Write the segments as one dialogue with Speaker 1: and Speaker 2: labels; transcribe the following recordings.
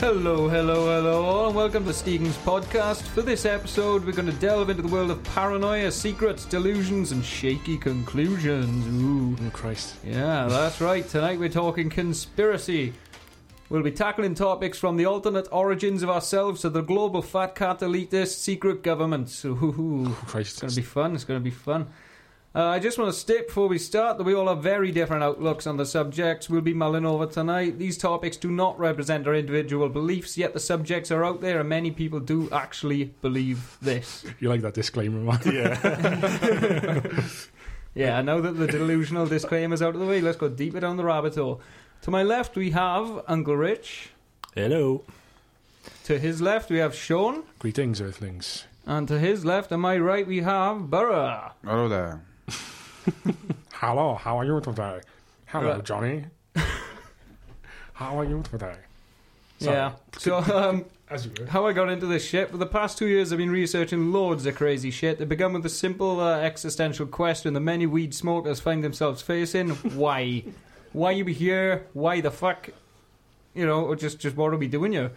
Speaker 1: Hello, hello, hello, all, and welcome to Stegan's podcast. For this episode, we're going to delve into the world of paranoia, secrets, delusions, and shaky conclusions. Ooh.
Speaker 2: Oh, Christ.
Speaker 1: Yeah, that's right. Tonight we're talking conspiracy. We'll be tackling topics from the alternate origins of ourselves to the global fat cat elitist secret governments. Ooh.
Speaker 2: Oh, Christ.
Speaker 1: It's going to be fun. It's going to be fun. Uh, I just want to state before we start that we all have very different outlooks on the subjects we'll be mulling over tonight. These topics do not represent our individual beliefs, yet the subjects are out there, and many people do actually believe this.
Speaker 2: You like that disclaimer, man?
Speaker 1: Yeah, now that the delusional disclaimer's out of the way, let's go deeper down the rabbit hole. To my left, we have Uncle Rich.
Speaker 3: Hello.
Speaker 1: To his left, we have Sean.
Speaker 2: Greetings, Earthlings.
Speaker 1: And to his left and my right, we have Burra.
Speaker 4: Hello there.
Speaker 2: Hello, how are you today? Hello,
Speaker 1: Right.
Speaker 2: Johnny. how are you today?
Speaker 1: Yeah. So, um,
Speaker 2: As you were.
Speaker 1: how I got into this shit. For the past two years, I've been researching loads of crazy shit. It began with a simple uh, existential question the many weed smokers find themselves facing: Why? Why you be here? Why the fuck? You know, or just just what are we doing here?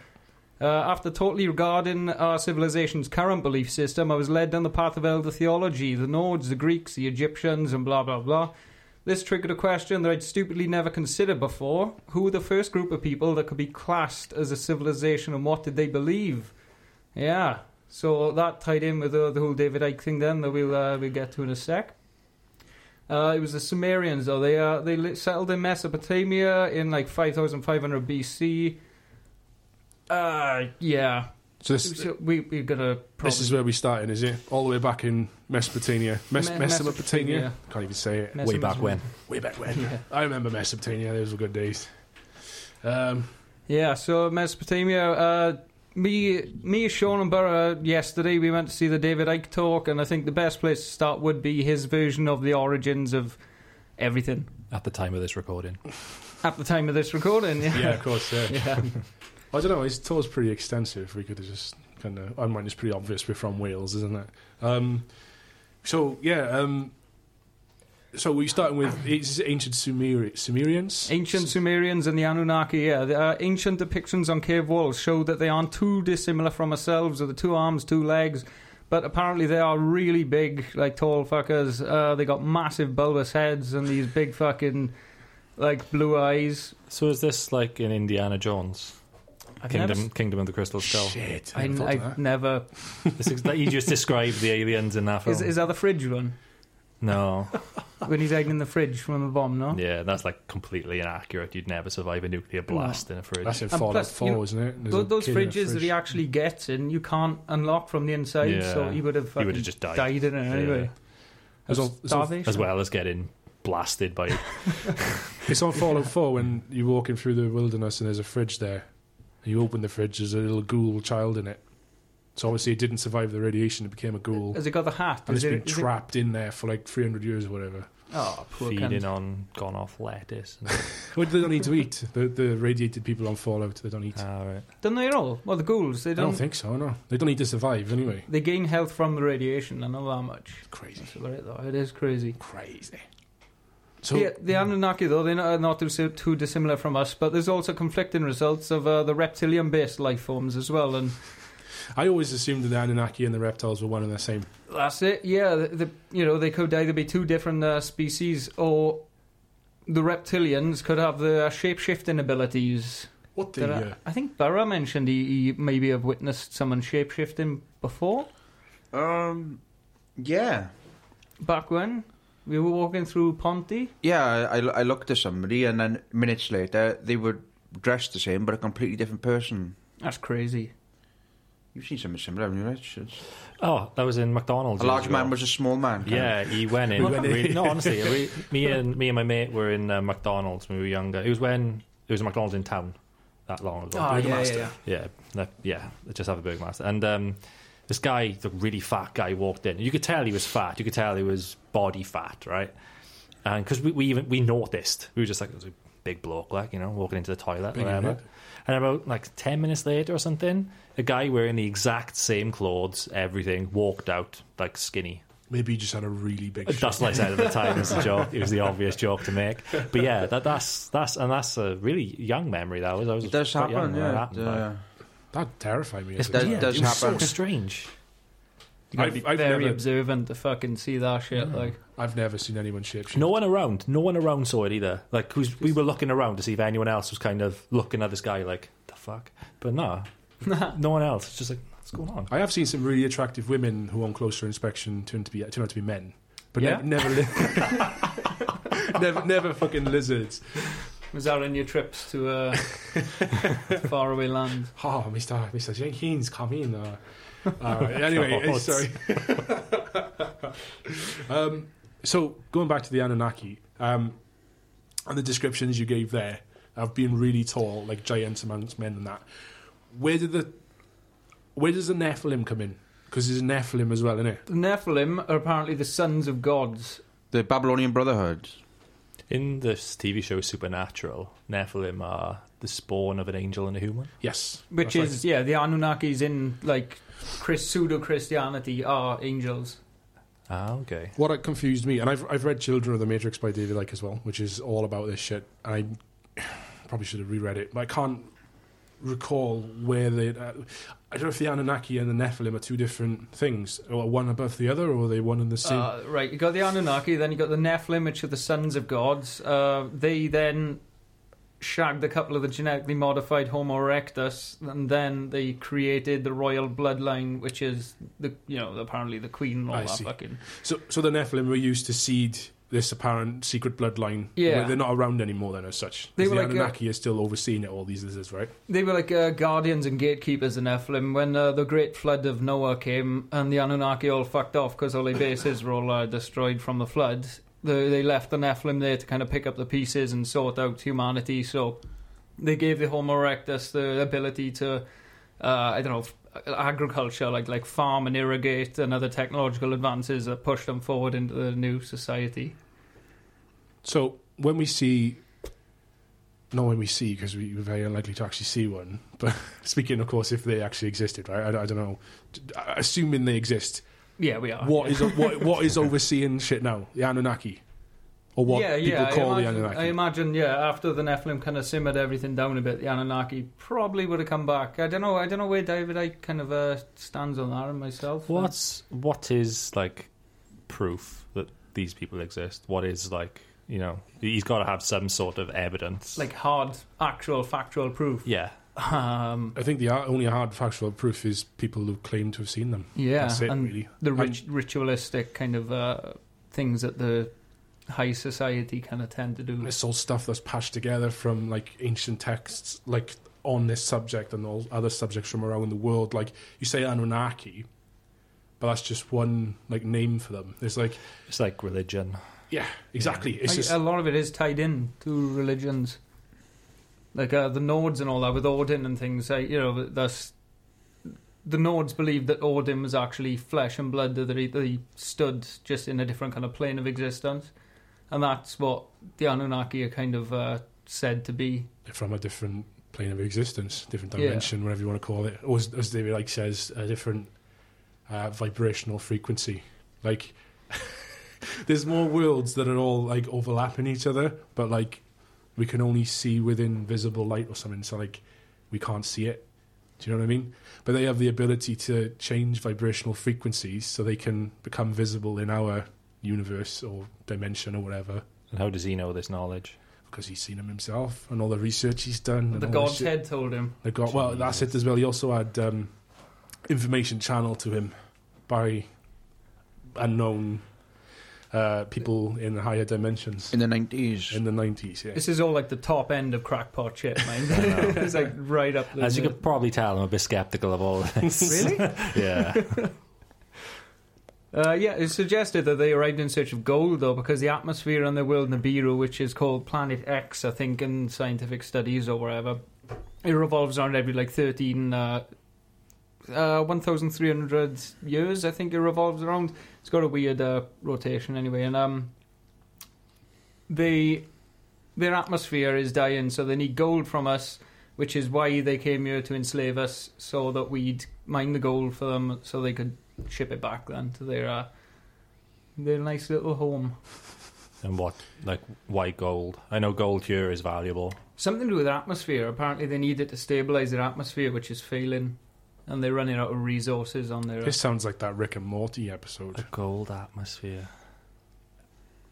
Speaker 1: Uh, after totally regarding our civilization's current belief system, I was led down the path of elder theology, the Nords, the Greeks, the Egyptians, and blah blah blah. This triggered a question that I'd stupidly never considered before. Who were the first group of people that could be classed as a civilization and what did they believe? Yeah, so that tied in with the, the whole David Icke thing then that we'll, uh, we'll get to in a sec. Uh, it was the Sumerians, though. They, uh, they li- settled in Mesopotamia in like 5500 BC. Uh, yeah.
Speaker 2: So this,
Speaker 1: So we, we're gonna probably.
Speaker 2: this is where we starting, is it? All the way back in Mesopotamia. Mes-
Speaker 1: Me-
Speaker 2: Mesopotamia?
Speaker 1: Mesopotamia.
Speaker 2: Can't even say it.
Speaker 1: Mes-
Speaker 3: Way back when.
Speaker 2: Way back when.
Speaker 1: Yeah.
Speaker 2: I remember Mesopotamia. Those were good days. Um,
Speaker 1: Yeah, so Mesopotamia. Uh, me, me, Sean and Burra yesterday we went to see the David Icke talk, and I think the best place to start would be his version of the origins of everything
Speaker 3: At the time of this recording.
Speaker 1: at the time of this recording. Yeah,
Speaker 2: yeah, of course. Yeah.
Speaker 1: yeah.
Speaker 2: I don't know. His tour's pretty extensive. We could have just kind of. I mean, it's pretty obvious we're from Wales, isn't it? Um, so yeah. Um, so we're starting with it's ancient Sumeri- Sumerians.
Speaker 1: Ancient Sumerians and the Anunnaki. Yeah, the, uh, ancient depictions on cave walls show that they aren't too dissimilar from ourselves, with the two arms, two legs. But apparently they are really big, like tall fuckers. Uh, they got massive bulbous heads and these big fucking, like blue eyes.
Speaker 3: So is this like in Indiana Jones?
Speaker 1: I've never
Speaker 3: Kingdom Kingdom of the Crystal Skull.
Speaker 2: Shit.
Speaker 1: I,
Speaker 2: I, never thought of
Speaker 1: have
Speaker 2: that.
Speaker 1: never.
Speaker 3: This is- that you just described the aliens in that film.
Speaker 1: Is, is that the fridge one?
Speaker 3: no.
Speaker 1: When he's hiding in the fridge from the bomb, no?
Speaker 3: Yeah, that's like completely inaccurate. You'd never survive a nuclear blast in a fridge.
Speaker 2: That's in
Speaker 1: And
Speaker 2: Fallout
Speaker 1: Um, plus, you
Speaker 2: 4,
Speaker 1: know,
Speaker 2: isn't it? There's
Speaker 1: Tho-
Speaker 2: a
Speaker 1: those
Speaker 2: kid in a
Speaker 1: fridges that he
Speaker 2: fridge.
Speaker 1: actually gets in, you can't unlock from the inside, so
Speaker 3: Yeah.
Speaker 1: he would have
Speaker 3: He would
Speaker 1: fucking
Speaker 3: have just died.
Speaker 1: died in it anyway.
Speaker 2: There's
Speaker 1: Of
Speaker 2: al- there's al-
Speaker 1: starvation.
Speaker 3: As well as getting blasted by
Speaker 2: It's on Fallout 4 when you're walking through the wilderness and there's a fridge there. You open the fridge, there's a little ghoul child in it. So obviously, it didn't survive the radiation, it became a ghoul.
Speaker 1: Has he got the hat?
Speaker 2: And
Speaker 1: Is
Speaker 2: it's been
Speaker 1: it- is it-
Speaker 2: trapped in there for like 300 years or whatever.
Speaker 1: Oh, poor
Speaker 3: feeding
Speaker 1: cunt.
Speaker 3: on gone off lettuce. And,
Speaker 2: What do they don't need to eat? The, the radiated people on Fallout, they don't eat.
Speaker 3: Ah, right.
Speaker 1: Don't they all? Well, the ghouls, Uh, they
Speaker 2: I
Speaker 1: don't.
Speaker 2: don't think so, no. They don't need to survive anyway.
Speaker 1: They gain health from the radiation, I know that much.
Speaker 2: Crazy.
Speaker 1: That's about it, though. It is crazy.
Speaker 2: Crazy. So,
Speaker 1: So, the Anunnaki, though, they're not, not too, si- too dissimilar from us, but there's also conflicting results of uh, the reptilian based life forms as well, and
Speaker 2: I always assumed that the Anunnaki and the reptiles were one and the same.
Speaker 1: That's it. Yeah, the, the, you know they could either be two different uh, species, or the reptilians could have the shape shifting abilities.
Speaker 2: What
Speaker 1: That
Speaker 2: the?
Speaker 1: I,
Speaker 2: uh,
Speaker 1: I think Barra mentioned he, he maybe have witnessed someone shape shifting before.
Speaker 4: Um, yeah,
Speaker 1: Back when we were walking through Ponty,
Speaker 4: yeah. I, I I looked at somebody, and then minutes later they were dressed the same, but a completely different person.
Speaker 1: that's crazy.
Speaker 4: You've seen something similar, haven't you, Rich? It's-
Speaker 3: Oh, that was in McDonald's.
Speaker 4: a large
Speaker 3: years ago.
Speaker 2: uh,
Speaker 4: man was a small man. kind of.
Speaker 3: Yeah, he went in.
Speaker 2: We went in.
Speaker 3: We- no, honestly, we, me and me and my mate were in uh, McDonald's when we were younger. It was when it was a McDonald's in town that long ago.
Speaker 1: Ah, yeah, yeah,
Speaker 2: Burgermaster.
Speaker 1: yeah.
Speaker 3: Yeah, no, yeah, let's just have a Burgermaster. And um, this guy, the really fat guy, walked in. You could tell he was fat. You could tell he was body fat, right? And because we, we even we noticed, we were just like, it was a big bloke, like you know, walking into the toilet,
Speaker 2: Big
Speaker 3: whatever.
Speaker 2: unit.
Speaker 3: And about like ten minutes later or something, a guy wearing the exact same clothes, everything, walked out like skinny.
Speaker 2: Maybe he just had a really big.
Speaker 3: That's what I said at the time. It was a joke. It was the obvious joke to make. But yeah, that, that's that's and that's a really young memory. That was. I was
Speaker 4: It does
Speaker 3: quite young
Speaker 4: happen,
Speaker 3: when that
Speaker 4: yeah.
Speaker 3: happened,
Speaker 4: It,
Speaker 3: like.
Speaker 4: uh,
Speaker 2: That terrified me.
Speaker 3: It's,
Speaker 4: does-
Speaker 3: yeah,
Speaker 4: does
Speaker 3: it was
Speaker 4: happen.
Speaker 3: so strange.
Speaker 1: You gotta be
Speaker 2: I've- I've
Speaker 1: very
Speaker 2: never-
Speaker 1: observant to fucking see that shit. Like,
Speaker 2: I've never seen anyone shapeshift.
Speaker 3: No one around. No one around saw it either. Like, 'cause we were looking around to see if anyone else was kind of looking at this guy, like the fuck. But no, no one else. It's just like what's going on.
Speaker 2: I have seen some really attractive women who, on closer inspection, turn to be turn out to be men, but
Speaker 1: Yeah?
Speaker 2: ne- never, li- never, never fucking lizards.
Speaker 1: was that on your trips to uh, faraway land?
Speaker 2: Oh, Mister Mister Jenkins, come in. Uh, all right. Anyway,
Speaker 3: God.
Speaker 2: eh, sorry. um, so going back to the Anunnaki um, and the descriptions you gave there of being really tall, like giants amongst men, and that. Where did the where does the Nephilim come in? Because there's a Nephilim as well, isn't it?
Speaker 1: The Nephilim are apparently the sons of gods.
Speaker 4: the Babylonian Brotherhood.
Speaker 3: In this TV show Supernatural, Nephilim are the spawn of an angel and a human.
Speaker 2: Yes,
Speaker 1: Which
Speaker 2: That's
Speaker 1: is, yeah, the Anunnakis in like Chris, pseudo Christianity are angels.
Speaker 3: Ah, okay.
Speaker 2: What it confused me, and I've I've read Children of the Matrix by David Icke as well, which is all about this shit. I probably should have reread it, but I can't recall where they. Uh, I don't know if the Anunnaki and the Nephilim are two different things, or one above the other, or are they one and the same.
Speaker 1: Uh, right, you got the Anunnaki, then you got the Nephilim, which are the sons of gods. Uh, they then shagged a couple of the genetically modified Homo erectus, and then they created the royal bloodline, which is the you know apparently the queen and all
Speaker 2: I
Speaker 1: that
Speaker 2: see.
Speaker 1: fucking.
Speaker 2: so so the Nephilim were used to seed this apparent secret bloodline.
Speaker 1: Yeah.
Speaker 2: where they're not around anymore then, as such. 'Cause
Speaker 1: They were
Speaker 2: the
Speaker 1: like, uh,
Speaker 2: Anunnaki are still overseeing it. All these lizards, right?
Speaker 1: They were like uh, guardians and gatekeepers in Nephilim when uh, the great flood of Noah came and the Anunnaki all fucked off because all their bases were all uh, destroyed from the flood. They, they left the Nephilim there to kind of pick up the pieces and sort out humanity. So they gave the Homo erectus the ability to, uh, I don't know, f- agriculture, like like farm and irrigate and other technological advances that pushed them forward into the new society.
Speaker 2: So when we see, not when we see, because we, we're very unlikely to actually see one. But speaking, of course, if they actually existed, right? I, I don't know. Assuming they exist,
Speaker 1: Yeah, we are.
Speaker 2: what is what what is overseeing shit now? The Anunnaki, or what
Speaker 1: yeah,
Speaker 2: people
Speaker 1: yeah.
Speaker 2: call
Speaker 1: I imagine,
Speaker 2: the Anunnaki?
Speaker 1: I imagine, yeah, after the Nephilim kind of simmered everything down a bit, the Anunnaki probably would have come back. I don't know. I don't know where David I kind of uh, stands on that and myself.
Speaker 3: What's what is like proof that these people exist? What is like you know? He's got to have some sort of evidence.
Speaker 1: like hard, actual, factual proof.
Speaker 3: yeah,
Speaker 1: Um,
Speaker 2: I think the ar- only hard factual proof is people who claim to have seen them.
Speaker 1: yeah,
Speaker 2: That's it,
Speaker 1: and
Speaker 2: really.
Speaker 1: the
Speaker 2: I'm-
Speaker 1: rit- ritualistic kind of uh, things that the high society kind of tend to do.
Speaker 2: It's all stuff that's patched together from like ancient texts, like on this subject and all other subjects from around the world. Like you say Anunnaki, but that's just one like name for them. It's like
Speaker 3: it's like religion.
Speaker 2: yeah, exactly. It's
Speaker 1: I-
Speaker 2: just
Speaker 1: a lot of it is tied in to religions, like uh, the Nords and all that with Odin and things. Like, you know, that's the Nords believed that Odin was actually flesh and blood that he, that he stood just in a different kind of plane of existence, and that's what the Anunnaki are kind of uh, said to be.
Speaker 2: from a different plane of existence, different
Speaker 1: Yeah.
Speaker 2: dimension, whatever you want to call it. Or as, as David like says, a different uh, vibrational frequency. Like there's more worlds that are all like overlapping each other, but like we can only see within visible light or something. So like we can't see it. Do you know what I mean? But they have the ability to change vibrational frequencies so they can become visible in our universe or dimension or whatever.
Speaker 3: And how does he know this knowledge?
Speaker 2: Because he's seen them himself and all the research he's done. and
Speaker 1: the
Speaker 2: all
Speaker 1: God's
Speaker 2: shit.
Speaker 1: head told him.
Speaker 2: They got well. That's it as well. He also had um, information channeled to him by unknown uh, people in higher dimensions
Speaker 4: In the 90s.
Speaker 2: in the nineties. Yeah.
Speaker 1: This is all like the top end of crackpot shit, man. it's like right up. The
Speaker 3: As you could probably tell, I'm a bit skeptical of all this.
Speaker 1: really.
Speaker 3: yeah.
Speaker 1: Uh, yeah, it's suggested that they arrived in search of gold, though, because the atmosphere on the world Nibiru, which is called Planet X, I think, in scientific studies or wherever, it revolves around every like 13, uh, uh, 1,300 years, I think it revolves around. It's got a weird uh, rotation anyway, and um, they, their atmosphere is dying, so they need gold from us, which is why they came here to enslave us, so that we'd mine the gold for them so they could ship it back then to their uh, their nice little home.
Speaker 3: And what, like, why gold? I know gold here is valuable.
Speaker 1: Something to do with atmosphere. Apparently, they need it to stabilize their atmosphere, which is failing, and they're running out of resources on their uh,
Speaker 2: This sounds like that Rick and Morty episode.
Speaker 3: gold atmosphere.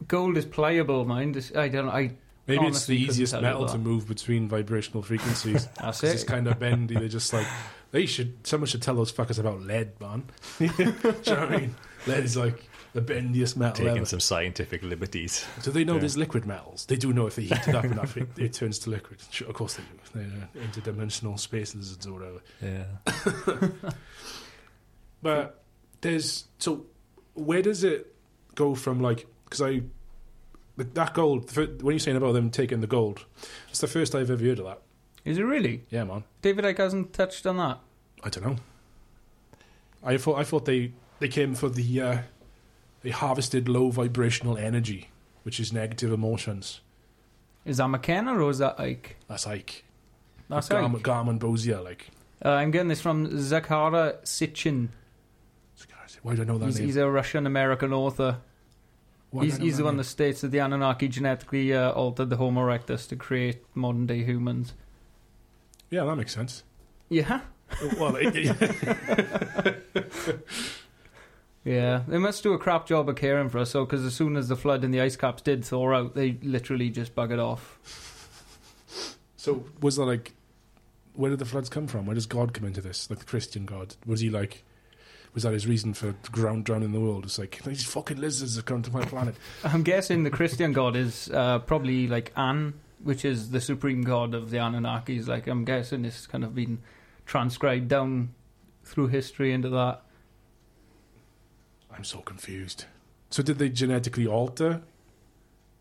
Speaker 1: gold. Is pliable, mind. This- I don't. know. I
Speaker 2: Maybe it's
Speaker 1: honestly
Speaker 2: the
Speaker 1: couldn't
Speaker 2: easiest
Speaker 1: tell you
Speaker 2: metal
Speaker 1: that.
Speaker 2: to move between vibrational frequencies.
Speaker 1: that's
Speaker 2: 'Cause it's
Speaker 1: it.
Speaker 2: kind of bendy. They're just like, they should. Someone should tell those fuckers about lead, man. Do you know what I mean? Lead is like the bendiest metal
Speaker 3: Taking
Speaker 2: ever.
Speaker 3: some scientific liberties.
Speaker 2: Do they know
Speaker 3: Yeah.
Speaker 2: there's liquid metals? They do know if they heat it up enough, it, it turns to liquid. Sure, of course they do. They're uh, interdimensional space lizards or whatever.
Speaker 3: Yeah.
Speaker 2: But there's so where does it go from like because I but that gold the fir- when you're saying about them taking the gold, it's the first I've ever heard of that.
Speaker 1: Is it really?
Speaker 2: Yeah, man.
Speaker 1: David Icke hasn't touched on that.
Speaker 2: I don't know. I thought I thought they they came for the uh, they harvested low vibrational energy, which is negative emotions.
Speaker 1: Is that McKenna or is that Ike?
Speaker 2: That's like
Speaker 1: That's
Speaker 2: Garm-
Speaker 1: Ike.
Speaker 2: Garmin Bozier, like.
Speaker 1: Uh, I'm getting this from Zakhara Sitchin.
Speaker 2: Why do I know that
Speaker 1: He's,
Speaker 2: name?
Speaker 1: he's a Russian American author.
Speaker 2: Why do I
Speaker 1: He's,
Speaker 2: know
Speaker 1: he's the one
Speaker 2: name?
Speaker 1: that states that the Anunnaki genetically uh, altered the Homo erectus to create modern day humans.
Speaker 2: Yeah, that makes sense.
Speaker 1: Yeah?
Speaker 2: well, it, it-
Speaker 1: Yeah. They must do a crap job of caring for us, though, because as soon as the flood and the ice caps did thaw out, they literally just buggered off.
Speaker 2: so was that like, where did the floods come from? Where does God come into this? Like the Christian God? Was he like, was that his reason for ground drowning the world? It's like these fucking lizards have come to my planet.
Speaker 1: I'm guessing the Christian god is uh, probably like An, which is the supreme god of the Anunnakis. Like, I'm guessing it's kind of been transcribed down through history into that.
Speaker 2: I'm so confused. So did they genetically alter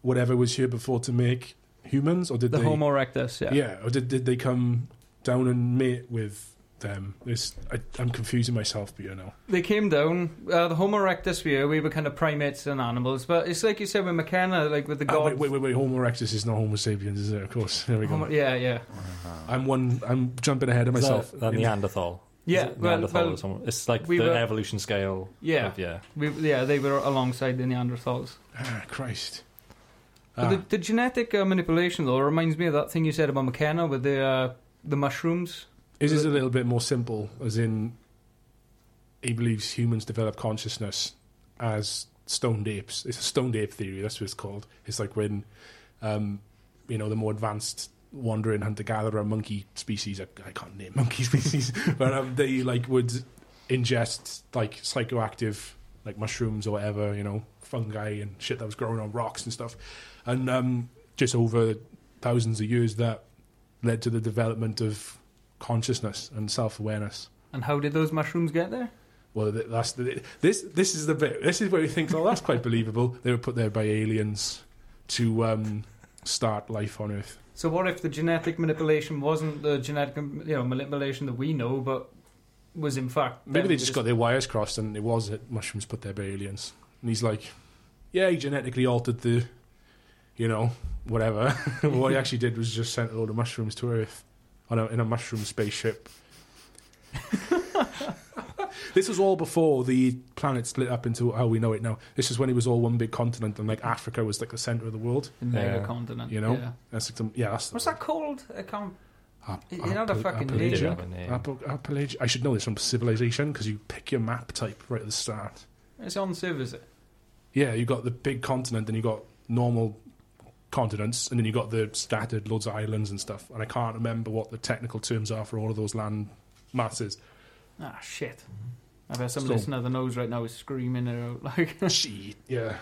Speaker 2: whatever was here before to make humans, or did
Speaker 1: The
Speaker 2: they,
Speaker 1: Homo erectus, yeah.
Speaker 2: Yeah. or did did they come down and mate with them? This I, I'm confusing myself, but you know.
Speaker 1: They came down. Uh, the Homo erectus here, we were kind of primates and animals, but it's like you said with McKenna, like with the
Speaker 2: Oh,
Speaker 1: god.
Speaker 2: wait, wait, wait, wait. Homo erectus is not Homo sapiens, is it? Of course. There we go.
Speaker 1: Homo- yeah, yeah,
Speaker 2: I'm one. I'm jumping ahead of myself.
Speaker 3: Is that, that Neanderthal.
Speaker 1: Yeah,
Speaker 3: Is it
Speaker 1: well-
Speaker 3: Neanderthal
Speaker 1: well,
Speaker 3: or something. It's like
Speaker 1: we
Speaker 3: the
Speaker 1: were-
Speaker 3: evolution scale.
Speaker 1: yeah.
Speaker 3: Of, yeah.
Speaker 1: We, yeah, they were alongside the Neanderthals.
Speaker 2: ah, Christ.
Speaker 1: But
Speaker 2: Ah,
Speaker 1: the, the genetic uh, manipulation, though, reminds me of that thing you said about McKenna with the uh, the mushrooms.
Speaker 2: His is a little bit more simple, as in he believes humans develop consciousness as stoned apes. It's a stoned ape theory. That's what it's called. It's like when, um, you know, the more advanced wandering hunter-gatherer monkey species. I, I can't name monkey species, but um, they like would ingest like psychoactive like mushrooms or whatever, you know, fungi and shit that was growing on rocks and stuff. And um, just over thousands of years, that led to the development of consciousness and self awareness.
Speaker 1: And how did those mushrooms get there?
Speaker 2: Well, th- that's the, this. This is the bit. This is where he thinks, "Oh, that's quite believable." They were put there by aliens to um, start life on Earth.
Speaker 1: So what if the genetic manipulation wasn't the genetic um, you know manipulation that we know, but was in fact
Speaker 2: Maybe they
Speaker 1: them
Speaker 2: just got their wires crossed, and it was it mushrooms put there by aliens. And he's like, "Yeah, he genetically altered the, you know, whatever." what he actually did was just sent a load of mushrooms to Earth on a, in a mushroom spaceship. this was all before the planet split up into how we know it now. This is when it was all one big continent, and like Africa was like the center of the world.
Speaker 1: the mega
Speaker 3: Yeah.
Speaker 1: continent?
Speaker 2: You know?
Speaker 1: yeah.
Speaker 2: That's like the, yeah, that's
Speaker 1: what's that called? I can't.
Speaker 2: Ap-
Speaker 1: It- it had a
Speaker 2: Appal-
Speaker 1: fucking
Speaker 3: They did
Speaker 1: Appalachia.
Speaker 3: have a name.
Speaker 2: Appal- Appalachia. I should know this from Civilization because you pick your map type right at the start.
Speaker 1: It's on Civ, is it?
Speaker 2: Yeah, you got the big continent, then you got normal continents, and then you got the scattered loads of islands and stuff. And I can't remember what the technical terms are for all of those land masses.
Speaker 1: Ah, shit. I bet some
Speaker 2: So-
Speaker 1: listener that knows right now is screaming it out like
Speaker 2: Shit, yeah.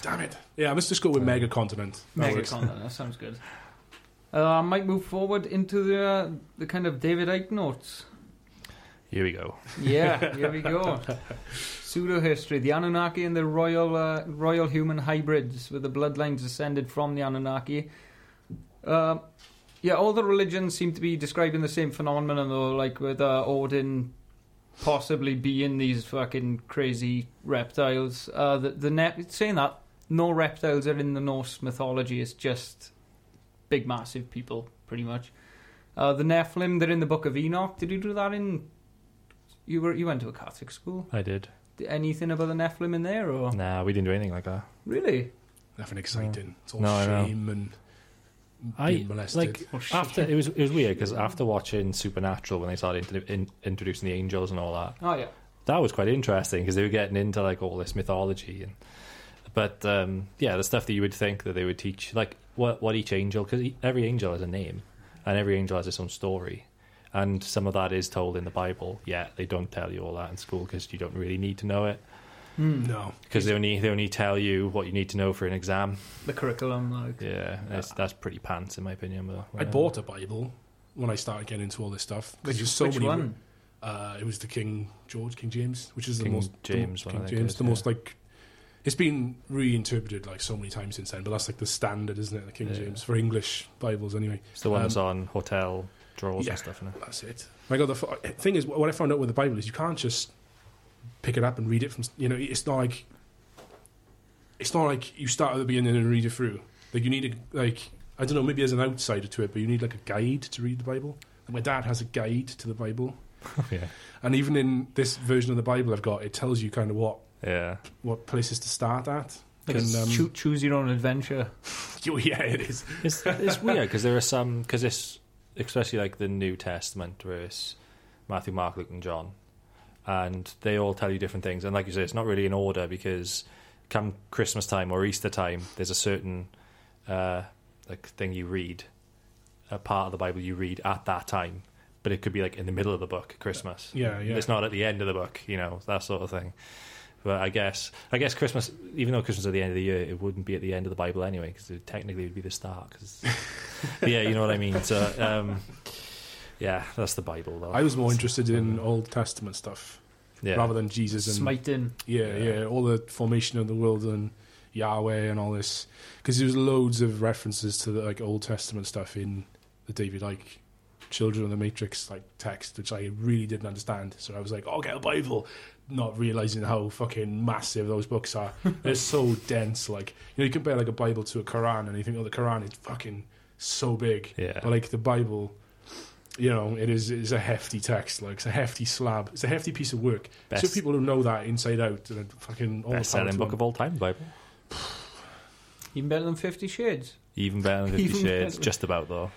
Speaker 2: Damn it. Yeah, I must just go
Speaker 3: Uh,
Speaker 2: with mega continent. That
Speaker 1: mega
Speaker 2: works.
Speaker 1: continent. That sounds good. Uh, I might move forward into the uh, the kind of David Icke notes.
Speaker 3: Here we go.
Speaker 1: Yeah, here we go. Pseudo history: the Anunnaki and the royal uh, royal human hybrids, with the bloodlines descended from the Anunnaki. Um yeah, all the religions seem to be describing the same phenomenon, though, like with uh, Odin possibly being these fucking crazy reptiles. Uh, the the ne- saying that no reptiles are in the Norse mythology; it's just big, massive people, pretty much. Uh, the Nephilim, they're in the Book of Enoch. Did you do that in you were you went to a Catholic school.
Speaker 3: I did.
Speaker 1: anything about the Nephilim in there, or
Speaker 3: Nah, we didn't do anything like that.
Speaker 1: really?
Speaker 2: Nothing exciting. It's all
Speaker 3: No, I know.
Speaker 2: shame and
Speaker 3: I-
Speaker 2: being molested.
Speaker 3: like, After it was it was weird because after watching Supernatural when they started intro- in, introducing the angels and all that,
Speaker 1: Oh yeah.
Speaker 3: that was quite interesting because they were getting into like all this mythology and but um, yeah, the stuff that you would think that they would teach, like what what each angel because every angel has a name and every angel has its own story. And some of that is told in the Bible. Yeah, they don't tell you all that in school because you don't really need to know it
Speaker 1: Hmm.
Speaker 2: no,
Speaker 3: because they only they only tell you what you need to know for an exam.
Speaker 1: The curriculum, like
Speaker 3: Yeah, that's, that's pretty pants in my opinion. But
Speaker 2: I Uh, bought a Bible when I started getting into all this stuff. 'cause
Speaker 1: which,
Speaker 2: there's so
Speaker 1: which
Speaker 2: many-
Speaker 1: one?
Speaker 2: Uh, it was the King George, King James, which is
Speaker 3: King
Speaker 2: the most
Speaker 3: James
Speaker 2: the,
Speaker 3: one,
Speaker 2: King
Speaker 3: I think it
Speaker 2: James,
Speaker 3: is,
Speaker 2: the
Speaker 3: yeah.
Speaker 2: most like. It's been reinterpreted like so many times since then, but that's like the standard, isn't it? The King
Speaker 3: Yeah.
Speaker 2: James for English Bibles, anyway.
Speaker 3: It's the one
Speaker 2: Um,
Speaker 3: that's on hotel drawers
Speaker 2: yeah.
Speaker 3: and stuff. Isn't it?
Speaker 2: That's it. My God, the f- uh, thing is, what I found out with the Bible is you can't just pick it up and read it from. You know, it's not like it's not like you start at the beginning and read it through. Like you need a like I don't know, maybe as an outsider to it, but you need like a guide to read the Bible. Like my dad has a guide to the Bible,
Speaker 3: yeah,
Speaker 2: and even in this version of the Bible I've got, it tells you kind of what
Speaker 3: yeah.
Speaker 2: what places to start at.
Speaker 1: Like,
Speaker 2: Can, um,
Speaker 1: choo- choose your own adventure.
Speaker 2: Oh, yeah, it is.
Speaker 3: It's it's weird because there are some because it's especially like the New Testament where it's Matthew, Mark, Luke, and John, and they all tell you different things. And like you say, it's not really in order because come Christmas time or Easter time, there's a certain uh, like thing you read, a part of the Bible you read at that time. But it could be like in the middle of the book, Christmas.
Speaker 2: Yeah, yeah.
Speaker 3: It's not at the end of the book, you know, that sort of thing. But I guess, I guess Christmas, even though Christmas is at the end of the year, it wouldn't be at the end of the Bible anyway, because it technically would be the start. 'cause- yeah, you know what I mean. So, um, yeah, that's the Bible. Though.
Speaker 2: I was more interested in Old Testament stuff
Speaker 3: yeah.
Speaker 2: rather than Jesus and
Speaker 1: Smiting.
Speaker 2: Yeah,
Speaker 3: Yeah.
Speaker 2: yeah, all the formation of the world and Yahweh and all this, because there was loads of references to the, like Old Than stuff in the David Icke Children of the Matrix like text, which I really didn't understand. So I was like, "Oh, get a Bible," not realizing how fucking massive those books are. They're so dense. Like you know, you compare like a Bible to a Quran, and you think, "Oh, the Quran is fucking so big,"
Speaker 3: Yeah.
Speaker 2: but like the Bible. You know, it is it is a hefty text, like it's a hefty slab, it's a hefty piece of work. So
Speaker 3: Best-
Speaker 2: people who know that inside out, and fucking all the
Speaker 3: Best selling
Speaker 2: power to
Speaker 3: book
Speaker 2: them.
Speaker 3: of all time, the Bible.
Speaker 1: Even better than Fifty Shades.
Speaker 3: Even better than Fifty
Speaker 1: Even
Speaker 3: Shades,
Speaker 1: better.
Speaker 3: just about though.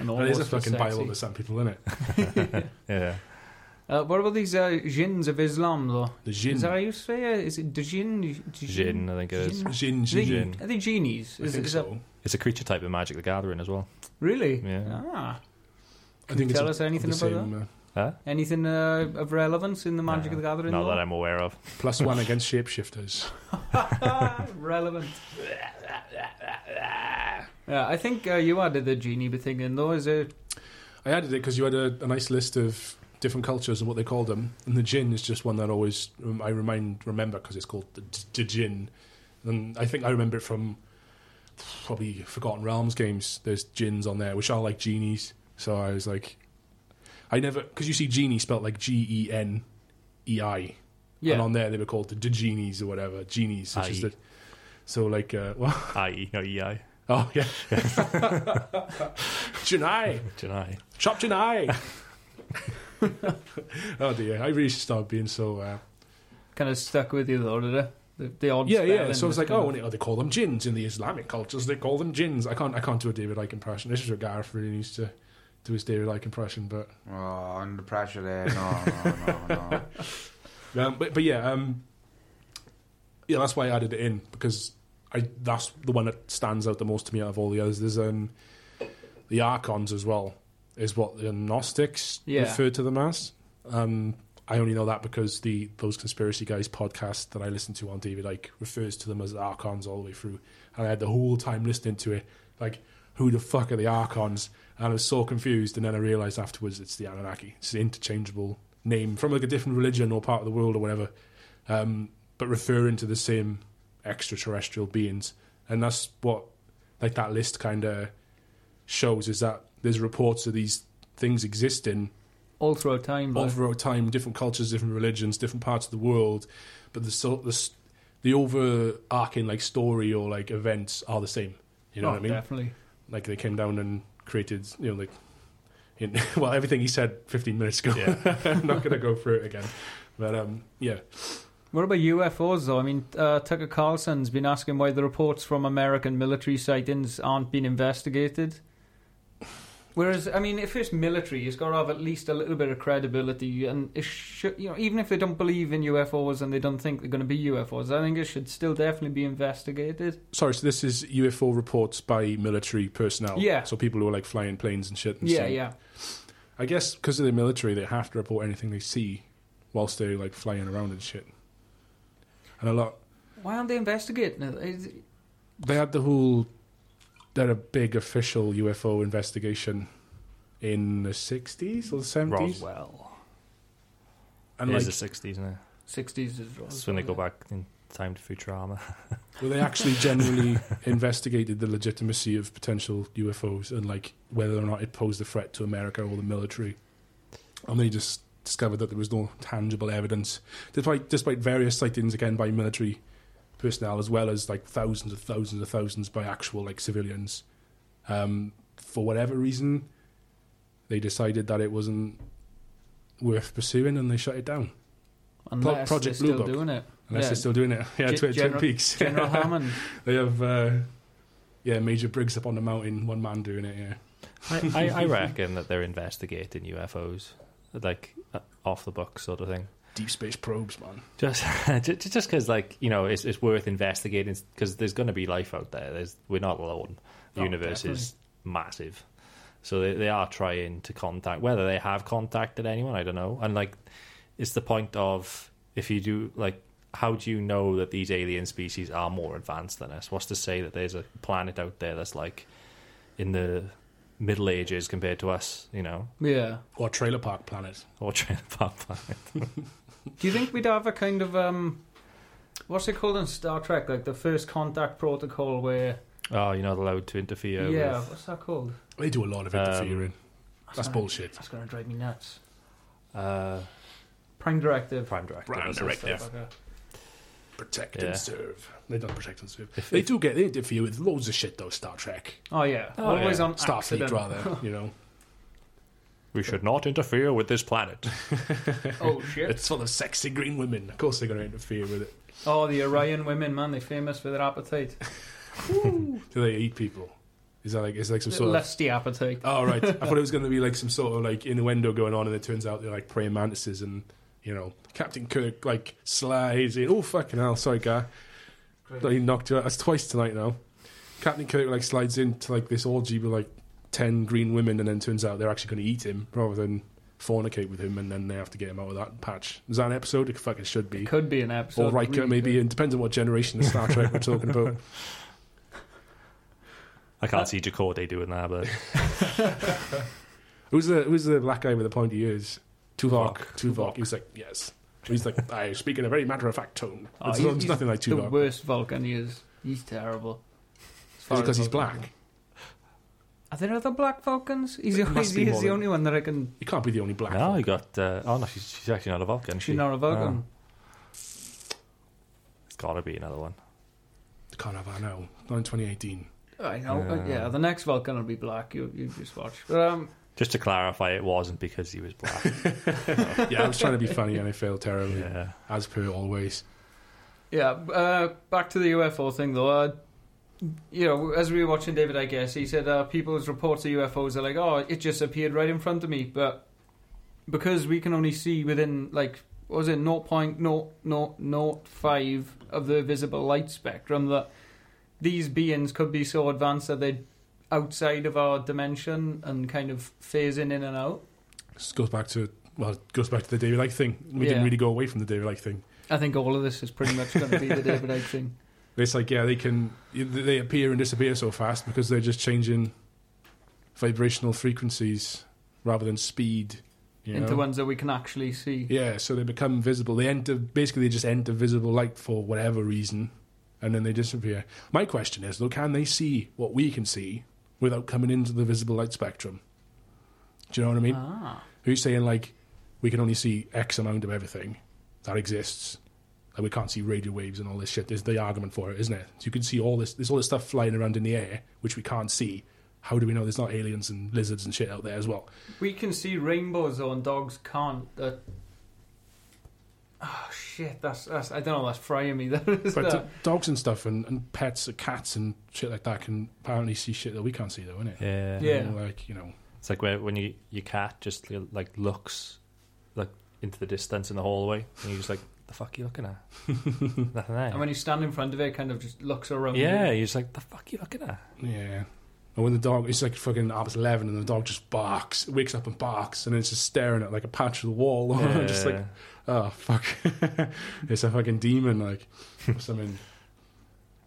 Speaker 1: And
Speaker 2: Well, it is
Speaker 1: almost
Speaker 2: a
Speaker 1: as
Speaker 2: fucking
Speaker 1: sexy.
Speaker 2: Bible to some people, isn't it?
Speaker 3: Yeah.
Speaker 1: Uh, what about these uh, jinns of Islam, though?
Speaker 2: The
Speaker 1: Is that how
Speaker 2: jinn,
Speaker 1: you say it? Is it the jinn? The
Speaker 3: Jinn, I think it is.
Speaker 1: Jinn? Are
Speaker 2: jinn,
Speaker 1: they-
Speaker 2: jinn.
Speaker 3: Jinn.
Speaker 1: Are they genies?
Speaker 2: I
Speaker 1: Is-
Speaker 2: think
Speaker 1: is that-
Speaker 2: so.
Speaker 3: It's a creature type in Magic the Gathering as well.
Speaker 1: Really?
Speaker 3: Yeah.
Speaker 1: Ah.
Speaker 2: I think
Speaker 1: tell
Speaker 2: it's
Speaker 1: us anything
Speaker 2: the
Speaker 1: about
Speaker 2: same, uh,
Speaker 3: Huh?
Speaker 1: Anything uh, of relevance in the Magic of
Speaker 3: Nah,
Speaker 1: the Gathering?
Speaker 3: Not
Speaker 1: lore?
Speaker 3: that I'm aware of.
Speaker 2: plus one against shapeshifters.
Speaker 1: Relevant. Yeah, I think uh, you added the genie thing in though. Is it?
Speaker 2: I added it because you had a, a nice list of different cultures and what they called them, and the jinn is just one that always um, I remind remember because it's called the, d- the jinn, and I think I remember it from probably Forgotten Realms games. There's jinns on there which are like genies, so I was like, I never because you see genie spelt like G E N E I,
Speaker 1: Yeah.
Speaker 2: and on there they were called the d- genies or whatever genies. Which is
Speaker 3: Aye.
Speaker 2: the, so like uh, well,
Speaker 3: I.e., no E.I.
Speaker 2: oh yeah, Jinai.
Speaker 3: Janai.
Speaker 2: Chopped an eye. oh dear, I really should start being so. Uh,
Speaker 1: kind of stuck with you though, did it? The, the odd.
Speaker 2: yeah, yeah.
Speaker 1: spelling
Speaker 2: So I was
Speaker 1: is
Speaker 2: like,
Speaker 1: kind
Speaker 2: oh,
Speaker 1: of-
Speaker 2: and they, oh, they call them jinns in the Islamic cultures. They call them jinns. I can't, I can't do a David Icke impression. This is where Gareth really needs to do his David Icke impression. But,
Speaker 4: Oh, under pressure there. No, no, no, no.
Speaker 2: um, but, but yeah, um, yeah. That's why I added it in because I that's the one that stands out the most to me out of all the others. There's um, the archons as well. Is what the Gnostics
Speaker 1: Yeah.
Speaker 2: refer to them as. Um, I only know that because the those conspiracy guys podcast that I listen to on David Icke refers to them as archons all the way through, and I had the whole time listening to it like, who the fuck are the archons? And I was so confused, and then I realized afterwards it's the Anunnaki. It's an interchangeable name from like a different religion or part of the world or whatever, um, but referring to the same extraterrestrial beings, and that's what like that list kind of shows is that there's reports of these things existing
Speaker 1: all throughout time.
Speaker 2: all
Speaker 1: like.
Speaker 2: throughout time, different cultures, different religions, different parts of the world, but the so the s- the overarching like story or like events are the same. You know
Speaker 1: Oh,
Speaker 2: what I mean?
Speaker 1: Definitely.
Speaker 2: Like they came down and created, you know, like in, well everything he said 15 minutes ago. I'm not going to go through it again. But um, yeah,
Speaker 1: What about UFOs, though? I mean, uh, Tucker Carlson's been asking why the reports from American military sightings aren't being investigated. Whereas, I mean, if it's military, it's got to have at least a little bit of credibility, and it should, you know, even if they don't believe in UFOs and they don't think they're going to be UFOs, I think it should still definitely be investigated.
Speaker 2: sorry. So this is UFO reports by military personnel.
Speaker 1: Yeah.
Speaker 2: So people who are like flying planes and shit. And
Speaker 1: Yeah,
Speaker 2: stuff.
Speaker 1: yeah,
Speaker 2: I guess because of the military, they have to report anything they see whilst they're like flying around and shit. And a lot.
Speaker 1: Why aren't they investigating it? Is-
Speaker 2: They had the whole. They had a big official UFO investigation in the 60s or the 70s.
Speaker 3: Roswell.
Speaker 2: And
Speaker 3: it
Speaker 2: like,
Speaker 3: is the 60s, isn't it?
Speaker 1: 60s is wrong.
Speaker 3: That's when they go back in time to Futurama.
Speaker 2: well, they actually generally investigated the legitimacy of potential UFOs and like whether or not it posed a threat to America or the military. And they just discovered that there was no tangible evidence, despite despite various sightings again by military personnel as well as like thousands and thousands and thousands by actual like civilians. Um, for whatever reason, they decided that it wasn't worth pursuing and they shut it down.
Speaker 1: Unless
Speaker 2: Project
Speaker 1: they're
Speaker 2: Blue
Speaker 1: still
Speaker 2: Book.
Speaker 1: doing it.
Speaker 2: Unless
Speaker 1: Yeah.
Speaker 2: they're still doing it, yeah,
Speaker 1: Ge-
Speaker 2: Twin, Twin
Speaker 1: General-
Speaker 2: Peaks.
Speaker 1: General Hammond.
Speaker 2: They have, uh, yeah, Major Briggs up on the mountain, one man doing it, yeah.
Speaker 3: I, I, I reckon that they're investigating UFOs, like uh, off the book sort of thing.
Speaker 2: Deep space probes, man.
Speaker 3: Just just just because, like you know, it's it's worth investigating because there's going to be life out there. There's we're not alone. The
Speaker 1: Oh,
Speaker 3: universe is massive, so they they are trying to contact. Whether they have contacted anyone, I don't know. And like, it's the point of if you do like. How do you know that these alien species are more advanced than us? What's to say that there's a planet out there that's like in the Middle Ages compared to us, you know,
Speaker 1: Yeah.
Speaker 2: Or Trailer Park Planet.
Speaker 3: or Trailer Park Planet?
Speaker 1: Do you think we'd have a kind of um, what's it called in Star Trek, like the first contact protocol where
Speaker 3: Oh, you're not allowed to interfere.
Speaker 1: yeah,
Speaker 3: with...
Speaker 1: what's that called?
Speaker 2: They do a lot of
Speaker 3: Um,
Speaker 2: interfering. eh? That's
Speaker 1: gonna-
Speaker 2: bullshit.
Speaker 1: That's gonna drive me nuts.
Speaker 3: Uh,
Speaker 1: Prime Directive.
Speaker 3: Prime Directive.
Speaker 2: Prime
Speaker 3: is it?
Speaker 2: Directive.
Speaker 1: Stuff like that.
Speaker 2: Protect
Speaker 3: Yeah.
Speaker 2: and serve. They don't protect and serve. they do get they interfere with loads of shit, though, Star Trek.
Speaker 1: Oh yeah,
Speaker 3: Oh,
Speaker 1: always
Speaker 3: yeah.
Speaker 1: on
Speaker 2: Starfleet,
Speaker 1: accident.
Speaker 2: rather, you know.
Speaker 3: We should not interfere with this planet.
Speaker 1: oh shit.
Speaker 2: It's full of sexy green women. Of course they're going to interfere with it.
Speaker 1: Oh, the Orion women, man, they're famous for their appetite.
Speaker 2: Do they eat people? Is that like, is like some sort of...
Speaker 1: Lusty appetite.
Speaker 2: Oh, right. I thought it was going to be like some sort of like innuendo going on, and it turns out they're like praying mantises, and you know, Captain Kirk like slides in. Oh, fucking hell, sorry, guy. Bloody knocked you out. That's twice tonight now. Captain Kirk like slides into like this orgy with like ten green women, and then turns out they're actually going to eat him rather than fornicate with him, and then they have to get him out of that patch. Is that an episode? It fucking should be.
Speaker 1: Could be an episode.
Speaker 2: Or Riker,
Speaker 1: really
Speaker 2: maybe,
Speaker 1: good.
Speaker 2: and depends on what generation of Star Trek we're talking about.
Speaker 3: I
Speaker 1: Uh,
Speaker 3: can't see Jacote doing that, but
Speaker 2: Who's the who's the black guy with the pointy ears? Tuvok.
Speaker 3: Tuvok.
Speaker 2: Tuvok. He's like yes. He's like I speak in a very matter of fact tone.
Speaker 1: Oh,
Speaker 2: It's,
Speaker 1: he's-
Speaker 2: not- it's
Speaker 1: he's
Speaker 2: nothing like
Speaker 1: The
Speaker 2: Tuvok.
Speaker 1: worst Vulcan he is. He's terrible. As far
Speaker 2: It's because
Speaker 1: as
Speaker 2: he's
Speaker 1: Vulcans
Speaker 2: black.
Speaker 1: go. Are there other black Vulcans? He's, the
Speaker 2: It
Speaker 1: only,
Speaker 2: must be
Speaker 1: he's
Speaker 2: more
Speaker 1: the
Speaker 2: than-
Speaker 1: only one that I can.
Speaker 2: He can't be the only black.
Speaker 3: now
Speaker 2: one.
Speaker 3: you got. Uh, oh no, she's, she's actually not a Vulcan. is She,
Speaker 1: She's not a Vulcan.
Speaker 2: Ah.
Speaker 3: No. it's got to be another one.
Speaker 2: can't have that now. Not in 2018.
Speaker 1: I know, but
Speaker 3: Yeah.
Speaker 1: yeah, the next Vulcan will be black. You you just watch. But, um,
Speaker 3: Just to clarify, it wasn't because he was black.
Speaker 2: Yeah, I was trying to be funny and I failed terribly,
Speaker 3: yeah,
Speaker 2: as per always.
Speaker 1: yeah, uh, back to the UFO thing though. Uh, you know, as we were watching David, I guess he said uh, people's reports of UFOs are like, oh, it just appeared right in front of me. But because we can only see within like what was it 0.0005 of the visible light spectrum, that these beings could be so advanced that they're outside of our dimension and kind of phasing in and out.
Speaker 2: This goes back to well, it goes back to the David Like thing. We didn't
Speaker 1: Yeah.
Speaker 2: really go away from the David Like thing.
Speaker 1: I think all of this is pretty much going to be the David Icke thing.
Speaker 2: It's like yeah, they can they appear and disappear so fast because they're just changing vibrational frequencies rather than speed. You
Speaker 1: into
Speaker 2: know?
Speaker 1: ones that we can actually see.
Speaker 2: Yeah, so they become visible. They enter basically they just enter visible light for whatever reason, and then they disappear. My question is though, can they see what we can see without coming into the visible light spectrum? Do you know what I mean?
Speaker 1: Ah.
Speaker 2: Who's saying like we can only see X amount of everything that exists? Like we can't see radio waves and all this shit. Is the argument for it, isn't it? So you can see all this. There's all this stuff flying around in the air which we can't see. How do we know there's not aliens and lizards and shit out there as well?
Speaker 1: We can see rainbows though, and dogs can't. That Oh shit, that's that's I don't know, that's frying me. That is
Speaker 2: But
Speaker 1: that.
Speaker 2: d- dogs and stuff and, and pets, uh, cats and shit like that can apparently see shit that we can't see, though, innit?
Speaker 3: Yeah.
Speaker 1: Yeah.
Speaker 2: And, Like, you know,
Speaker 3: It's like where, when you, your cat just like looks like into the distance in the hallway, and you're just like, "The fuck are you looking at?" Nothing there.
Speaker 1: and when you stand in front of it, it kind of just looks around.
Speaker 3: yeah,
Speaker 1: you.
Speaker 3: you're just like, "The fuck are you looking at?"
Speaker 2: yeah. And when the dog, it's like fucking up 11 and the dog just barks, wakes up and barks, and it's just staring at like a patch of the wall.
Speaker 3: Yeah.
Speaker 2: just like, oh, fuck. it's a fucking demon, like, or something.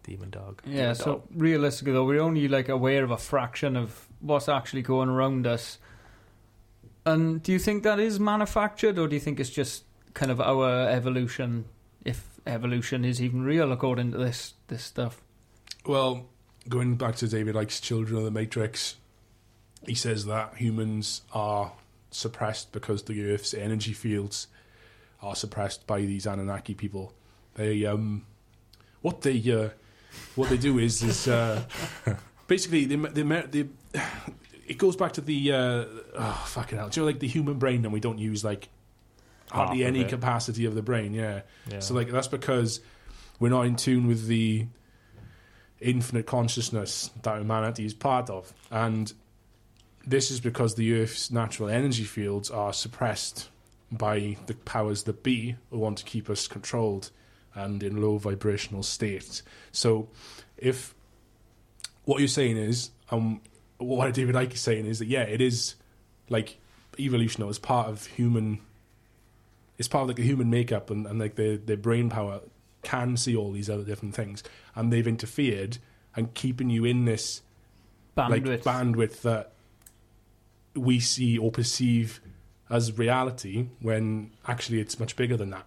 Speaker 3: demon dog.
Speaker 1: Yeah,
Speaker 3: Demon
Speaker 1: so
Speaker 3: dog.
Speaker 1: realistically though, we're only like aware of a fraction of what's actually going around us. And do you think that is manufactured or do you think it's just kind of our evolution if evolution is even real according to this this stuff?
Speaker 2: Well, going back to David Icke's Children of the Matrix, he says that humans are suppressed because the Earth's energy fields are suppressed by these Anunnaki people. They um, what they uh, what they do is is uh, basically they, ma- they, ma- they it goes back to the uh, oh fucking hell, do you know like the human brain and we don't use like
Speaker 3: Half
Speaker 2: hardly
Speaker 3: of
Speaker 2: any
Speaker 3: it.
Speaker 2: capacity of the brain, yeah.
Speaker 3: Yeah.
Speaker 2: So like that's because we're not in tune with the infinite consciousness that humanity is part of, and this is because the Earth's natural energy fields are suppressed by the powers that be who want to keep us controlled and in low vibrational states. So if what you're saying is, um, what David Icke is saying is that yeah, it is like evolution is part of human it's part of like the human makeup and, and like their, their brain power can see all these other different things and they've interfered and keeping you in this
Speaker 1: Bandwidth.
Speaker 2: like bandwidth that we see or perceive as reality when actually it's much bigger than that.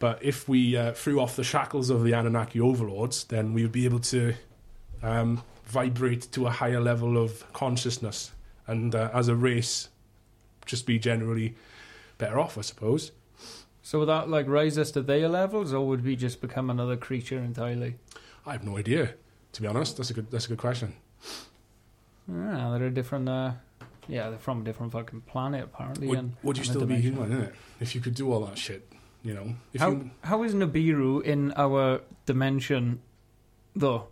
Speaker 2: But if we uh, threw off the shackles of the Anunnaki overlords, then we would be able to um, vibrate to a higher level of consciousness and uh, as a race just be generally better off, I suppose.
Speaker 1: so would that like rise us to their levels or would we just become another creature entirely?
Speaker 2: I have no idea, to be honest. That's a good, that's a good question.
Speaker 1: Yeah, they're a different. Uh, yeah, they're from a different fucking planet apparently.
Speaker 2: Would,
Speaker 1: and
Speaker 2: would you
Speaker 1: and a
Speaker 2: still be
Speaker 1: dimension.
Speaker 2: human, innit? If you could do all that shit, you know? If
Speaker 1: How,
Speaker 2: you,
Speaker 1: how is Nibiru in our dimension, though?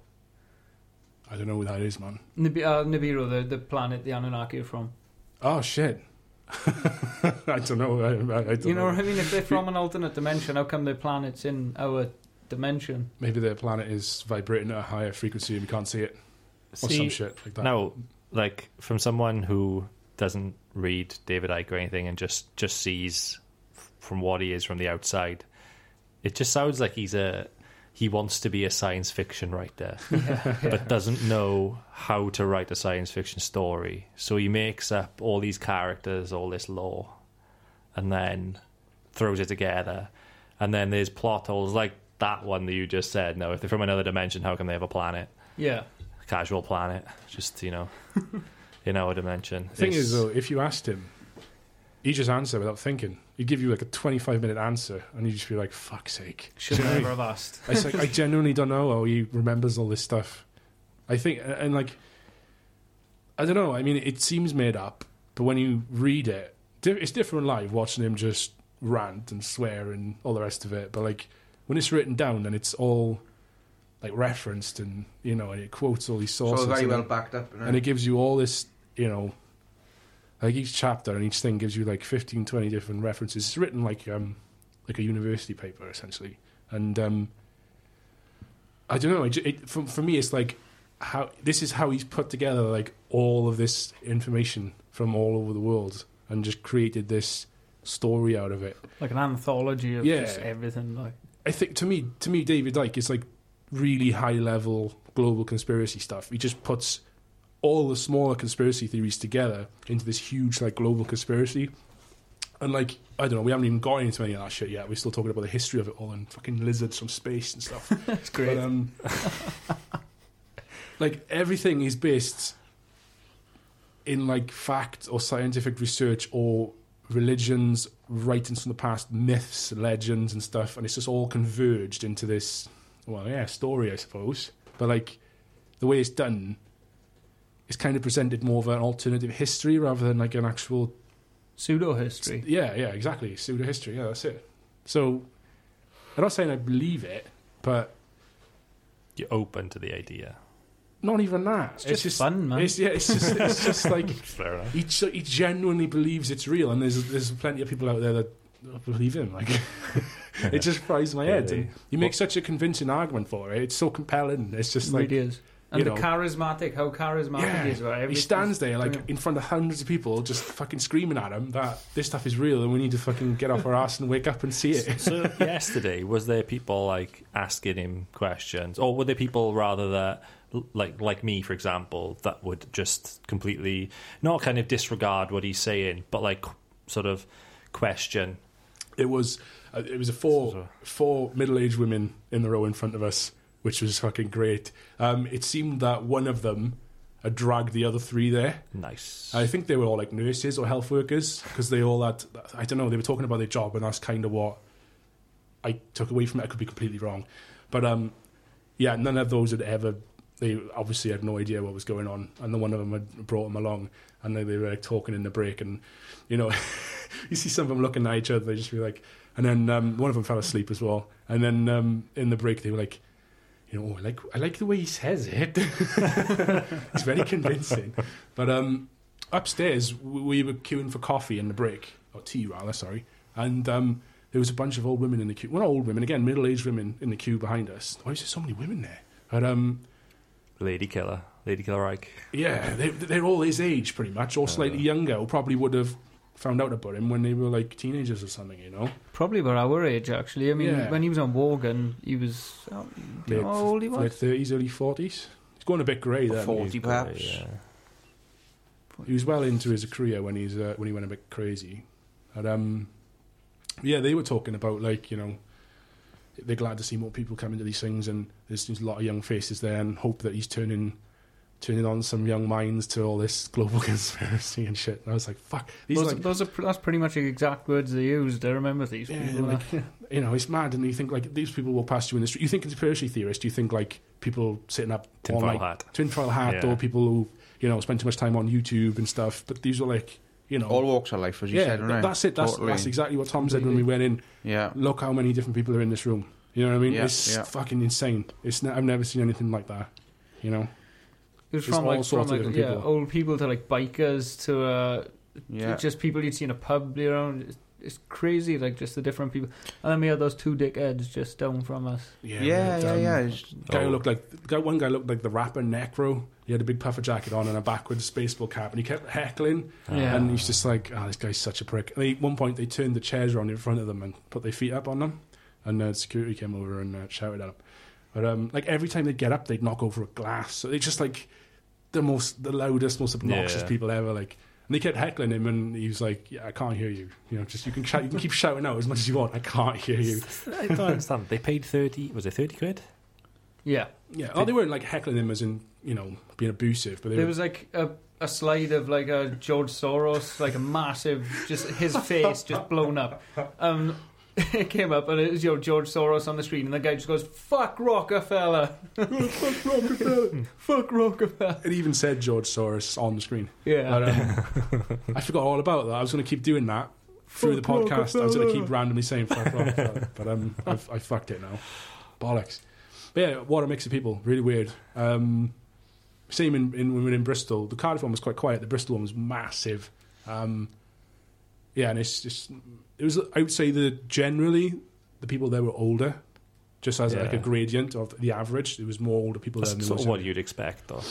Speaker 2: I don't know what that is, man.
Speaker 1: Nib- uh, Nibiru, the, the planet the Anunnaki are from.
Speaker 2: Oh shit! I don't know. I, I, I don't
Speaker 1: You know
Speaker 2: know.
Speaker 1: what I mean? If they're from an alternate dimension, how come their planet's in our dimension?
Speaker 2: Maybe their planet is vibrating at a higher frequency and we can't see it, or
Speaker 3: See,
Speaker 2: some shit like that.
Speaker 3: Now, like from someone who doesn't read David Icke or anything and just just sees f- from what he is from the outside, it just sounds like he's a he wants to be a science fiction writer, but doesn't know how to write a science fiction story. So he makes up all these characters, all this lore, and then throws it together. And then there's plot holes like that one that you just said. No, if they're from another dimension, how can they have a planet?
Speaker 1: Yeah.
Speaker 3: casual planet, just you know, in our dimension.
Speaker 2: the thing
Speaker 3: It's-
Speaker 2: is, though, if you asked him, he'd just answer without thinking. He'd give you like a twenty-five minute answer, and you'd just be like, "Fuck's sake!"
Speaker 1: Should
Speaker 2: Do you know
Speaker 1: never
Speaker 2: what
Speaker 1: have asked.
Speaker 2: I mean? It's like I genuinely don't know how he remembers all this stuff. I think, and, and like, I don't know. I mean, it seems made up, but when you read it, di- it's different live watching him just rant and swear and all the rest of it. But like when it's written down, then it's all like referenced and you know, and it quotes all these
Speaker 4: so
Speaker 2: sources,
Speaker 4: very
Speaker 2: and,
Speaker 4: well
Speaker 2: it,
Speaker 4: backed up. innit?
Speaker 2: and it gives you all this, you know, like each chapter and each thing gives you like 15, 20 different references. It's written like um like a university paper essentially, and um I don't know. It, ju- it, for, for me, it's like how this is how he's put together like all of this information from all over the world and just created this story out of it.
Speaker 1: Like an anthology of
Speaker 2: Yeah.
Speaker 1: just everything. Like,
Speaker 2: I think to me, to me, David Dyke is like really high level global conspiracy stuff. He just puts all the smaller conspiracy theories together into this huge like global conspiracy. And like I don't know, we haven't even got into any of that shit yet. We're still talking about the history of it all and fucking lizards from space and stuff.
Speaker 1: it's great.
Speaker 2: But, um, like everything is based in like fact or scientific research or religions, writings from the past, myths, legends, and stuff, and it's just all converged into this. Well, yeah, story, I suppose. But like the way it's done, it's kind of presented more of an alternative history rather than like an actual
Speaker 1: Pseudo history.
Speaker 2: yeah, yeah, exactly. Pseudo history. Yeah, that's it. So I'm not saying I believe it, but
Speaker 3: You're open to the idea.
Speaker 2: not even that. It's,
Speaker 1: just fun, man.
Speaker 2: It's, yeah, it's just, it's just like
Speaker 3: Fair enough.
Speaker 2: he, so he genuinely believes it's real, and there's there's plenty of people out there that don't believe him. Like it just fries my head. And you make such a convincing argument for it; it's so compelling. It's just like
Speaker 1: it is. And
Speaker 2: you
Speaker 1: the
Speaker 2: know.
Speaker 1: charismatic, how charismatic
Speaker 2: Yeah.
Speaker 1: he is. Right?
Speaker 2: he
Speaker 1: Everything's-
Speaker 2: stands there like in front of hundreds of people, just fucking screaming at him that this stuff is real, and we need to fucking get off our ass and wake up and see it.
Speaker 3: so yesterday, was there people like asking him questions, or were there people rather that like like me, for example, that would just completely not kind of disregard what he's saying, but like sort of question?
Speaker 2: It was uh, it was a four
Speaker 3: Sort
Speaker 2: four middle aged women in the row in front of us, which was fucking great. Um, it seemed that one of them had dragged the other three there.
Speaker 3: Nice.
Speaker 2: I think they were all like nurses or health workers because they all had, I don't know, they were talking about their job, and that's kind of what I took away from it. I could be completely wrong. But um, yeah, none of those had ever, they obviously had no idea what was going on. And the one of them had brought them along, and they, they were like talking in the break. And, you know, you see some of them looking at each other, they just be like, and then um, one of them fell asleep as well. And then um, in the break, they were like, you know, oh, I like I like the way he says it. it's very convincing. But um, upstairs w- we were queuing for coffee in the break or tea rather sorry and um, there was a bunch of old women in the queue well not old women again middle-aged women in the queue behind us why is there so many women there but um,
Speaker 3: Lady Killer, Lady Killer Ike.
Speaker 2: yeah they, they're all his age pretty much or slightly
Speaker 3: Uh.
Speaker 2: younger or probably would have found out about him when they were like teenagers or something you know
Speaker 1: Probably about our age, actually. I mean,
Speaker 2: Yeah.
Speaker 1: when he was on Wogan, he was. Oh, do you know how old he
Speaker 2: late
Speaker 1: was?
Speaker 2: 30s early 40s he's going a bit grey then
Speaker 4: 40
Speaker 3: He's
Speaker 4: perhaps.
Speaker 3: great, yeah.
Speaker 2: he was well into his career when he's uh, when he went a bit crazy, and um, yeah, they were talking about like you know they're glad to see more people coming to these things, and there's, there's a lot of young faces there, and hope that he's turning turning on some young minds to all this global conspiracy and shit. And I was like, fuck, these
Speaker 1: Those,
Speaker 2: like,
Speaker 1: those are, pr- that's pretty much the exact words they used. I remember these
Speaker 2: yeah,
Speaker 1: people.
Speaker 2: they're like, you know, it's mad, and you think like these people walk past you in the street. You think conspiracy theorist, you think like people sitting up all
Speaker 3: Tinfoil
Speaker 2: night
Speaker 3: hat.
Speaker 2: tinfoil hat,
Speaker 3: Yeah.
Speaker 2: or people who you know spend too much time on YouTube and stuff. But these are like. You know,
Speaker 4: All walks of life, as you
Speaker 2: yeah,
Speaker 4: said,
Speaker 2: th-
Speaker 4: right?
Speaker 2: that's it. That's,
Speaker 4: Totally.
Speaker 2: that's exactly what Tom said when we went in.
Speaker 4: Yeah.
Speaker 2: Look how many different people are in this room. You know what I mean?
Speaker 4: Yeah,
Speaker 2: it's
Speaker 4: yeah.
Speaker 2: fucking insane. It's ne- I've never seen anything like that. You know?
Speaker 1: It was
Speaker 2: It's
Speaker 1: from
Speaker 2: all
Speaker 1: like, from,
Speaker 2: sorts of
Speaker 1: like
Speaker 2: different
Speaker 1: yeah,
Speaker 2: people.
Speaker 1: old people to like bikers to uh,
Speaker 4: Yeah.
Speaker 1: to just people you'd see in a pub around. It's, it's crazy, like just the different people. And then we had those two dickheads just down from us.
Speaker 4: Yeah, yeah,
Speaker 2: but,
Speaker 4: yeah.
Speaker 2: um,
Speaker 4: it's-
Speaker 2: Guy who
Speaker 3: Oh.
Speaker 2: looked like the guy, one guy looked like the rapper Necro. He had a big puffer jacket on and a backwards baseball cap, and he kept heckling.
Speaker 3: Uh,
Speaker 1: Yeah.
Speaker 2: And he's just like, "Ah, this guy's such a prick." And they, at one point, they turned the chairs around in front of them and put their feet up on them, and uh, security came over and uh, shouted at them. But um, like every time they'd get up, they'd knock over a glass. So they just like the most, the loudest, most obnoxious
Speaker 3: Yeah.
Speaker 2: people ever. Like, and they kept heckling him, and he was like, "Yeah, I can't hear you. You know, just you can shout, you can keep shouting out as much as you want. I can't hear you."
Speaker 3: I don't understand. They paid thirty. Was it thirty quid?
Speaker 1: Yeah,
Speaker 2: Yeah. Oh, they weren't like heckling him as in you know being abusive, but they
Speaker 1: there
Speaker 2: were
Speaker 1: was like a, a slide of like a George Soros, like a massive, just his face just blown up. Um, it came up and it was you know, George Soros on the screen, and the guy just goes, "Fuck Rockefeller,
Speaker 2: fuck Rockefeller.
Speaker 1: fuck Rockefeller."
Speaker 2: It even said George Soros on the screen.
Speaker 1: Yeah,
Speaker 2: But, um, I forgot all about that. I was going to keep doing that through the
Speaker 1: Fuck
Speaker 2: podcast. I was going to
Speaker 1: Rockefeller.
Speaker 2: keep randomly saying fuck Rockefeller, but um, I've, I fucked it now. Bollocks. But yeah, what a mix of people. Really weird. Um, same in, in when we were in Bristol. The Cardiff one was quite quiet. The Bristol one was massive. Um, yeah, and it's just it was. I would say that generally the people there were older. Just as like a
Speaker 3: Yeah.
Speaker 2: gradient of the average, there was more older people there. than
Speaker 3: That's
Speaker 2: there
Speaker 3: sort of
Speaker 2: was
Speaker 3: what you'd expect, though,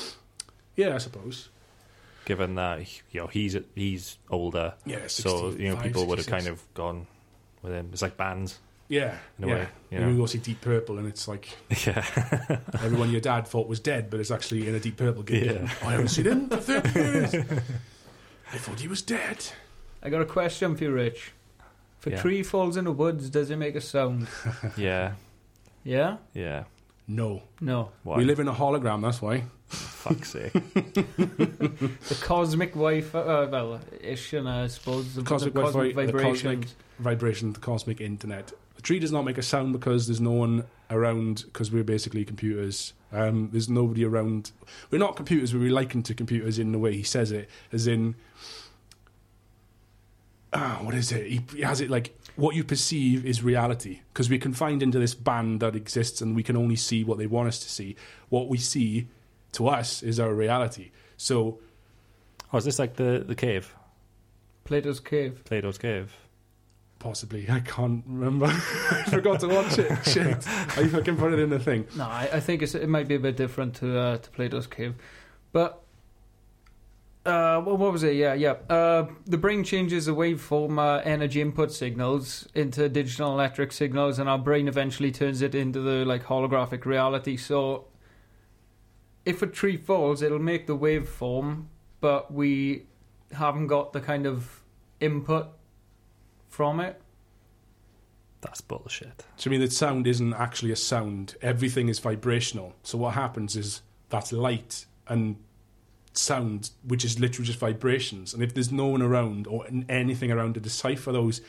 Speaker 2: yeah, I suppose.
Speaker 3: given that you know he's he's older.
Speaker 2: Yeah, 60,
Speaker 3: so you know people would have
Speaker 2: 66.
Speaker 3: kind of gone with him. It's like bands
Speaker 2: yeah,
Speaker 3: in a
Speaker 2: yeah.
Speaker 3: way. You
Speaker 2: You can
Speaker 3: know?
Speaker 2: go see Deep Purple, and it's like
Speaker 3: Yeah,
Speaker 2: everyone your dad thought was dead, but it's actually in a Deep Purple gig.
Speaker 3: Yeah.
Speaker 2: I haven't seen him for 30 years. I thought he was dead.
Speaker 1: I got a question for you, Rich. If a
Speaker 3: Yeah.
Speaker 1: tree falls in the woods, does it make a sound?
Speaker 3: yeah,
Speaker 1: Yeah,
Speaker 3: yeah.
Speaker 2: No.
Speaker 1: no.
Speaker 3: Why?
Speaker 2: We live in a hologram, that's why.
Speaker 3: Fuck's sake.
Speaker 1: The cosmic wave, uh, well, ish, and I suppose the, the
Speaker 2: Cosmic
Speaker 1: cosmic,
Speaker 2: wi- the cosmic-
Speaker 1: vibrations.
Speaker 2: Vibration, the cosmic internet. The tree does not make a sound because there's no one around, because we're basically computers. Um, there's nobody around. We're not computers, we're likened to computers in the way he says it, as in. Ah, what is it? He, he has it like what you perceive is reality because we're confined into this band that exists and we can only see what they want us to see. What we see to us is our reality. So
Speaker 3: Oh, is this like the, the cave?
Speaker 1: Plato's Cave.
Speaker 3: Plato's cave.
Speaker 2: possibly I can't remember. I forgot to watch it. Shit, I fucking put it in the thing.
Speaker 1: No, I, I think it's, it might be a bit different to uh, to Plato's Cave, but uh, what, what was it? Yeah, yeah. Uh, the brain changes away from uh, energy input signals into digital electric signals, and our brain eventually turns it into the like holographic reality. So, if a tree falls, it'll make the waveform, but we haven't got the kind of input from it.
Speaker 3: That's bullshit.
Speaker 2: So I mean, that sound isn't actually a sound. Everything is vibrational. So what happens is that's light and sound, which is literally just vibrations. And if there's no one around or n- anything around to decipher those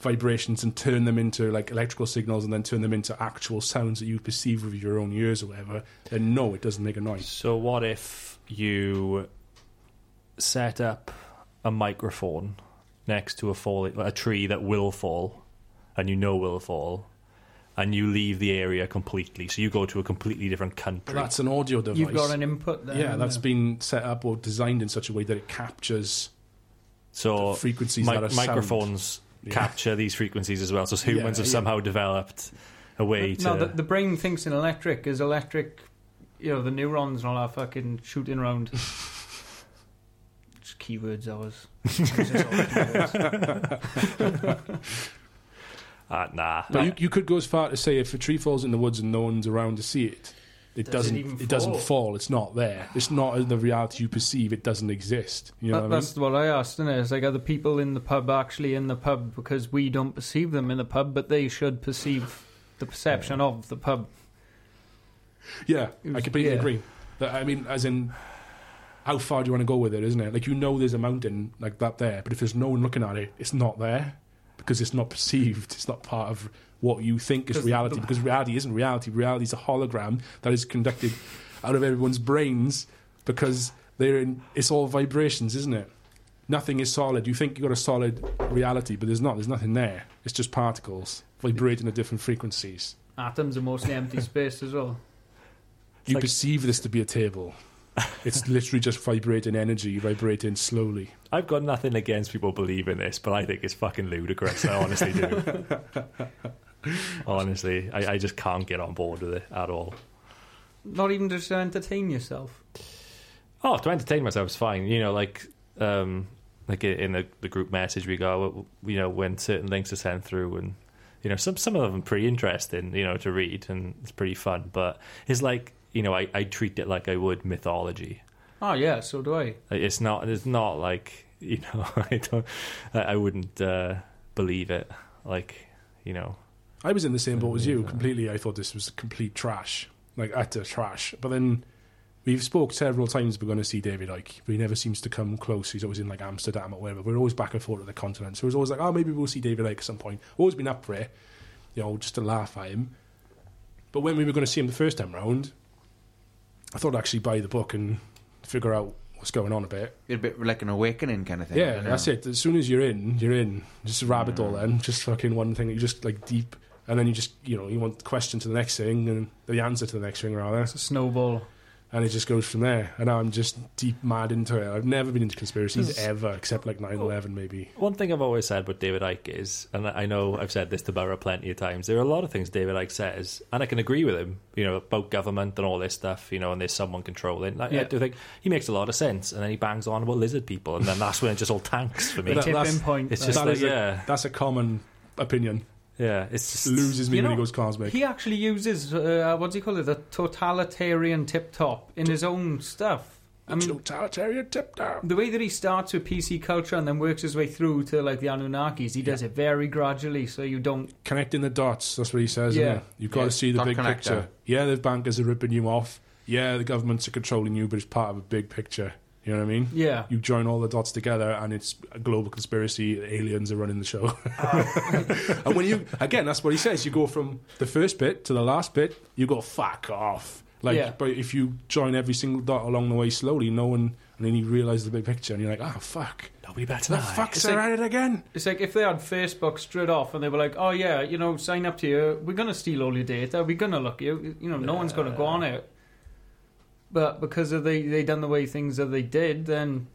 Speaker 2: vibrations and turn them into like electrical signals and then turn them into actual sounds that you perceive with your own ears or whatever, then no, it doesn't make a noise.
Speaker 3: So what if you set up a microphone next to a fall a tree that will fall and you know will fall and you leave the area completely. So you go to a completely different country.
Speaker 2: But that's an audio device.
Speaker 1: You've got an um, input there.
Speaker 2: yeah,
Speaker 1: haven't
Speaker 2: that's
Speaker 1: you?
Speaker 2: been set up or designed in such a way that it captures
Speaker 3: so
Speaker 2: frequencies
Speaker 3: mi-
Speaker 2: that are sound.
Speaker 3: microphones
Speaker 2: Yeah.
Speaker 3: capture these frequencies as well. So humans
Speaker 2: Yeah,
Speaker 3: have
Speaker 2: yeah.
Speaker 3: somehow developed a way to
Speaker 1: No, the, the brain thinks in electric is electric. You know, the neurons and all that fucking shooting around. Just keywords, I was. I was just all keywords.
Speaker 3: Ah, nah.
Speaker 2: But you, you could go as far to say if a tree falls in the woods and no one's around to see it, it
Speaker 1: Does it
Speaker 2: doesn't. It,
Speaker 1: even
Speaker 2: doesn't
Speaker 1: fall?
Speaker 2: fall. It's not there. It's not in the reality you perceive. It doesn't exist. You know
Speaker 1: That-
Speaker 2: what I mean?
Speaker 1: that's what I asked, isn't it? It's like, are the people in the pub actually in the pub because we don't perceive them in the pub, but they should perceive the perception of the pub?
Speaker 2: Yeah,
Speaker 1: It
Speaker 2: I
Speaker 1: was-
Speaker 2: completely
Speaker 1: yeah.
Speaker 2: agree. But, I mean, as in, how far do you want to go with it? Isn't it like you know there's a mountain like that there, but if there's no one looking at it, it's not there because it's not perceived. It's not part of what you think is
Speaker 1: 'Cause
Speaker 2: reality
Speaker 1: the-
Speaker 2: because reality isn't reality. Reality is a hologram that is conducted out of everyone's brains because they're in. It's all vibrations, isn't it? Nothing is solid. You think you got a solid reality, but there's not. There's nothing there. It's just particles vibrating at different frequencies.
Speaker 1: Atoms are mostly empty space as well.
Speaker 2: You
Speaker 3: like-
Speaker 2: perceive this to be a table. It's literally just vibrating energy, vibrating slowly.
Speaker 3: I've got nothing against people believing this, but I think it's fucking ludicrous. I honestly do. honestly, I, I just can't get on board with it at all.
Speaker 1: Not even just to entertain yourself.
Speaker 3: Oh, to entertain myself is fine. You know, like um, like i- in the, the group message we got, w- you know, when certain links are sent through, and you know, some some of them are pretty interesting, you know, to read, and it's pretty fun. But it's like you know, I, I treat it like I would mythology.
Speaker 1: Oh, yeah, so do I.
Speaker 3: Like, It's not it's not like you know, I don't, I, I wouldn't uh, believe it. Like you know,
Speaker 2: I was in the same boat as you
Speaker 3: Yeah.
Speaker 2: completely. I thought this was complete trash, like utter trash. But then we've spoke several times we're going to see David Icke, but he never seems to come close. He's always in like Amsterdam or wherever. We're always back and forth to the continent. So it was always like, oh, maybe we'll see David Icke at some point. Always been up for it, you know, just to laugh at him. But when we were going to see him the first time round, I thought I'd actually buy the book and figure out what's going on a bit.
Speaker 4: It'd be like an awakening kind of thing.
Speaker 2: Yeah, that's it. As soon as you're in, you're in. Just a rabbit hole then. Just fucking one thing that you just like deep and then you just you know, you want the question to the next thing and the answer to the next thing rather.
Speaker 1: It's a snowball.
Speaker 2: And it just goes from there. And now I'm just deep mad into it. I've never been into conspiracies
Speaker 3: Does-
Speaker 2: ever, except
Speaker 1: Oh.
Speaker 2: like 9-11 maybe.
Speaker 3: One thing I've always said about David Icke is, and I know I've said this to Barra plenty of times, there are a lot of things David Icke says, and I can agree with him, you know, about government and all this stuff, you know, and there's someone controlling. I, I
Speaker 1: Yeah.
Speaker 3: do think he makes a lot of sense, and then he bangs on about lizard people, and then that's when it just all tanks for me.
Speaker 2: That-
Speaker 1: Tipping
Speaker 2: that's-
Speaker 1: point.
Speaker 3: It's
Speaker 1: there.
Speaker 3: just
Speaker 2: That
Speaker 3: like,
Speaker 2: is a-
Speaker 3: yeah,
Speaker 2: That's a common opinion.
Speaker 3: yeah, it's just,
Speaker 2: Loses me
Speaker 1: You
Speaker 2: when he
Speaker 1: know,
Speaker 2: goes cosmic.
Speaker 1: He actually uses uh, what do you call it? A totalitarian tip top in his own stuff. I mean,
Speaker 2: totalitarian tip down.
Speaker 1: the way that he starts with PC culture and then works his way through to like the Anunnakis, he does it very gradually, so you don't.
Speaker 2: Connecting the dots, that's what he says, isn't
Speaker 1: Yeah.
Speaker 2: it? You've got
Speaker 4: Yeah,
Speaker 2: to see the
Speaker 4: dot
Speaker 2: big
Speaker 4: connector.
Speaker 2: picture. Yeah, the bankers are ripping you off. Yeah, the governments are controlling you, but it's part of a big picture. You know what I mean?
Speaker 1: Yeah,
Speaker 2: you join all the dots together and it's a global conspiracy aliens are running the show
Speaker 1: Oh.
Speaker 2: and when you again that's what he says you go from the first bit to the last bit you go fuck off like
Speaker 1: Yeah.
Speaker 2: but if you join every single dot along the way slowly no one and then you realise the big picture, and you're like, oh fuck,
Speaker 3: Nobody better
Speaker 2: the
Speaker 3: than
Speaker 2: fucks
Speaker 1: It's
Speaker 2: are
Speaker 1: like-
Speaker 2: at it again.
Speaker 1: It's like if they had Facebook straight off and they were like, "Oh yeah, you know, sign up to you. We're gonna steal all your data. We're gonna look you. You know, no one's gonna go on it." But because of they they done the way things that they did, then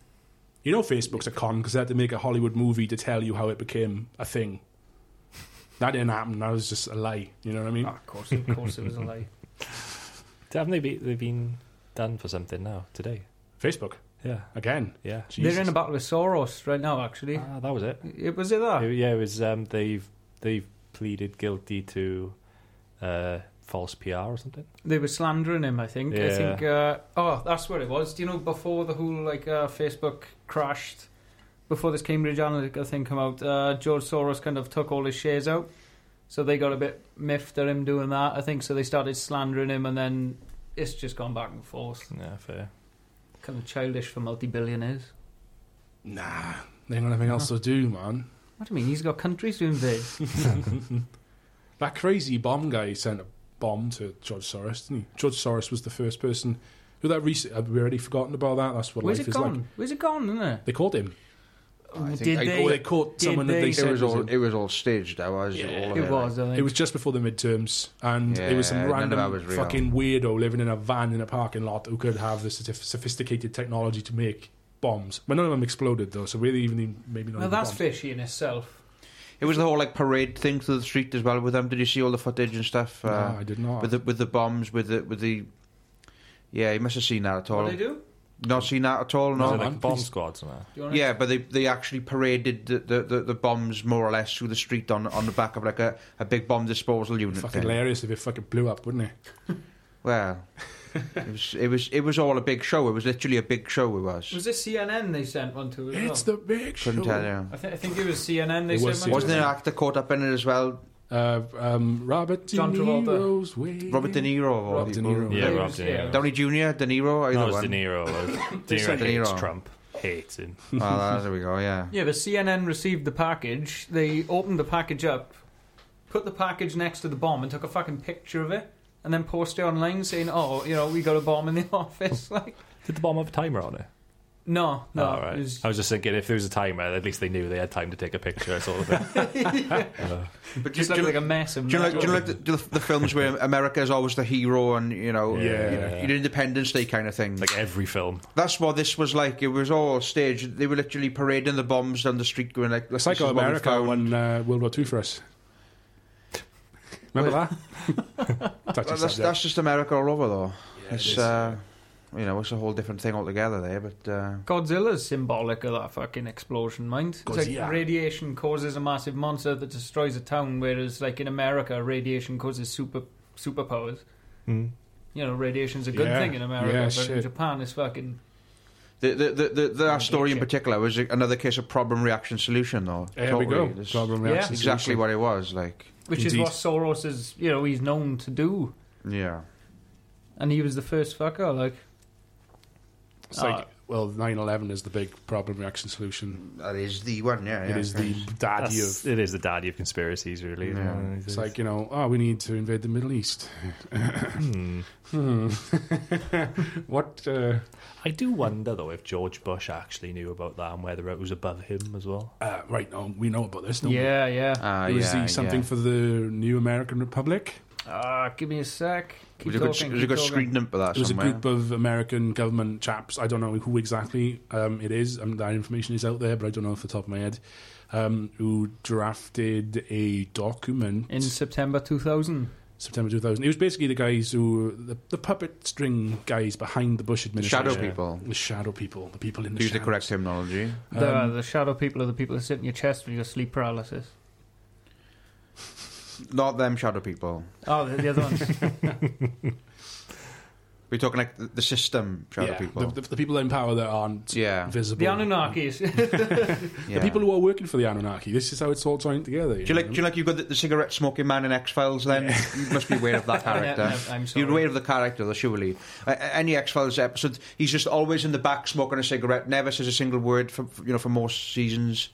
Speaker 2: You know, Facebook's a con because they had to make a Hollywood movie to tell you how it became a thing. That didn't happen. That was just a lie. You know what I mean?
Speaker 1: Ah, of course, of course, it was a lie.
Speaker 3: Haven't they be, they've been done for something now today?
Speaker 2: Facebook
Speaker 3: Yeah,
Speaker 2: again.
Speaker 3: yeah.
Speaker 2: Jesus.
Speaker 1: They're in a battle with Soros right now. Actually,
Speaker 3: Ah, that was it.
Speaker 1: it was it that.
Speaker 3: It- Yeah, it was. Um, they've they've pleaded guilty to uh, false PR or something.
Speaker 1: They were slandering him, I think. I
Speaker 3: Yeah.
Speaker 1: think, uh, oh, that's what it was. Do you know, before the whole, like, uh, Facebook crashed, before this Cambridge Analytica thing came out, uh, George Soros kind of took all his shares out. So they got a bit miffed at him doing that, I think. So they started slandering him, and then it's just gone back and forth.
Speaker 3: Yeah, fair.
Speaker 1: Kind of childish for multi-billionaires.
Speaker 2: Nah, they ain't got nothing
Speaker 1: Uh-huh.
Speaker 2: else to do, man.
Speaker 1: What do you mean? He's got countries to invade.
Speaker 2: That crazy bomb guy sent a bomb to George Soros, didn't he? George Soros was the first person who that recent. I've already forgotten about that. That's what
Speaker 1: Where's
Speaker 2: life
Speaker 1: it
Speaker 2: is
Speaker 1: gone?
Speaker 2: like.
Speaker 1: Where's it gone, isn't it?
Speaker 2: They called him.
Speaker 4: I think
Speaker 1: Did
Speaker 4: I-
Speaker 1: they?
Speaker 2: Or they caught
Speaker 1: Did
Speaker 2: someone that
Speaker 1: they-
Speaker 2: they
Speaker 1: It
Speaker 4: It
Speaker 2: said
Speaker 4: was all
Speaker 2: him.
Speaker 4: it was all staged. That was
Speaker 2: Yeah.
Speaker 4: all of
Speaker 1: It was, I think.
Speaker 2: It was just before the midterms, and it was
Speaker 4: Yeah,
Speaker 2: some
Speaker 4: none of that
Speaker 2: random
Speaker 4: was real.
Speaker 2: fucking weirdo living in a van in a parking lot who could have the sophi- sophisticated technology to make bombs. But none of them exploded though, so really, even maybe not.
Speaker 1: Now,
Speaker 2: even
Speaker 1: that's
Speaker 2: bombs.
Speaker 1: fishy in itself.
Speaker 4: It was the whole like parade thing through the street as well with them. Did you see all the footage and stuff
Speaker 2: No,
Speaker 4: uh,
Speaker 2: I did not.
Speaker 4: with the with the bombs with the with the? Yeah, you must have seen that at all.
Speaker 1: What do they do?
Speaker 4: Not seen that at all.
Speaker 3: Was
Speaker 4: No.
Speaker 3: it like
Speaker 2: man,
Speaker 3: bomb
Speaker 2: please.
Speaker 3: squads and that?
Speaker 1: Do you wanna-
Speaker 4: Yeah, but they they actually paraded the, the, the, the bombs more or less through the street on on the back of like a, a big bomb disposal unit.
Speaker 2: fucking
Speaker 4: thing.
Speaker 2: hilarious if it fucking blew up, wouldn't it?
Speaker 4: Well, it was it was it was all a big show. It was literally a big show. It was.
Speaker 1: Was this CNN they sent one to? As
Speaker 2: It's
Speaker 1: well?
Speaker 2: the big
Speaker 4: Couldn't
Speaker 2: show.
Speaker 4: tell you.
Speaker 1: I, th- I think it was CNN they
Speaker 2: It was
Speaker 1: sent one to.
Speaker 4: Wasn't there an actor caught up in it as well?
Speaker 2: Uh, um, Robert De
Speaker 1: John Travolta.
Speaker 2: Niro's way.
Speaker 4: Robert De Niro of all
Speaker 2: Robert De
Speaker 4: people.
Speaker 2: Niro.
Speaker 3: Yeah,
Speaker 1: Yeah,
Speaker 3: Rob
Speaker 1: it was-
Speaker 3: De
Speaker 1: yeah.
Speaker 3: Niro.
Speaker 4: Downey Jr., De Niro, either
Speaker 3: no, it was
Speaker 4: one.
Speaker 3: De Niro. it was- De Niro
Speaker 4: said De
Speaker 3: hates
Speaker 4: Niro.
Speaker 3: Trump. Hates him.
Speaker 4: Oh, there we go. Yeah.
Speaker 1: Yeah, but CNN received the package. They opened the package up, put the package next to the bomb, and took a fucking picture of it, and then posted it online saying, "Oh, you know, we got a bomb in the office." Like,
Speaker 3: Did the bomb have a timer on it?
Speaker 1: no, no,
Speaker 3: oh, right.
Speaker 1: it was-
Speaker 3: I was just thinking if there was a timer, at least they knew they had time to take a picture, sort of thing. Uh,
Speaker 4: But
Speaker 1: just looked like a mess. Of
Speaker 4: Do you, know,
Speaker 1: metal.
Speaker 4: do you know like the, the, the films where America is always the hero and you know
Speaker 2: Yeah.
Speaker 4: you know, your Independence Day kind of thing?
Speaker 3: like every film.
Speaker 4: That's what this was like. It was all staged. They were literally parading the bombs down the street, going like, "This is
Speaker 2: Psycho
Speaker 4: what we
Speaker 2: America
Speaker 4: found."
Speaker 2: won uh, World War Two for us. Remember that? Touchy
Speaker 4: Well, that's,
Speaker 2: subject.
Speaker 4: that's just America all over, though.
Speaker 2: Yeah, it
Speaker 4: it's
Speaker 2: is.
Speaker 4: uh, you know, it's a whole different thing altogether there. But uh,
Speaker 1: Godzilla's symbolic of that fucking explosion, mind. It's
Speaker 2: Godzilla.
Speaker 1: like radiation causes a massive monster that destroys a town, whereas like in America, radiation causes super superpowers.
Speaker 3: Mm.
Speaker 1: You know, radiation's a good
Speaker 2: Yeah.
Speaker 1: thing in America,
Speaker 2: Yeah,
Speaker 1: but in
Speaker 2: shit.
Speaker 1: Japan, it's fucking
Speaker 4: the the the, the, the that story in
Speaker 1: getcha.
Speaker 4: particular was another case of problem reaction solution, though.
Speaker 2: there we go.
Speaker 4: Totally. This-
Speaker 2: Problem
Speaker 1: Yeah.
Speaker 2: reaction
Speaker 4: Exactly
Speaker 2: solution.
Speaker 4: what it was like.
Speaker 1: which
Speaker 2: Indeed.
Speaker 1: is what Soros is, you know, he's known to do.
Speaker 4: Yeah.
Speaker 1: And he was the first fucker, like,
Speaker 2: It's like,
Speaker 1: Uh,
Speaker 4: Ah.
Speaker 2: well, 9 11 is the big problem reaction solution.
Speaker 4: That is the one. Yeah, yeah.
Speaker 2: It is the daddy
Speaker 3: That's-
Speaker 2: of.
Speaker 3: It is the daddy of conspiracies, really.
Speaker 4: Yeah.
Speaker 3: Uh,
Speaker 2: It's like, you know, oh, we need to invade the Middle East.
Speaker 3: hmm.
Speaker 2: Hmm. what? Uh,
Speaker 3: I do wonder though if George Bush actually knew about that and whether it was above him as well.
Speaker 2: uh, right, now we know about this, don't
Speaker 1: yeah, yeah.
Speaker 4: Ah,
Speaker 2: we? It was
Speaker 4: yeah,
Speaker 2: the something
Speaker 4: yeah.
Speaker 2: for the new American Republic.
Speaker 1: Ah, give me a sec. Keep
Speaker 4: There's a good,
Speaker 1: talking.
Speaker 4: there's a
Speaker 1: keep
Speaker 4: good
Speaker 1: talking.
Speaker 4: screen name for that
Speaker 2: It was a
Speaker 4: somewhere.
Speaker 2: group of American government chaps. I don't know who exactly um, it is. Um, that information is out there, but I don't know off the top of my head. Um, who drafted a document
Speaker 1: In September 2000.
Speaker 2: September 2000? It was basically the guys who the, the puppet string guys behind the Bush administration.
Speaker 4: Shadow
Speaker 3: Yeah.
Speaker 4: people.
Speaker 2: The shadow people, the people in the
Speaker 4: Use the
Speaker 2: shadows.
Speaker 4: correct terminology.
Speaker 1: the,
Speaker 2: Um,
Speaker 1: the shadow people are the people that sit in your chest with your sleep paralysis.
Speaker 4: Not them shadow people.
Speaker 1: Oh, the, the other ones.
Speaker 4: We're talking like the, the system shadow
Speaker 2: yeah,
Speaker 4: people.
Speaker 2: The, the, the people in power that aren't
Speaker 4: yeah.
Speaker 2: visible.
Speaker 1: the Anunnakis.
Speaker 4: yeah.
Speaker 2: The people who are working for the Anunnaki. This is how it's all joined together.
Speaker 4: do you like? Do you like? You've got the, the cigarette smoking man in X Files. Then you must be aware of that character.
Speaker 1: Yeah, no, I'm sorry.
Speaker 4: You're aware of the character, though, surely. Uh, any X Files episode, he's just always in the back smoking a cigarette. Never says a single word for for, you know for most seasons.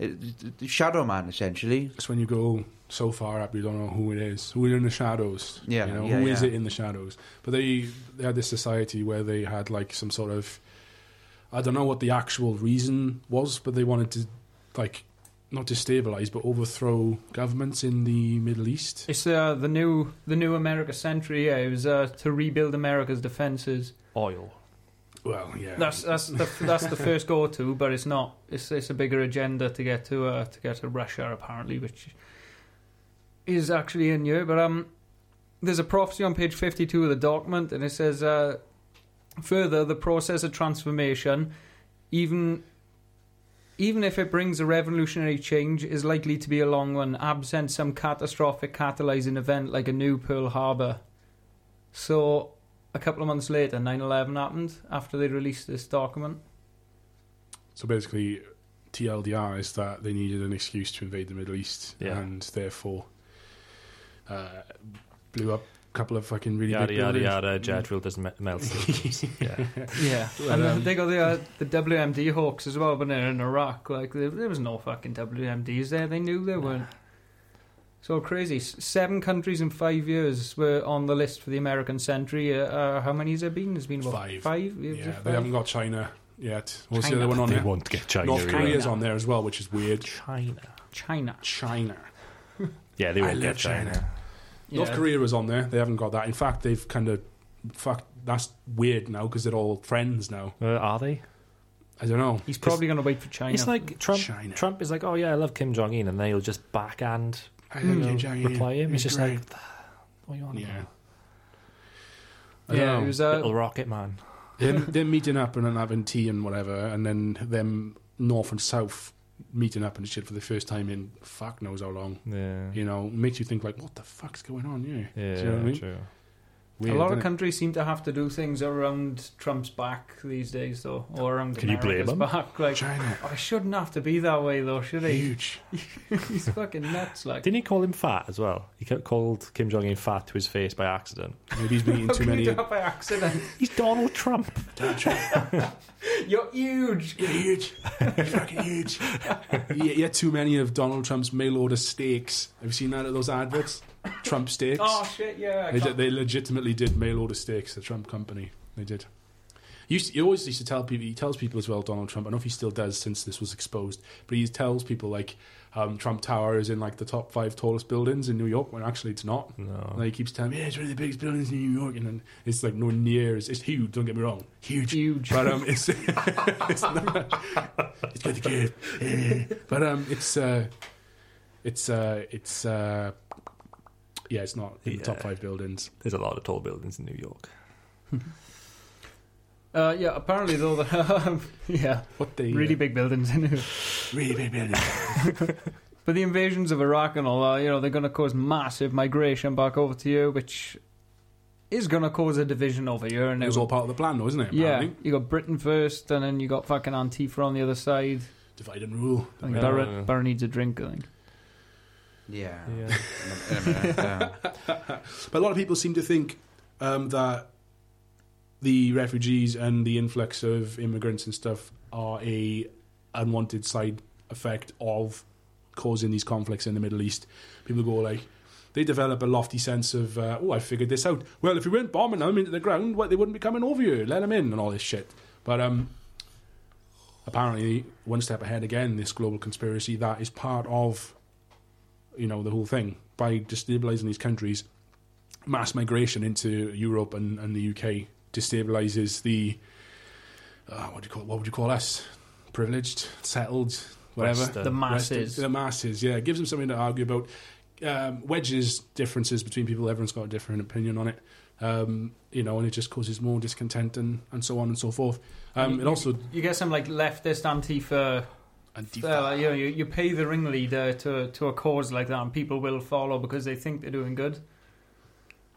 Speaker 4: It- it- it- Shadow Man, essentially.
Speaker 2: It's when you go so far up, you don't know who it is. Who are in the shadows?
Speaker 4: Yeah,
Speaker 2: you know,
Speaker 4: yeah,
Speaker 2: who is
Speaker 4: yeah.
Speaker 2: it in the shadows? But they they had this society where they had like some sort of I don't know what the actual reason was, but they wanted to, like, not destabilize, but overthrow governments in the Middle East.
Speaker 1: It's uh, the new the new America Century. Yeah, it was uh, to rebuild America's defenses.
Speaker 3: Oil.
Speaker 2: Well, yeah.
Speaker 1: That's that's the that's the first go to, but it's not. It's it's a bigger agenda to get to uh, to get to Russia apparently, which is actually in here. But um, there's a prophecy on page fifty two of the document, and it says uh, further the process of transformation, even. Even if it brings a revolutionary change, is likely to be a long one, absent some catastrophic catalyzing event like a new Pearl Harbor. So, a couple of months later, 9 11 happened after they released this document.
Speaker 2: So basically, TLDR is that they needed an excuse to invade the Middle East
Speaker 3: Yeah.
Speaker 2: and therefore uh, blew up a couple of fucking really
Speaker 3: Yada
Speaker 2: big
Speaker 3: yada
Speaker 2: buildings.
Speaker 3: yada. Jet fuel doesn't me- melt. yeah.
Speaker 1: Yeah.
Speaker 2: Well,
Speaker 1: and
Speaker 2: um,
Speaker 1: they got the, uh, the WMD Hawks as well when they were in Iraq. Like, there, there was no fucking WMDs there. They knew there weren't. So crazy. S- Seven countries in five years were on the list for the American Century. Uh, uh, how many has there been? There's been about
Speaker 2: Five.
Speaker 1: Five?
Speaker 2: Yeah,
Speaker 1: five?
Speaker 2: they haven't got China yet. What's the
Speaker 1: China.
Speaker 2: other one on
Speaker 3: They
Speaker 2: there?
Speaker 3: won't get China.
Speaker 2: North
Speaker 3: either.
Speaker 2: Korea's on there as well, which is weird.
Speaker 3: China.
Speaker 1: China.
Speaker 2: China.
Speaker 3: Yeah, they
Speaker 2: I
Speaker 3: won't
Speaker 2: love
Speaker 3: get China.
Speaker 2: China. North
Speaker 1: Yeah.
Speaker 2: Korea was on there. They haven't got that. In fact, they've kind of. Fuck, that's weird now because they're all friends now.
Speaker 3: Uh, are they?
Speaker 2: I don't know.
Speaker 1: He's probably going to wait for China.
Speaker 3: It's like Trump.
Speaker 2: China.
Speaker 3: Trump is like, oh yeah, I love Kim Jong Un, and they'll just backhand
Speaker 2: I
Speaker 3: you
Speaker 2: don't
Speaker 3: know,
Speaker 2: know, China.
Speaker 3: reply him. It's just
Speaker 2: great.
Speaker 3: like, what are you on?
Speaker 2: Yeah.
Speaker 3: about?
Speaker 2: I don't
Speaker 1: yeah,
Speaker 2: know.
Speaker 1: it was, uh,
Speaker 3: Little Rocket Man.
Speaker 2: them, them meeting up and then having tea and whatever, and then them north and south meeting up and shit for the first time in fuck knows how long.
Speaker 3: Yeah.
Speaker 2: You know, makes you think like, what the fuck's going on? Yeah,
Speaker 3: Yeah,
Speaker 2: Do you know what I mean?
Speaker 3: true.
Speaker 1: a lot
Speaker 2: isn't
Speaker 1: of
Speaker 2: it?
Speaker 1: countries seem to have to do things around Trump's back these days, though, or around
Speaker 3: Can you blame
Speaker 1: America's
Speaker 3: him?
Speaker 1: back. Like,
Speaker 2: China,
Speaker 1: I shouldn't have to be that way, though, should he?
Speaker 2: huge.
Speaker 1: He's fucking nuts. Like,
Speaker 3: Didn't he call him fat as well? He ca- called Kim Jong Un fat to his face by accident.
Speaker 2: Maybe he's been eating
Speaker 1: How
Speaker 2: too
Speaker 1: can
Speaker 2: many.
Speaker 1: you do that by accident?
Speaker 3: He's Donald Trump.
Speaker 1: You're huge.
Speaker 2: You're huge, You're fucking huge. yeah, yeah, too many of Donald Trump's mail order steaks. Have you seen that at those adverts? Trump steaks.
Speaker 1: Oh shit, yeah. I
Speaker 2: They,
Speaker 1: can't-
Speaker 2: did, they legitimately did mail order steaks. The Trump company, they did. He, used to, he always used to tell people. He tells people as well, Donald Trump. I don't know if he still does since this was exposed, but he tells people like um, Trump Tower is in like the top five tallest buildings in New York, when actually it's not.
Speaker 3: No.
Speaker 2: And he keeps telling me, yeah, it's one of the biggest buildings in New York, and then it's like no near. It's, it's huge. Don't get me wrong, huge.
Speaker 1: huge.
Speaker 2: But um, it's it's not. It's good to get. Yeah. But um, it's uh, it's uh, it's uh, yeah, it's not in the top
Speaker 3: Yeah.
Speaker 2: five buildings.
Speaker 3: There's a lot of tall buildings in New York.
Speaker 1: uh, yeah, apparently though, the, um, yeah,
Speaker 2: What uh, they
Speaker 1: really big buildings. anyway.
Speaker 2: really big buildings.
Speaker 1: but the invasions of Iraq and all that, you know, they're going to cause massive migration back over to you, which is going to cause a division over here. And
Speaker 2: it was all part of the plan, though, isn't it?
Speaker 1: yeah,
Speaker 2: apparently?
Speaker 1: you got Britain first, and then you got fucking Antifa on the other side.
Speaker 2: divide and rule.
Speaker 1: I think
Speaker 3: Yeah.
Speaker 1: Barra Barra needs a drink. I think.
Speaker 4: Yeah.
Speaker 3: Yeah.
Speaker 4: In a minute, yeah.
Speaker 2: But a lot of people seem to think um, that the refugees and the influx of immigrants and stuff are a unwanted side effect of causing these conflicts in the Middle East. People go like. They develop a lofty sense of, uh, oh, I figured this out. Well, if we weren't bombing them into the ground, what, they wouldn't be coming over here. Let them in and all this shit. But um, apparently, one step ahead again, this global conspiracy that is part of, you know, the whole thing. By destabilizing these countries, mass migration into Europe and, and the UK destabilizes the uh, what do you call what would you call us privileged settled whatever
Speaker 3: Western.
Speaker 1: The masses.
Speaker 2: Western- the masses yeah it gives them something to argue about um, wedges differences between people everyone's got a different opinion on it um, you know and it just causes more discontent and, and so on and so forth um, it also
Speaker 1: you get some like leftist Antifa
Speaker 2: and
Speaker 1: Uh, like, you, know, you you pay the ringleader to to a cause like that, and people will follow because they think they're doing good.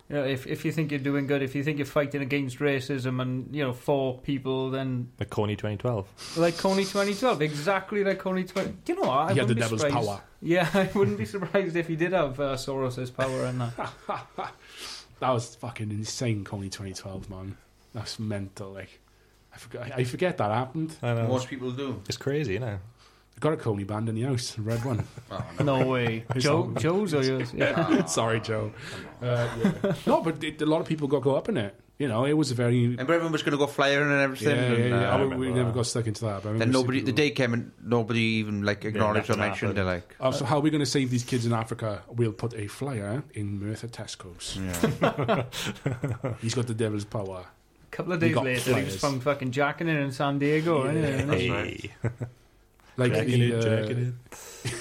Speaker 1: You know, if if you think you're doing good, if you think you're fighting against racism and you know for people, then
Speaker 3: The Corny 2012.
Speaker 1: like Coney 2012, exactly like Coney 20. Do you know what? I
Speaker 2: he had the
Speaker 1: wouldn't be
Speaker 2: devil's
Speaker 1: surprised-
Speaker 2: power
Speaker 1: Yeah, I wouldn't be surprised if he did have uh, Soros's power in that.
Speaker 2: that was fucking insane Coney 2012 man that's mental like I forget, I forget that happened
Speaker 3: I know.
Speaker 4: Most people do.
Speaker 3: It's crazy, you know.
Speaker 2: I got a Coney band in the house, a red one.
Speaker 4: Well,
Speaker 1: No way, Joe, Joe's or yours? Yeah.
Speaker 2: Sorry, Joe. Uh, yeah. no, but it, a lot of people got caught up in it. You know, it was a very
Speaker 4: Remember, everyone was going to go flying and
Speaker 2: yeah,
Speaker 4: everything.
Speaker 2: yeah,
Speaker 4: and,
Speaker 2: yeah.
Speaker 4: uh,
Speaker 2: I mean,
Speaker 3: remember
Speaker 2: we never
Speaker 3: that.
Speaker 2: got stuck into that. But I
Speaker 4: Then
Speaker 2: remember
Speaker 4: nobody, the
Speaker 2: people-
Speaker 4: day came and nobody even like acknowledged or
Speaker 3: nothing
Speaker 4: mentioned. They're like,
Speaker 2: Oh, so how are we going to save these kids in Africa? We'll put a flyer in Mirtha Tesco's.
Speaker 4: yeah.
Speaker 2: He's got the devil's power.
Speaker 1: A couple of
Speaker 2: We
Speaker 1: days
Speaker 2: got
Speaker 1: later, he was
Speaker 2: players.
Speaker 1: found fucking jacking it in San Diego.
Speaker 2: Yeah.
Speaker 1: innit? And
Speaker 4: That's
Speaker 3: Hey.
Speaker 4: right.
Speaker 2: Like
Speaker 3: Jacking
Speaker 2: the,
Speaker 3: it,
Speaker 2: uh,
Speaker 3: jacking it.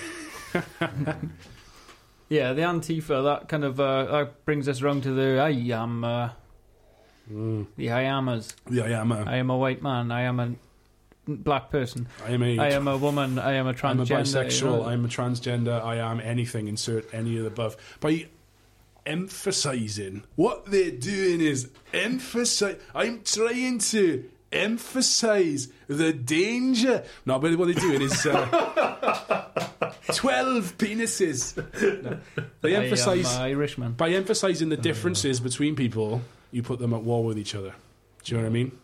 Speaker 1: Yeah, the Antifa, that kind of uh, that brings us round to the I am, uh,
Speaker 2: mm,
Speaker 1: the I amers.
Speaker 2: yeah, I am. A,
Speaker 1: I am a white man, I am a black person,
Speaker 2: I am a.
Speaker 1: I am a woman, I am a transgender.
Speaker 2: I'm a
Speaker 1: you
Speaker 2: bisexual.
Speaker 1: know?
Speaker 2: I'm a transgender. I am anything. Insert any of the above. By emphasizing what they're doing is emphasize. I'm trying to emphasize the danger. No, but what they're doing is uh, twelve penises. No. They
Speaker 1: I um, uh, am
Speaker 2: emphasize
Speaker 1: a Irishman.
Speaker 2: by emphasizing the differences between people. You put them at war with each other. Do you know what I mean?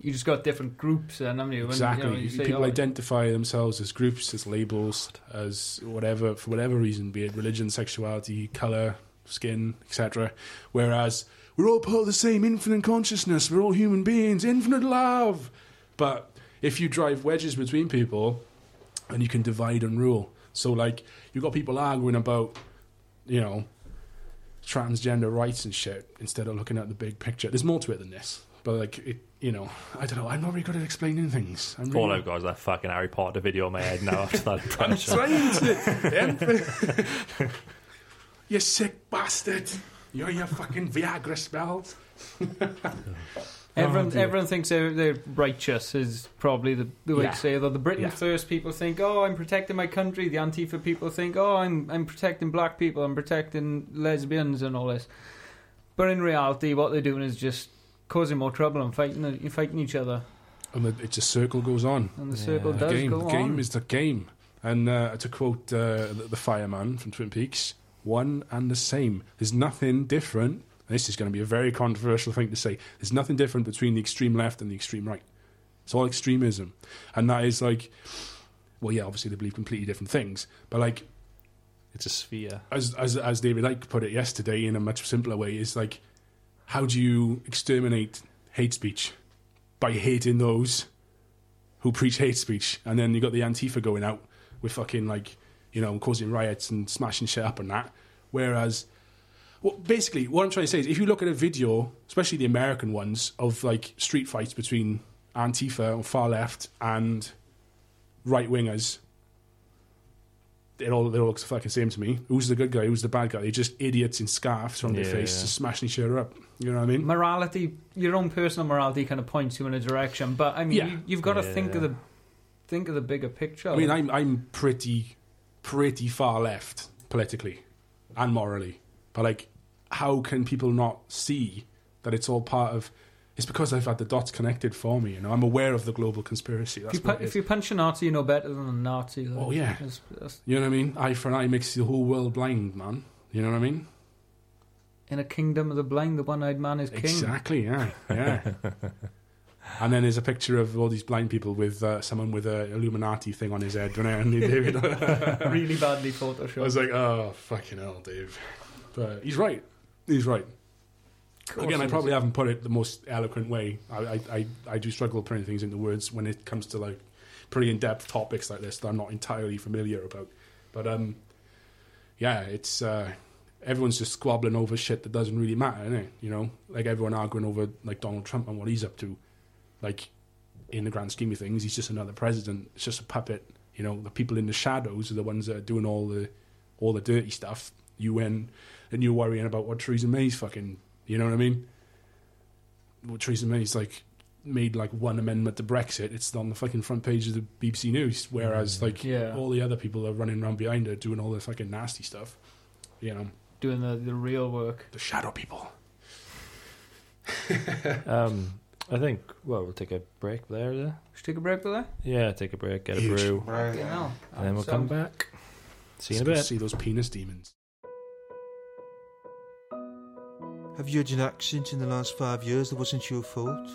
Speaker 1: You just got different groups, and haven't you? When,
Speaker 2: Exactly.
Speaker 1: You know, you say,
Speaker 2: People
Speaker 1: oh,
Speaker 2: identify themselves as groups, as labels, as whatever for whatever reason, be it religion, sexuality, color, skin, etc. Whereas we're all part of the same infinite consciousness. We're all human beings, infinite love. But if you drive wedges between people, and you can divide and rule. So like you've got people arguing about, you know, transgender rights and shit instead of looking at the big picture. There's more to it than this. But like it you know, I don't know, I'm not really good at explaining things. I'm
Speaker 3: All
Speaker 2: really
Speaker 3: I've got is that fucking Harry Potter video in my head now after that impression.
Speaker 2: trying to em- You sick bastard. You're your fucking Viagra spells.
Speaker 1: Everyone,
Speaker 2: Oh, dear.
Speaker 1: everyone thinks they're, they're righteous is probably the, the way
Speaker 2: Yeah.
Speaker 1: to say it. The Britain
Speaker 2: Yeah.
Speaker 1: first people think, oh, I'm protecting my country. The Antifa people think, oh, I'm I'm protecting black people. I'm protecting lesbians and all this. But in reality, what they're doing is just causing more trouble and fighting uh, fighting each other.
Speaker 2: And the, it's a circle goes on.
Speaker 1: And the
Speaker 3: Yeah.
Speaker 1: circle
Speaker 3: The
Speaker 2: The
Speaker 1: does
Speaker 2: game,
Speaker 1: go
Speaker 2: the game
Speaker 1: on.
Speaker 2: is the game. And uh, to quote uh, the, the fireman from Twin Peaks, one and the same. There's nothing different. This is going to be a very controversial thing to say. There's nothing different between the extreme left and the extreme right. It's all extremism. And that is like, well, yeah, obviously they believe completely different things. But like,
Speaker 3: It's a sphere.
Speaker 2: as as as David Icke put it yesterday in a much simpler way, is like, how do you exterminate hate speech by hating those who preach hate speech, and then you got the Antifa going out with fucking like you know causing riots and smashing shit up and that. Whereas, well, basically, what I'm trying to say is, if you look at a video, especially the American ones, of like street fights between Antifa or far left and right wingers, it all it all looks fucking same to me. Who's the good guy? Who's the bad guy? They're just idiots in scarves on
Speaker 3: Yeah.
Speaker 2: their face, just smashing each other up. You know what I mean?
Speaker 1: Morality, your own personal morality, kind of points you in a direction. But I mean,
Speaker 2: Yeah.
Speaker 1: you, you've got to
Speaker 3: Yeah,
Speaker 1: think of
Speaker 3: yeah.
Speaker 1: the think of the bigger picture.
Speaker 2: I mean, I'm I'm pretty pretty far left politically and morally, but like, how can people not see that it's all part of? It's because I've had the dots connected for me. You know, I'm aware of the global conspiracy.
Speaker 1: if
Speaker 2: That's
Speaker 1: you,
Speaker 2: you,
Speaker 1: pu- if you punch a Nazi, you know better than a Nazi. though.
Speaker 2: Oh, yeah.
Speaker 1: That's- that's-
Speaker 2: you know what I mean? Eye for an eye makes the whole world blind, man. You know what I mean?
Speaker 1: in a kingdom of the blind, the one-eyed man is king.
Speaker 2: Exactly. Yeah. Yeah. And then there's a picture of all these blind people with uh, someone with a Illuminati thing on his head. Don't know, Andy David.
Speaker 1: really badly
Speaker 2: I was
Speaker 1: photoshopped.
Speaker 2: like, oh, fucking hell, Dave. But he's right. He's right. Again, I probably haven't put it the most eloquent way. I, I, I, I do struggle putting things into words when it comes to like pretty in depth topics like this that I'm not entirely familiar about. But um, yeah, it's uh, everyone's just squabbling over shit that doesn't really matter, innit? You know, like everyone arguing over like Donald Trump and what he's up to. Like in the grand scheme of things, he's just another president. It's just a puppet. You know, the people in the shadows are the ones that are doing all the all the dirty stuff. UN and you're worrying about what Theresa May's fucking. You know what I mean? What Theresa May's like made like one amendment to Brexit. It's on the fucking front page of the BBC News.
Speaker 3: Mm.
Speaker 2: Whereas like
Speaker 1: Yeah.
Speaker 2: all the other people are running around behind her doing all the fucking nasty stuff. You know,
Speaker 1: doing the, the real work.
Speaker 2: the shadow people.
Speaker 3: Um, I think, well, we'll take a break there. yeah?
Speaker 1: Should we take a break for that?
Speaker 3: Yeah, take a break, get a
Speaker 2: Huge.
Speaker 3: brew,
Speaker 1: You know.
Speaker 3: and then we'll
Speaker 1: So-
Speaker 3: come back. See you in a
Speaker 2: It's good to
Speaker 3: bit.
Speaker 2: See those penis demons.
Speaker 5: Have you had an accident in the last five years that wasn't your fault?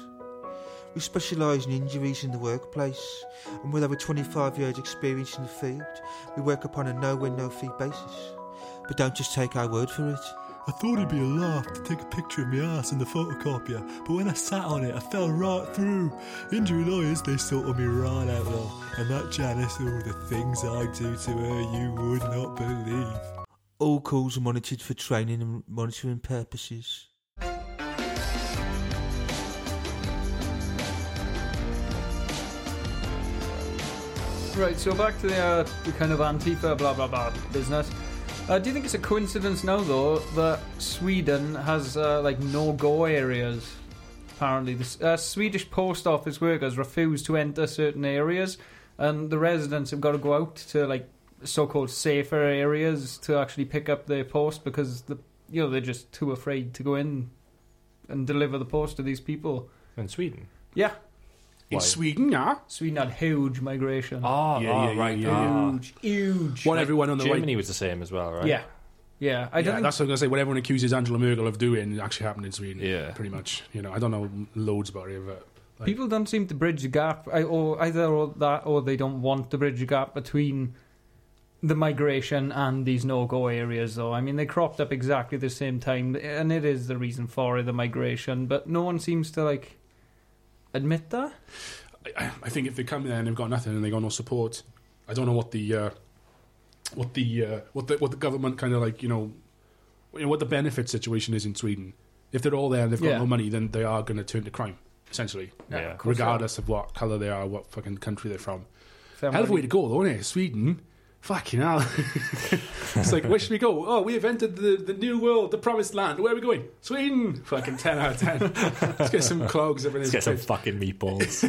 Speaker 5: We specialise in injuries in the workplace, and with over 25 years' experience in the field, we work upon a no win, no fee basis. But don't just take our word for it.
Speaker 6: I thought it'd be a laugh to take a picture of my ass in the photocopier, but when I sat on it, I fell right through. Injury lawyers, they sorted me right out though. And that Janice, oh, the things I do to her, you would not believe.
Speaker 5: All calls are monitored for training and monitoring purposes.
Speaker 1: Right, so back to the, uh, the kind of Antifa blah blah blah business. Uh, do you think it's a coincidence now, though, that Sweden has uh, like no go areas? Apparently, the S- uh, Swedish post office workers refuse to enter certain areas, and the residents have got to go out to like so-called safer areas to actually pick up their post because the you know they're just too afraid to go in and deliver the post to these people.
Speaker 3: in Sweden.
Speaker 1: Yeah,
Speaker 3: Why?
Speaker 2: Sweden, yeah.
Speaker 1: Sweden had huge migration.
Speaker 3: Oh,
Speaker 2: Yeah,
Speaker 3: oh,
Speaker 2: yeah, yeah,
Speaker 3: right.
Speaker 2: Ah, yeah,
Speaker 3: ah.
Speaker 1: Huge, huge.
Speaker 2: What everyone on the right.
Speaker 3: Germany was the same as well, right?
Speaker 1: Yeah, yeah. I
Speaker 2: yeah,
Speaker 1: don't. think,
Speaker 2: that's what I'm gonna say. What everyone accuses Angela Merkel of doing actually happened in Sweden.
Speaker 3: Yeah.
Speaker 2: pretty much. You know, I don't know loads about it, but like-
Speaker 1: people don't seem to bridge the gap, I, or either or that, or they don't want to bridge the gap between the migration and these no-go areas. Though I mean, they cropped up exactly the same time, and it is the reason for it, the migration. But no one seems to like admit that.
Speaker 2: I, I think if they come there and they've got nothing and they got no support, I don't know what the uh, what the uh, what the what the government kind of like you know, you know, what the benefit situation is in Sweden. If they're all there and they've got
Speaker 1: Yeah.
Speaker 2: no money, then they are going to turn to crime essentially,
Speaker 3: Yeah.
Speaker 2: regardless of what color they are, what fucking country they're from.
Speaker 1: Fair
Speaker 2: Hell of a way
Speaker 1: money.
Speaker 2: to go, though, isn't it? Sweden. Fucking hell. it's like, where should we go? Oh, we have entered the, the new world, the promised land. Where are we going? Sweden. Fucking 10 out of 10. Let's get some clogs.
Speaker 3: Let's
Speaker 2: Everything's
Speaker 3: get some
Speaker 2: good.
Speaker 3: fucking meatballs.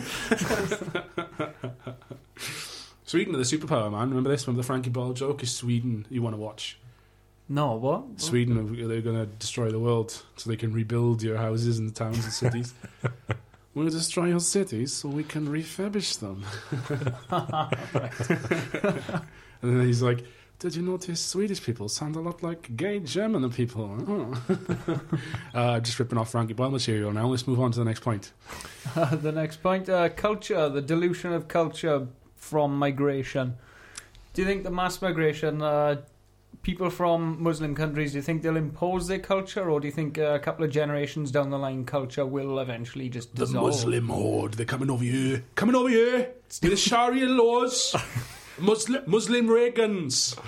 Speaker 2: Sweden are the superpower, man. Remember this? Remember the Frankie Ball joke? Is Sweden you want to watch?
Speaker 1: No, what?
Speaker 2: Sweden, are- they're going to destroy the world so they can rebuild your houses and towns and cities. we'll destroy your cities so we can refurbish them. and then he's like, did you notice Swedish people sound a lot like gay German people? Oh. uh, just ripping off Frankie Boyle material now. Let's move on to the next point.
Speaker 1: the next point uh, culture, the dilution of culture from migration. Do you think the mass migration, uh, people from Muslim countries, do you think they'll impose their culture, or do you think uh, a couple of generations down the line, culture will eventually just
Speaker 2: The
Speaker 1: dissolve?
Speaker 2: Muslim horde, they're coming over here. Coming over here with the Sharia laws. Muslim, Muslim Reagans.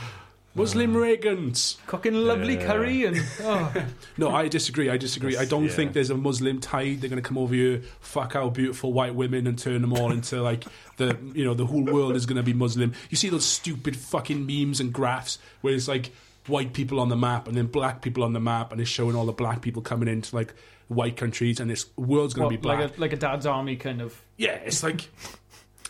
Speaker 2: Muslim Reagans.
Speaker 1: Cooking lovely
Speaker 3: Yeah.
Speaker 1: curry and. Oh,
Speaker 2: No, I disagree. I disagree. I don't
Speaker 3: yeah.
Speaker 2: think there's a Muslim tide. They're going to come over here, fuck our beautiful white women, and turn them all into like the you know the whole world is going to be Muslim. You see those stupid fucking memes and graphs where it's like white people on the map and then black people on the map, and it's showing all the black people coming into like white countries, and this world's going
Speaker 1: what,
Speaker 2: to be black.
Speaker 1: like, a, like a dad's army kind of.
Speaker 2: Yeah, it's like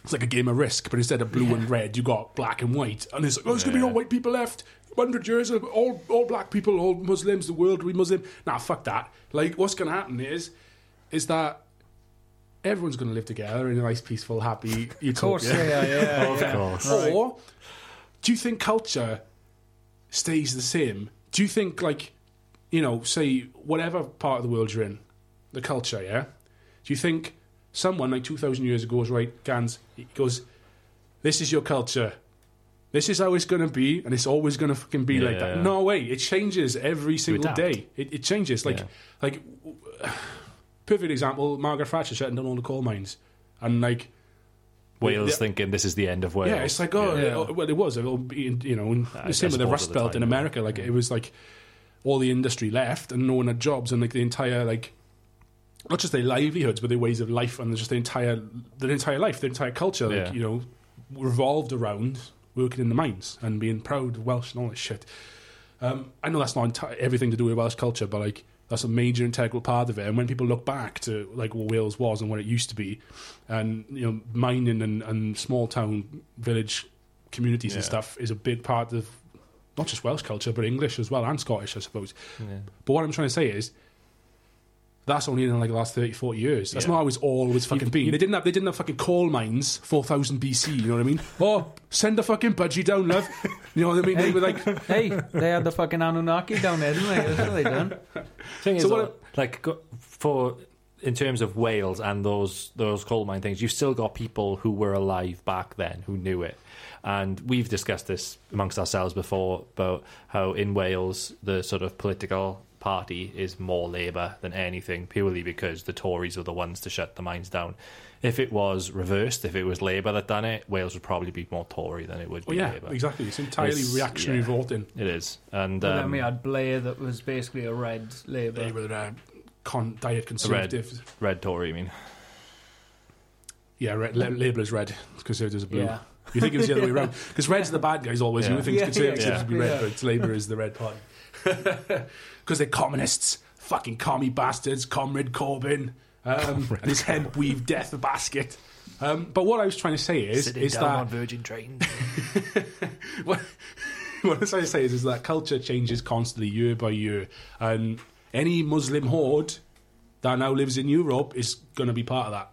Speaker 2: it's like a game of risk, but instead of blue and red, you got black and white, and it's like, oh, there's gonna be no
Speaker 3: Yeah.
Speaker 2: white people left. Hundred years of all all black people, all Muslims, the world will be Muslim. Nah, fuck that. Like, what's gonna happen is is that everyone's gonna live together in a nice, peaceful, happy utopia.
Speaker 1: Of course, yeah, yeah, yeah.
Speaker 3: of course.
Speaker 2: Or do you think culture stays the same? Do you think like you know, say whatever part of the world you're in, the culture, yeah? Do you think someone like two thousand years ago was right, Gans he goes, This is your culture. This is how it's gonna be, and it's always gonna fucking be like that.
Speaker 3: Yeah.
Speaker 2: No way. It changes every single
Speaker 3: adapt.
Speaker 2: day. It, it changes. Like
Speaker 3: Yeah.
Speaker 2: like perfect example, Margaret Thatcher shutting down all the coal mines. And like
Speaker 3: Wales
Speaker 2: Yeah.
Speaker 3: thinking this is the end of Wales.
Speaker 2: yeah, it's like oh,
Speaker 3: Yeah.
Speaker 2: oh, well, it was. It'll be, in- you know, and
Speaker 3: I
Speaker 2: the same with the
Speaker 3: suppose
Speaker 2: Rust
Speaker 3: at the
Speaker 2: Belt
Speaker 3: time,
Speaker 2: in
Speaker 3: yeah.
Speaker 2: America. Like it was like all the industry left, and no one had jobs, and like the entire like not just their livelihoods, but their ways of life, and just the entire their entire life, their entire culture, like
Speaker 3: Yeah.
Speaker 2: you know, revolved around working in the mines and being proud of Welsh and all this shit. Um, I know that's not enti- everything to do with Welsh culture, but like that's a major integral part of it. And when people look back to like what Wales was and what it used to be, and you know, mining and, and small town village communities and
Speaker 3: Yeah.
Speaker 2: stuff is a big part of not just Welsh culture but English as well and Scottish, I suppose.
Speaker 3: Yeah.
Speaker 2: But what I'm trying to say is. That's only in like the last 30, 40 years. That's
Speaker 3: Yeah.
Speaker 2: not how it's always fucking been. They didn't have they didn't have fucking coal mines four thousand BC. You know what I mean? Oh, send the fucking budgie down, love. You know what I mean? They were like,
Speaker 1: hey, they had the fucking Anunnaki down there, didn't they? That's what they done.
Speaker 3: Thing is,
Speaker 2: So
Speaker 3: so
Speaker 2: what
Speaker 3: like go- for in terms of Wales and those those coal mine things, you've still got people who were alive back then who knew it. And we've discussed this amongst ourselves before about how in Wales the sort of political party is more Labour than anything, purely because the Tories are the ones to shut the mines down. If it was reversed, if it was Labour that done it, Wales would probably be more Tory than it would be
Speaker 2: Well, oh, yeah,
Speaker 3: Labour.
Speaker 2: exactly. It's entirely
Speaker 3: It's-
Speaker 2: reactionary
Speaker 3: yeah.
Speaker 2: voting.
Speaker 3: It is, and
Speaker 1: But then
Speaker 3: um,
Speaker 1: we had Blair that was basically a red
Speaker 2: They
Speaker 1: Labour.
Speaker 2: were uh, con- diet conservative.
Speaker 3: red Tory. I mean,
Speaker 2: Yeah, red, la- Labour is red. Conservatives are blue.
Speaker 1: Yeah.
Speaker 2: You think it was the other way around because red's the bad guys always. You
Speaker 3: Yeah.
Speaker 2: would think
Speaker 1: Yeah, yeah,
Speaker 2: conservatives would be
Speaker 1: yeah.
Speaker 2: red,
Speaker 1: Yeah.
Speaker 2: but Labour is the red party because they're communists, fucking commie bastards. Comrade Corbyn um, and his hemp weave death basket. Um, but what I was trying to say is,
Speaker 3: sitting
Speaker 2: is
Speaker 3: down
Speaker 2: that
Speaker 3: on Virgin trains.
Speaker 2: what, what I was trying to say is, is that culture changes constantly year by year, and any Muslim horde that now lives in Europe is going to be part of that.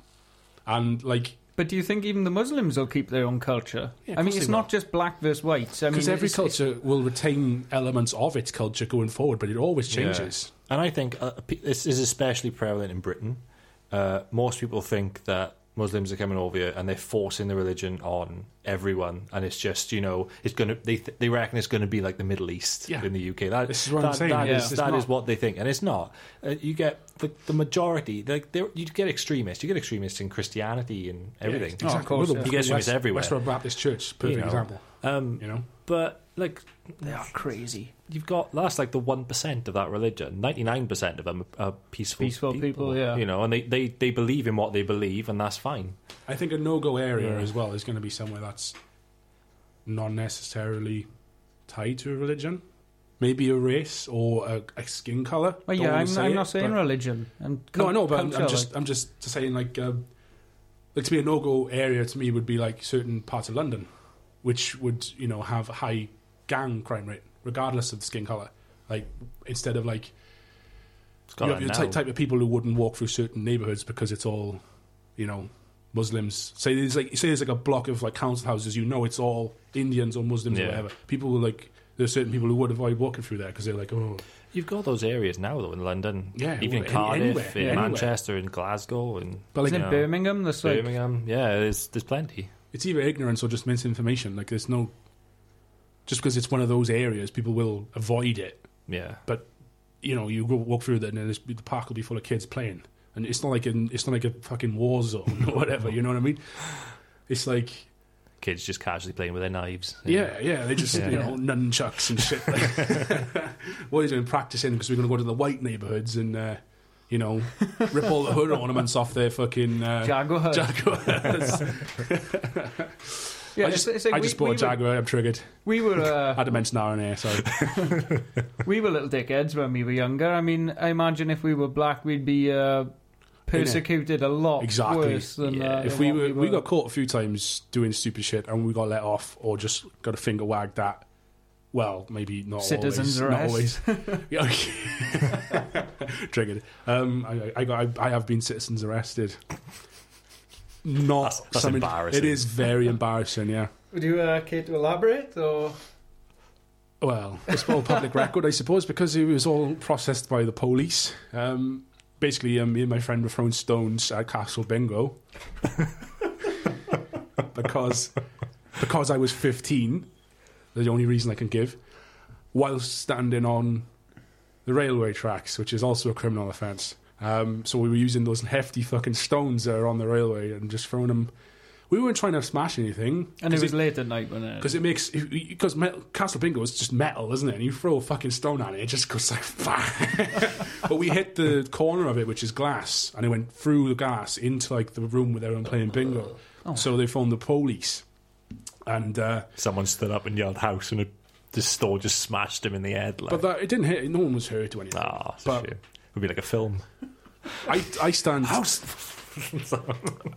Speaker 2: And like,
Speaker 1: But do you think even the Muslims will keep their own culture?
Speaker 2: Yeah, of
Speaker 1: I mean,
Speaker 2: course
Speaker 1: it's
Speaker 2: they
Speaker 1: not just black versus white. I mean,
Speaker 2: because every
Speaker 1: it's-
Speaker 2: culture will retain elements of its culture going forward, but it always changes.
Speaker 3: And I think uh, pe- this is especially prevalent in Britain. Uh, most people think that Muslims are coming over here and they're forcing the religion on everyone, and it's just you know it's gonna they th- they reckon it's gonna be like the Middle East
Speaker 2: Yeah.
Speaker 3: in the UK. That
Speaker 2: This is what I'm
Speaker 3: that-
Speaker 2: saying.
Speaker 3: that
Speaker 1: Yeah.
Speaker 3: is-
Speaker 1: It's
Speaker 3: that
Speaker 2: not.
Speaker 3: is what they think, and it's not. Uh, you get the, the majority like they're- you get extremists. You get extremists in Christianity and everything.
Speaker 1: Oh, of course,
Speaker 2: Well,
Speaker 1: yeah.
Speaker 2: the
Speaker 3: You guys think it's
Speaker 2: West-
Speaker 3: everywhere.
Speaker 2: Westboro Baptist Church, perfect
Speaker 3: know.
Speaker 2: example.
Speaker 3: Um,
Speaker 2: You know,
Speaker 3: but like
Speaker 1: They are crazy.
Speaker 3: you've got that's like the one percent of that religion. Ninety nine percent of them are peaceful,
Speaker 1: Peaceful people, yeah.
Speaker 3: you know, and they, they they believe in what they believe, and that's fine.
Speaker 2: I think a no-go area
Speaker 3: Yeah.
Speaker 2: as well is going to be somewhere that's not necessarily tied to a religion. Maybe a race or a, a skin color.
Speaker 1: Well,
Speaker 2: Don't
Speaker 1: yeah,
Speaker 2: wanna
Speaker 1: I'm,
Speaker 2: say
Speaker 1: I'm
Speaker 2: it,
Speaker 1: not saying
Speaker 2: but-
Speaker 1: religion. And
Speaker 2: No, I know, but I'm,
Speaker 1: culture,
Speaker 2: I'm just, I'm just saying, like, um, like to be a no-go area to me would be like certain parts of London, which would you know have a high gang crime rate, regardless of the skin color. Like instead of like you
Speaker 3: It's got
Speaker 2: have
Speaker 3: that
Speaker 2: your
Speaker 3: now.
Speaker 2: ty- type of people who wouldn't walk through certain neighborhoods because it's all, you know, Muslims. Say there's like say there's like a block of like council houses, you know, it's all Indians or Muslims or
Speaker 3: Yeah.
Speaker 2: whatever. People will like there's certain people who would avoid walking through there because they're like, oh,
Speaker 3: You've got those areas now though in London,
Speaker 2: Yeah, well,
Speaker 3: even in
Speaker 2: any-
Speaker 3: Cardiff,
Speaker 2: anywhere,
Speaker 3: in
Speaker 2: yeah, anywhere.
Speaker 3: Manchester, in Glasgow, and
Speaker 2: but like
Speaker 1: Isn't
Speaker 3: Yeah.
Speaker 1: it Birmingham? That's like,
Speaker 3: Birmingham. Yeah, there's there's plenty.
Speaker 2: it's either ignorance or just misinformation. Like there's no, just because it's one of those areas, people will avoid it.
Speaker 3: Yeah,
Speaker 2: You know, you go walk through there and there's, the park will be full of kids playing, and it's not like an, it's not like a fucking war zone or whatever. You know what I mean? It's like
Speaker 3: kids just casually playing with their knives.
Speaker 2: Yeah, yeah, they just you
Speaker 3: Yeah.
Speaker 2: know nunchucks and shit. what are you doing practicing? Because we're going to go to the white neighbourhoods and uh, you know rip all the hood ornaments off their fucking uh,
Speaker 1: Jaguar.
Speaker 2: jaguars.
Speaker 1: yeah,
Speaker 2: I just,
Speaker 1: it's, it's like
Speaker 2: I
Speaker 1: we, we
Speaker 2: just bought a
Speaker 1: were-
Speaker 2: jaguar. I'm triggered.
Speaker 1: We were,
Speaker 2: I
Speaker 1: uh,
Speaker 2: had to mention RNA. Sorry.
Speaker 1: we were little dickheads when we were younger. I mean, I imagine if we were black, we'd be uh, persecuted a lot
Speaker 2: Exactly.
Speaker 1: worse than
Speaker 3: Yeah.
Speaker 1: uh,
Speaker 2: if
Speaker 1: than
Speaker 2: we
Speaker 1: what
Speaker 2: were, we got caught a few times doing stupid shit and we got let off or just got a finger wagged at. Well, maybe not
Speaker 1: Citizens
Speaker 2: always. Not always. Yeah, okay. Triggered. Um, I, I, got, I, I have been citizens arrested. Not
Speaker 3: That's- that's
Speaker 2: something-
Speaker 3: embarrassing.
Speaker 2: It is very embarrassing. Yeah.
Speaker 1: Would you uh, care to elaborate or?
Speaker 2: Well, it's all public record, I suppose, because it was all processed by the police. Um, basically, um, me and my friend were throwing stones at Castle Bingo because because I was 15. The only reason I can give, whilst standing on the railway tracks, which is also a criminal offence. Um, so we were using those hefty fucking stones that are on the railway and just throwing them. We weren't trying to smash anything.
Speaker 1: And it
Speaker 2: 'cause
Speaker 1: was late at night when it.
Speaker 2: because it makes because Castle Bingo is just metal, isn't it? And you throw a fucking stone at it, it just goes like bang. but we hit the corner of it, which is glass, and it went through the glass into like the room where they were playing bingo. So they phoned the police, and uh,
Speaker 3: someone stood up and yelled "house" and a, the store just smashed him in the head. Like,
Speaker 2: but that, it didn't hit. No one was hurt or anything.
Speaker 3: ah, it's a
Speaker 2: but-
Speaker 3: shame. It would be like a film.
Speaker 2: I I stand.
Speaker 3: House.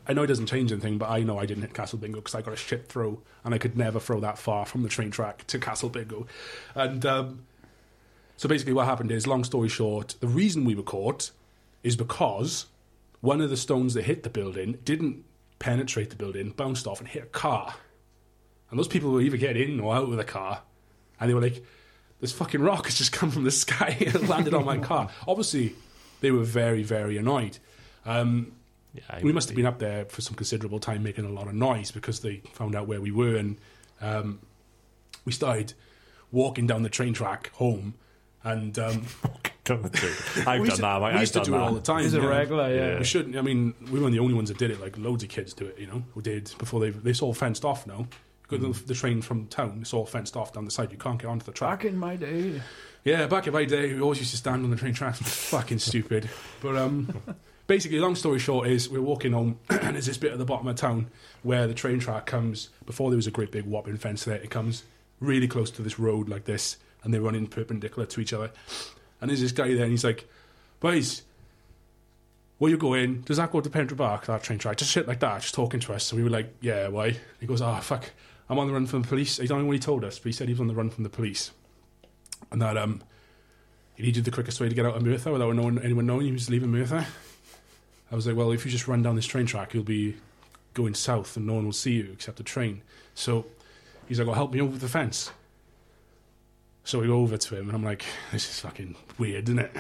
Speaker 2: I know it doesn't change anything, but I know I didn't hit Castle Bingo because I got a shit throw, and I could never throw that far from the train track to Castle Bingo. And um, so basically, what happened is, long story short, the reason we were caught is because one of the stones that hit the building didn't penetrate the building, bounced off, and hit a car. And those people were either getting in or out with a car, and they were like, "This fucking rock has just come from the sky and landed on my car." Obviously, they were very, very annoyed. Um,
Speaker 3: Yeah, I
Speaker 2: we
Speaker 3: would
Speaker 2: must have
Speaker 3: be.
Speaker 2: been up there for some considerable time making a lot of noise because they found out where we were and um, we started walking down the train track home and um,
Speaker 3: Don't do it. I've
Speaker 2: we
Speaker 3: done
Speaker 2: used to-
Speaker 3: that. mate.
Speaker 2: we
Speaker 3: I've
Speaker 2: used
Speaker 3: done
Speaker 2: to do
Speaker 3: that.
Speaker 2: it all the time
Speaker 1: He's a
Speaker 2: you know.
Speaker 1: regular, yeah.
Speaker 3: Yeah.
Speaker 2: we shouldn't I mean we weren't the only ones that did it like loads of kids do it you know who did before they they all fenced off now Got the-
Speaker 3: Mm.
Speaker 2: the train from town it's all fenced off down the side you can't get onto the track
Speaker 3: in my day.
Speaker 2: yeah, back in my day, we always used to stand on the train tracks. Fucking stupid. But um, basically, long story short is we're walking home, and there's this bit at the bottom of town where the train track comes. Before there was a great big whopping fence there, it comes really close to this road like this, and they run in perpendicular to each other. And there's this guy there, and he's like, "Boys, where you going? Does that go to Pendra Park? That train track? Just shit like that, just talking to us." So we were like, "Yeah, why?" He goes, "Ah, fuck." I'm on the run from the police. I don't know what he told us, but he said he was on the run from the police and that um, he needed the quickest way to get out of Murtha without no one- anyone knowing he was leaving Murtha. I was like, well, if you just run down this train track, you'll be going south and no one will see you except the train. So he's like, well, help me over the fence. So we go over to him, and I'm like, this is fucking weird, isn't it?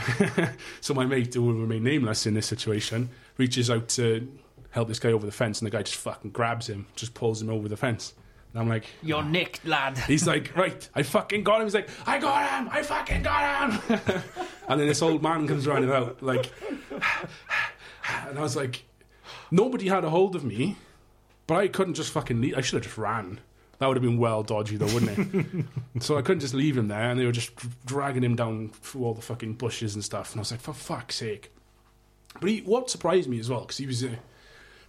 Speaker 2: so my mate, who will remain nameless in this situation, reaches out to help this guy over the fence, and the guy just fucking grabs him, just pulls him over the fence. And I'm like,
Speaker 1: You're nicked, lad.
Speaker 2: He's like, right, I fucking got him. He's like, I got him, I fucking got him. and then this old man comes running out, like, and I was like, nobody had a hold of me, but I couldn't just fucking leave. I should have just ran. That would have been well dodgy, though, wouldn't it? so I couldn't just leave him there, and they were just dr- dragging him down through all the fucking bushes and stuff. And I was like, for fuck's sake. But he, what surprised me as well, because he was a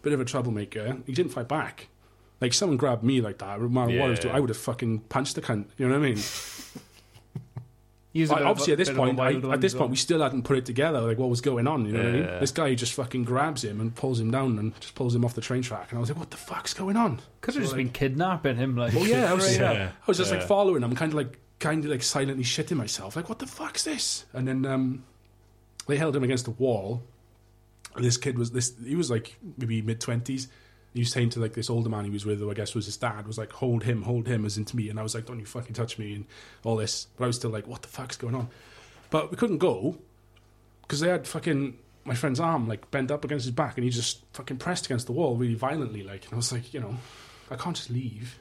Speaker 2: bit of a troublemaker, he didn't fight back. Like, someone grabbed me like that, no matter what I was doing,
Speaker 3: Yeah.
Speaker 2: I would have fucking punched the cunt. You know what I mean?
Speaker 1: He's
Speaker 2: Like, obviously, at this point, I, at this point, we
Speaker 1: we
Speaker 2: still hadn't put it together. Like, what was going on? You know what I
Speaker 3: Yeah.
Speaker 2: mean? This guy just fucking grabs him and pulls him down and just pulls him off the train track. And I was like, what the fuck's going on?
Speaker 1: could have just been kidnapping him. Like,
Speaker 2: Oh yeah, I was,
Speaker 3: Yeah.
Speaker 2: I was just
Speaker 3: Yeah.
Speaker 2: like following him, kind of like, kind of like silently shitting myself. Like, what the fuck's this? And then um, they held him against a wall. And this kid was this. He was like maybe mid twenties. He was saying to like this older man he was with, who I guess was his dad, was like, "Hold him, hold him," as into me. And I was like, "Don't you fucking touch me!" and all this. But I was still like, "What the fuck's going on?" But we couldn't go because they had fucking my friend's arm like bent up against his back, and he just fucking pressed against the wall really violently. Like, and I was like, you know, I can't just leave.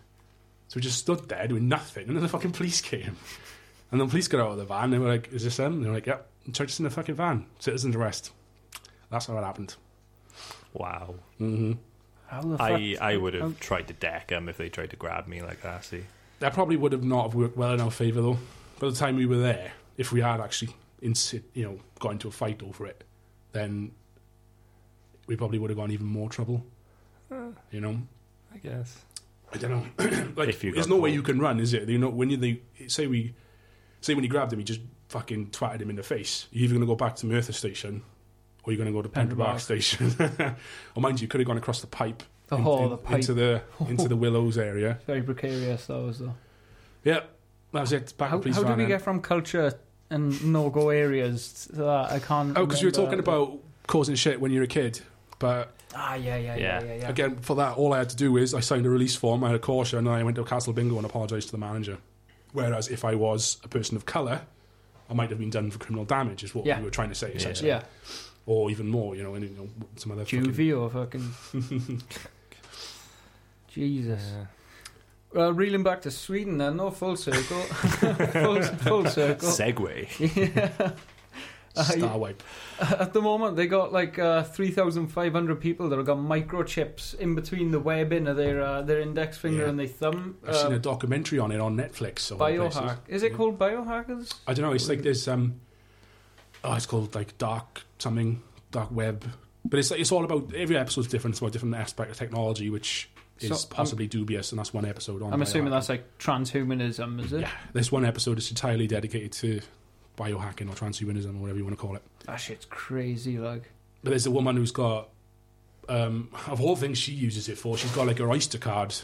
Speaker 2: So we just stood there doing nothing, and then the fucking police came. And the police got out of the van. They were like, "Is this them?" And they were like, "Yep." And chucked us in the fucking van. Citizen's arrest. That's how it happened.
Speaker 3: Wow.
Speaker 2: Mm-hmm.
Speaker 1: how the fuck?
Speaker 3: I, I would
Speaker 2: Oh.
Speaker 3: have tried to deck him if they tried to grab me like that. See,
Speaker 2: That probably would have not have worked well in our favour though. By the time we were there, if we had actually, insi- you know, got into a fight over it, then we probably would have gone even more trouble. You know,
Speaker 3: I guess.
Speaker 2: I don't know. like,
Speaker 3: If you
Speaker 2: there's
Speaker 3: got
Speaker 2: no way
Speaker 3: caught.
Speaker 2: you can run, is it? You know, when you they, say we say when you grabbed him, he just fucking twatted him in the face. You're either going to go back to Merthyr Station, or you're going to go to Pembroke
Speaker 1: Pendrabark.
Speaker 2: Park Station. or mind you, could have gone across the pipe,
Speaker 1: Oh, the pipe.
Speaker 2: into the into the Willows area.
Speaker 1: Very precarious, that was though.
Speaker 2: Yep, that was it. Back
Speaker 1: How,
Speaker 2: to police
Speaker 1: how
Speaker 2: van
Speaker 1: did we
Speaker 2: then.
Speaker 1: get from culture and no-go areas to that? I can't.
Speaker 2: Oh, because you were
Speaker 1: remember.
Speaker 2: talking about causing shit when you were a kid. But
Speaker 1: Ah, yeah, yeah, yeah,
Speaker 3: Yeah.
Speaker 1: yeah. yeah,
Speaker 2: again, for that, all I had to do is I signed a release form, I had a caution, and I went to Castle Bingo and apologised to the manager. Whereas if I was a person of colour, I might have been done for criminal damage, is what
Speaker 1: Yeah.
Speaker 2: we were trying to say, essentially.
Speaker 1: yeah.
Speaker 2: Or even more, you know, and, you know some other fucking...
Speaker 1: Juvie or fucking. Jesus. Well, reeling back to Sweden, then, no full circle, full, full circle.
Speaker 3: Segway.
Speaker 1: Yeah. Uh, you-
Speaker 2: Star wipe.
Speaker 1: At the moment, they got like uh, 3,500 people that have got microchips in between the webbing of their uh, their index finger
Speaker 2: Yeah.
Speaker 1: and their thumb.
Speaker 2: I've seen
Speaker 1: Uh,
Speaker 2: a documentary on it on Netflix. Or
Speaker 1: biohack. Is it
Speaker 2: Yeah.
Speaker 1: called biohackers?
Speaker 2: I don't know. It's like this. Um, oh, it's called like dark something, dark web. But it's it's all about every episode's different. It's about different aspect of technology, which is
Speaker 1: So, I'm-
Speaker 2: possibly dubious, and that's one episode on.
Speaker 1: I'm assuming
Speaker 2: biohacking.
Speaker 1: that's like transhumanism, is it?
Speaker 2: yeah. This one episode is entirely dedicated to biohacking or transhumanism or whatever you want to call it.
Speaker 1: That shit's crazy, like.
Speaker 2: But there's a woman who's got, um, of all things she uses it for, she's got like her Oyster card,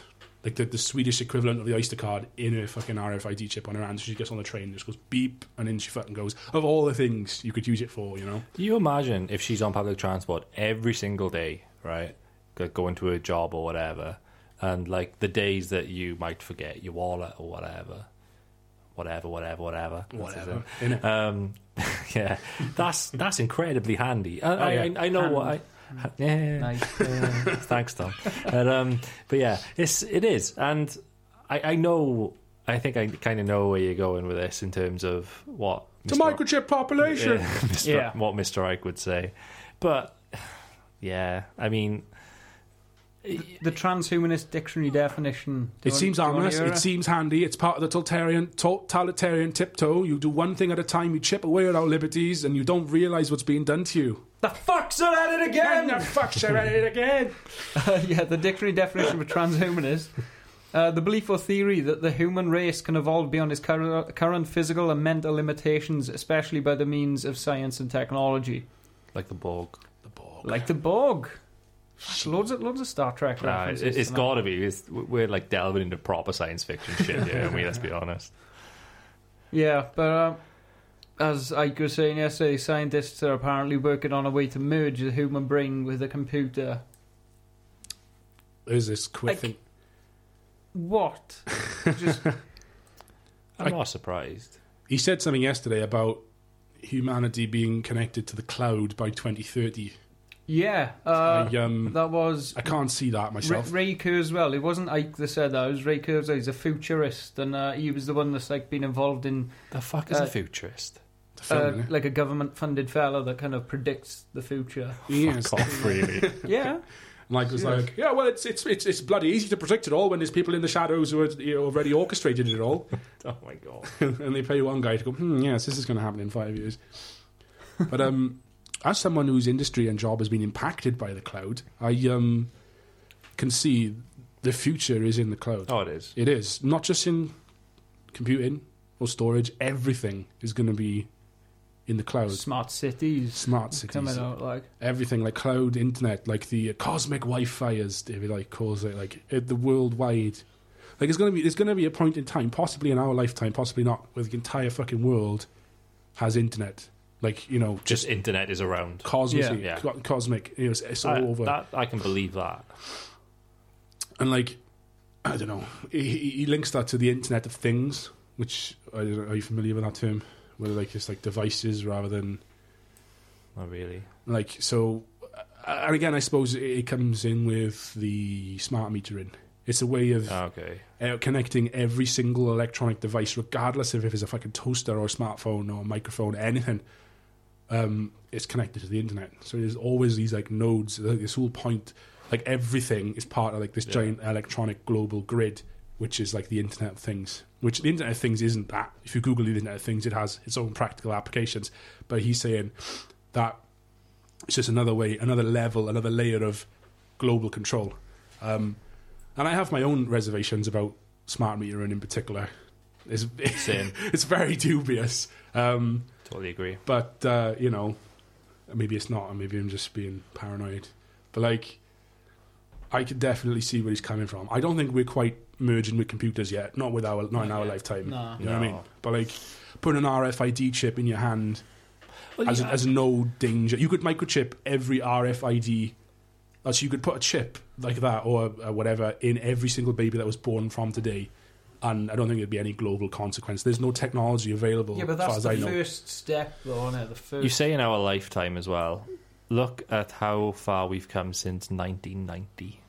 Speaker 2: like the, the Swedish equivalent of the Oyster card in her fucking RFID chip on her hand. So she gets on the train and just goes beep, and then she fucking goes, of all the things you could use it for, you know?
Speaker 3: Do you imagine if she's on public transport every single day, right? go- Going to her job or whatever, and like the days that you might forget your wallet or whatever, whatever, whatever, whatever, That's
Speaker 2: Whatever.
Speaker 3: it.
Speaker 2: Innit?
Speaker 3: Um, yeah, that's that's incredibly handy. I,
Speaker 2: Oh, yeah.
Speaker 3: I, I know what I. Yeah.
Speaker 1: Nice. Uh,
Speaker 3: Thanks, Tom. And, um, but yeah, it's it is, and I, I know. I think I kind of know where you're going with this in terms of what
Speaker 2: It's a
Speaker 3: Mr.
Speaker 2: microchip population.
Speaker 3: Yeah, Mr.
Speaker 1: Yeah.
Speaker 3: what Mr. Ike would say. But yeah, I mean,
Speaker 1: the transhumanist dictionary definition. Do
Speaker 2: It
Speaker 1: you
Speaker 2: seems
Speaker 1: want- do you want
Speaker 2: harmless.
Speaker 1: to hear
Speaker 2: It seems handy. It's part of the totalitarian, totalitarian tiptoe. You do one thing at a time. You chip away at our liberties, and you don't realize what's being done to you.
Speaker 1: The fucks are at it
Speaker 2: Again,
Speaker 1: again! Uh,
Speaker 2: the fuck's are at it again.
Speaker 1: yeah, the dictionary definition of transhumanist. Uh, the belief or theory that the human race can evolve beyond its cur- current physical and mental limitations, especially by the means of science and technology.
Speaker 3: like the Uh, Borg.
Speaker 2: The ball.
Speaker 1: Like the Borg. Loads of, loads of Star Trek
Speaker 3: Nah, it,
Speaker 1: references.
Speaker 3: it's
Speaker 1: tonight.
Speaker 3: got to be. It's, we're like delving into proper science fiction shit here, and we let's be honest.
Speaker 1: Yeah, but um, as I was saying yesterday, scientists are apparently working on a way to merge the human brain with a computer.
Speaker 2: There's this quick
Speaker 1: Like-
Speaker 2: thing.
Speaker 1: What? Just,
Speaker 3: I'm
Speaker 2: I-
Speaker 3: not surprised.
Speaker 2: He said something yesterday about humanity being connected to the cloud by 2030.
Speaker 1: yeah, uh,
Speaker 2: I, um,
Speaker 1: that was
Speaker 2: I can't see that
Speaker 1: Ray,
Speaker 2: myself.
Speaker 1: Ray Kurzweil. It wasn't Ike that said that. It was Ray Kurzweil. He's a futurist, and uh, he was the one that's like been involved in
Speaker 3: The fuck
Speaker 1: is
Speaker 3: is
Speaker 1: a Uh,
Speaker 3: a futurist?
Speaker 2: The
Speaker 1: uh,
Speaker 2: film, innit?
Speaker 1: like a government-funded fellow that kind of predicts the future.
Speaker 2: Yes.
Speaker 3: Fuck off, really.
Speaker 1: Yeah,
Speaker 2: Mike was like, "Yeah, well, it's, it's it's it's bloody easy to predict it all when there's people in the shadows who are you know, already orchestrated it all."
Speaker 3: oh my god.
Speaker 2: and they pay one guy to go, hmm, yes, this is going to happen in five years. But um, as someone whose industry and job has been impacted by the cloud, I um, can see the future is in the cloud.
Speaker 3: Oh, it is.
Speaker 2: It is. Not just in computing or storage, everything is going to be in the cloud.
Speaker 1: smart cities
Speaker 2: Smart
Speaker 1: coming
Speaker 2: cities,
Speaker 1: out like
Speaker 2: everything like cloud internet, like the uh, cosmic Wi-Fi, as they like calls it, like it, the worldwide. Like it's gonna be, there's gonna be a point in time, possibly in our lifetime, possibly not, where the entire fucking world has internet. Like you know,
Speaker 3: Just internet is around.
Speaker 2: cosmic,
Speaker 1: Yeah.
Speaker 3: Yeah.
Speaker 2: co- cosmic. You know, it's, it's all
Speaker 3: I,
Speaker 2: over.
Speaker 3: that, I can believe that.
Speaker 2: and like, I don't know, he, he he links that to the Internet of Things, which I don't know, are you familiar with that term? Where like it's like devices rather than
Speaker 3: Not really.
Speaker 2: Like so, uh, and again, I suppose it- it comes in with the smart metering. It's a way of
Speaker 3: Okay.
Speaker 2: uh, connecting every single electronic device, regardless of if it's a fucking toaster or a smartphone or a microphone, anything. Um, it's connected to the internet, so there's always these like nodes. like, This whole point, like everything, is part of like this
Speaker 3: Yeah.
Speaker 2: giant electronic global grid, which is like the Internet of Things. Which the Internet of Things isn't that. If you Google the Internet of Things, it has its own practical applications. But he's saying that it's just another way, another level, another layer of global control. Um, and I have my own reservations about smart metering in particular. It's,
Speaker 3: Same.
Speaker 2: it's very dubious. Um,
Speaker 3: Totally agree.
Speaker 2: but, uh, you know, maybe it's not, and maybe I'm just being paranoid. But, like, I could definitely see where he's coming from. I don't think we're quite merging with computers yet, not with our, not in our lifetime.
Speaker 1: Nah.
Speaker 2: You know what I mean?
Speaker 3: No.
Speaker 2: But, like, putting an RFID chip in your hand
Speaker 3: Well,
Speaker 2: as,
Speaker 3: yeah.
Speaker 2: as no danger. You could microchip every RFID. uh, So you could put a chip like that or uh, whatever in every single baby that was born from today. And I don't think there'd be any global consequence. There's no technology available
Speaker 1: yeah, but
Speaker 2: as far
Speaker 1: that's
Speaker 2: as I
Speaker 1: the
Speaker 2: know.
Speaker 1: first step, though, is The first.
Speaker 3: You say in our lifetime as well. Look at how far we've come since 1990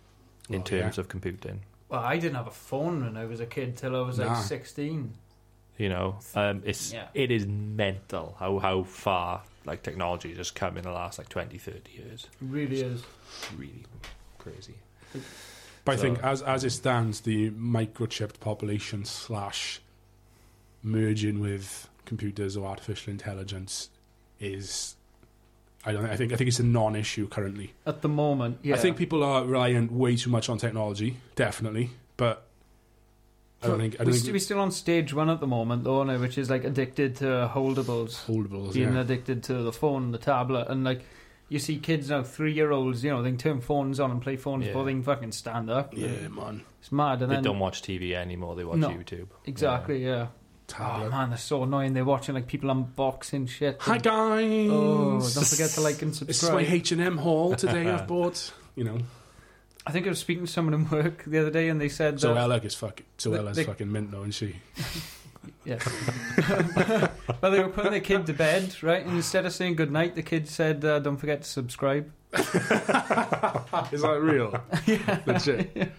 Speaker 3: in
Speaker 2: Well,
Speaker 3: terms
Speaker 2: yeah.
Speaker 3: of computing.
Speaker 1: well, I didn't have a phone when I was a kid till I was like
Speaker 2: Nah.
Speaker 1: sixteen.
Speaker 3: You know, um, it's
Speaker 1: Yeah.
Speaker 3: it is mental how how far like technology has just come in the last like 20, 30 years.
Speaker 1: It really is.
Speaker 3: Really crazy.
Speaker 2: But I think
Speaker 3: So-
Speaker 2: as as it stands, the microchipped population slash merging with computers or artificial intelligence is I don't I think I think it's a non-issue currently.
Speaker 1: At the moment, yeah.
Speaker 2: I think people are relying way too much on technology, definitely. But I don't think I
Speaker 1: we're,
Speaker 2: don't
Speaker 1: st- we're
Speaker 2: think
Speaker 1: still on stage one at the moment, though, aren't we? which is like addicted to holdables,
Speaker 2: holdables.
Speaker 1: being
Speaker 2: Yeah.
Speaker 1: addicted to the phone, the tablet, and like you see kids now, three year olds, you know, they can turn phones on and play phones
Speaker 3: Yeah.
Speaker 1: before they can fucking stand up.
Speaker 2: yeah, man,
Speaker 1: It's mad. And
Speaker 3: they
Speaker 1: then
Speaker 3: don't watch TV anymore. They watch
Speaker 1: No.
Speaker 3: YouTube.
Speaker 1: exactly, yeah. Oh
Speaker 2: tablet.
Speaker 1: man, they're so annoying. They're watching like people unboxing shit.
Speaker 2: Hi
Speaker 1: and-
Speaker 2: guys.
Speaker 1: Oh, don't forget to like and
Speaker 2: This is my
Speaker 1: subscribe.
Speaker 2: H and M haul today. I've bought. You know,
Speaker 1: I think I was speaking to someone in work the other day, and they said
Speaker 2: so
Speaker 1: that
Speaker 2: Alec is fucking. So
Speaker 1: the-
Speaker 2: Ella's
Speaker 1: the-
Speaker 2: fucking mint though, and she.
Speaker 1: Yeah. well, they were putting their kid to bed, right? And instead of saying good night, the kid said, uh, "Don't forget to subscribe."
Speaker 2: Is that real? yeah. Legit.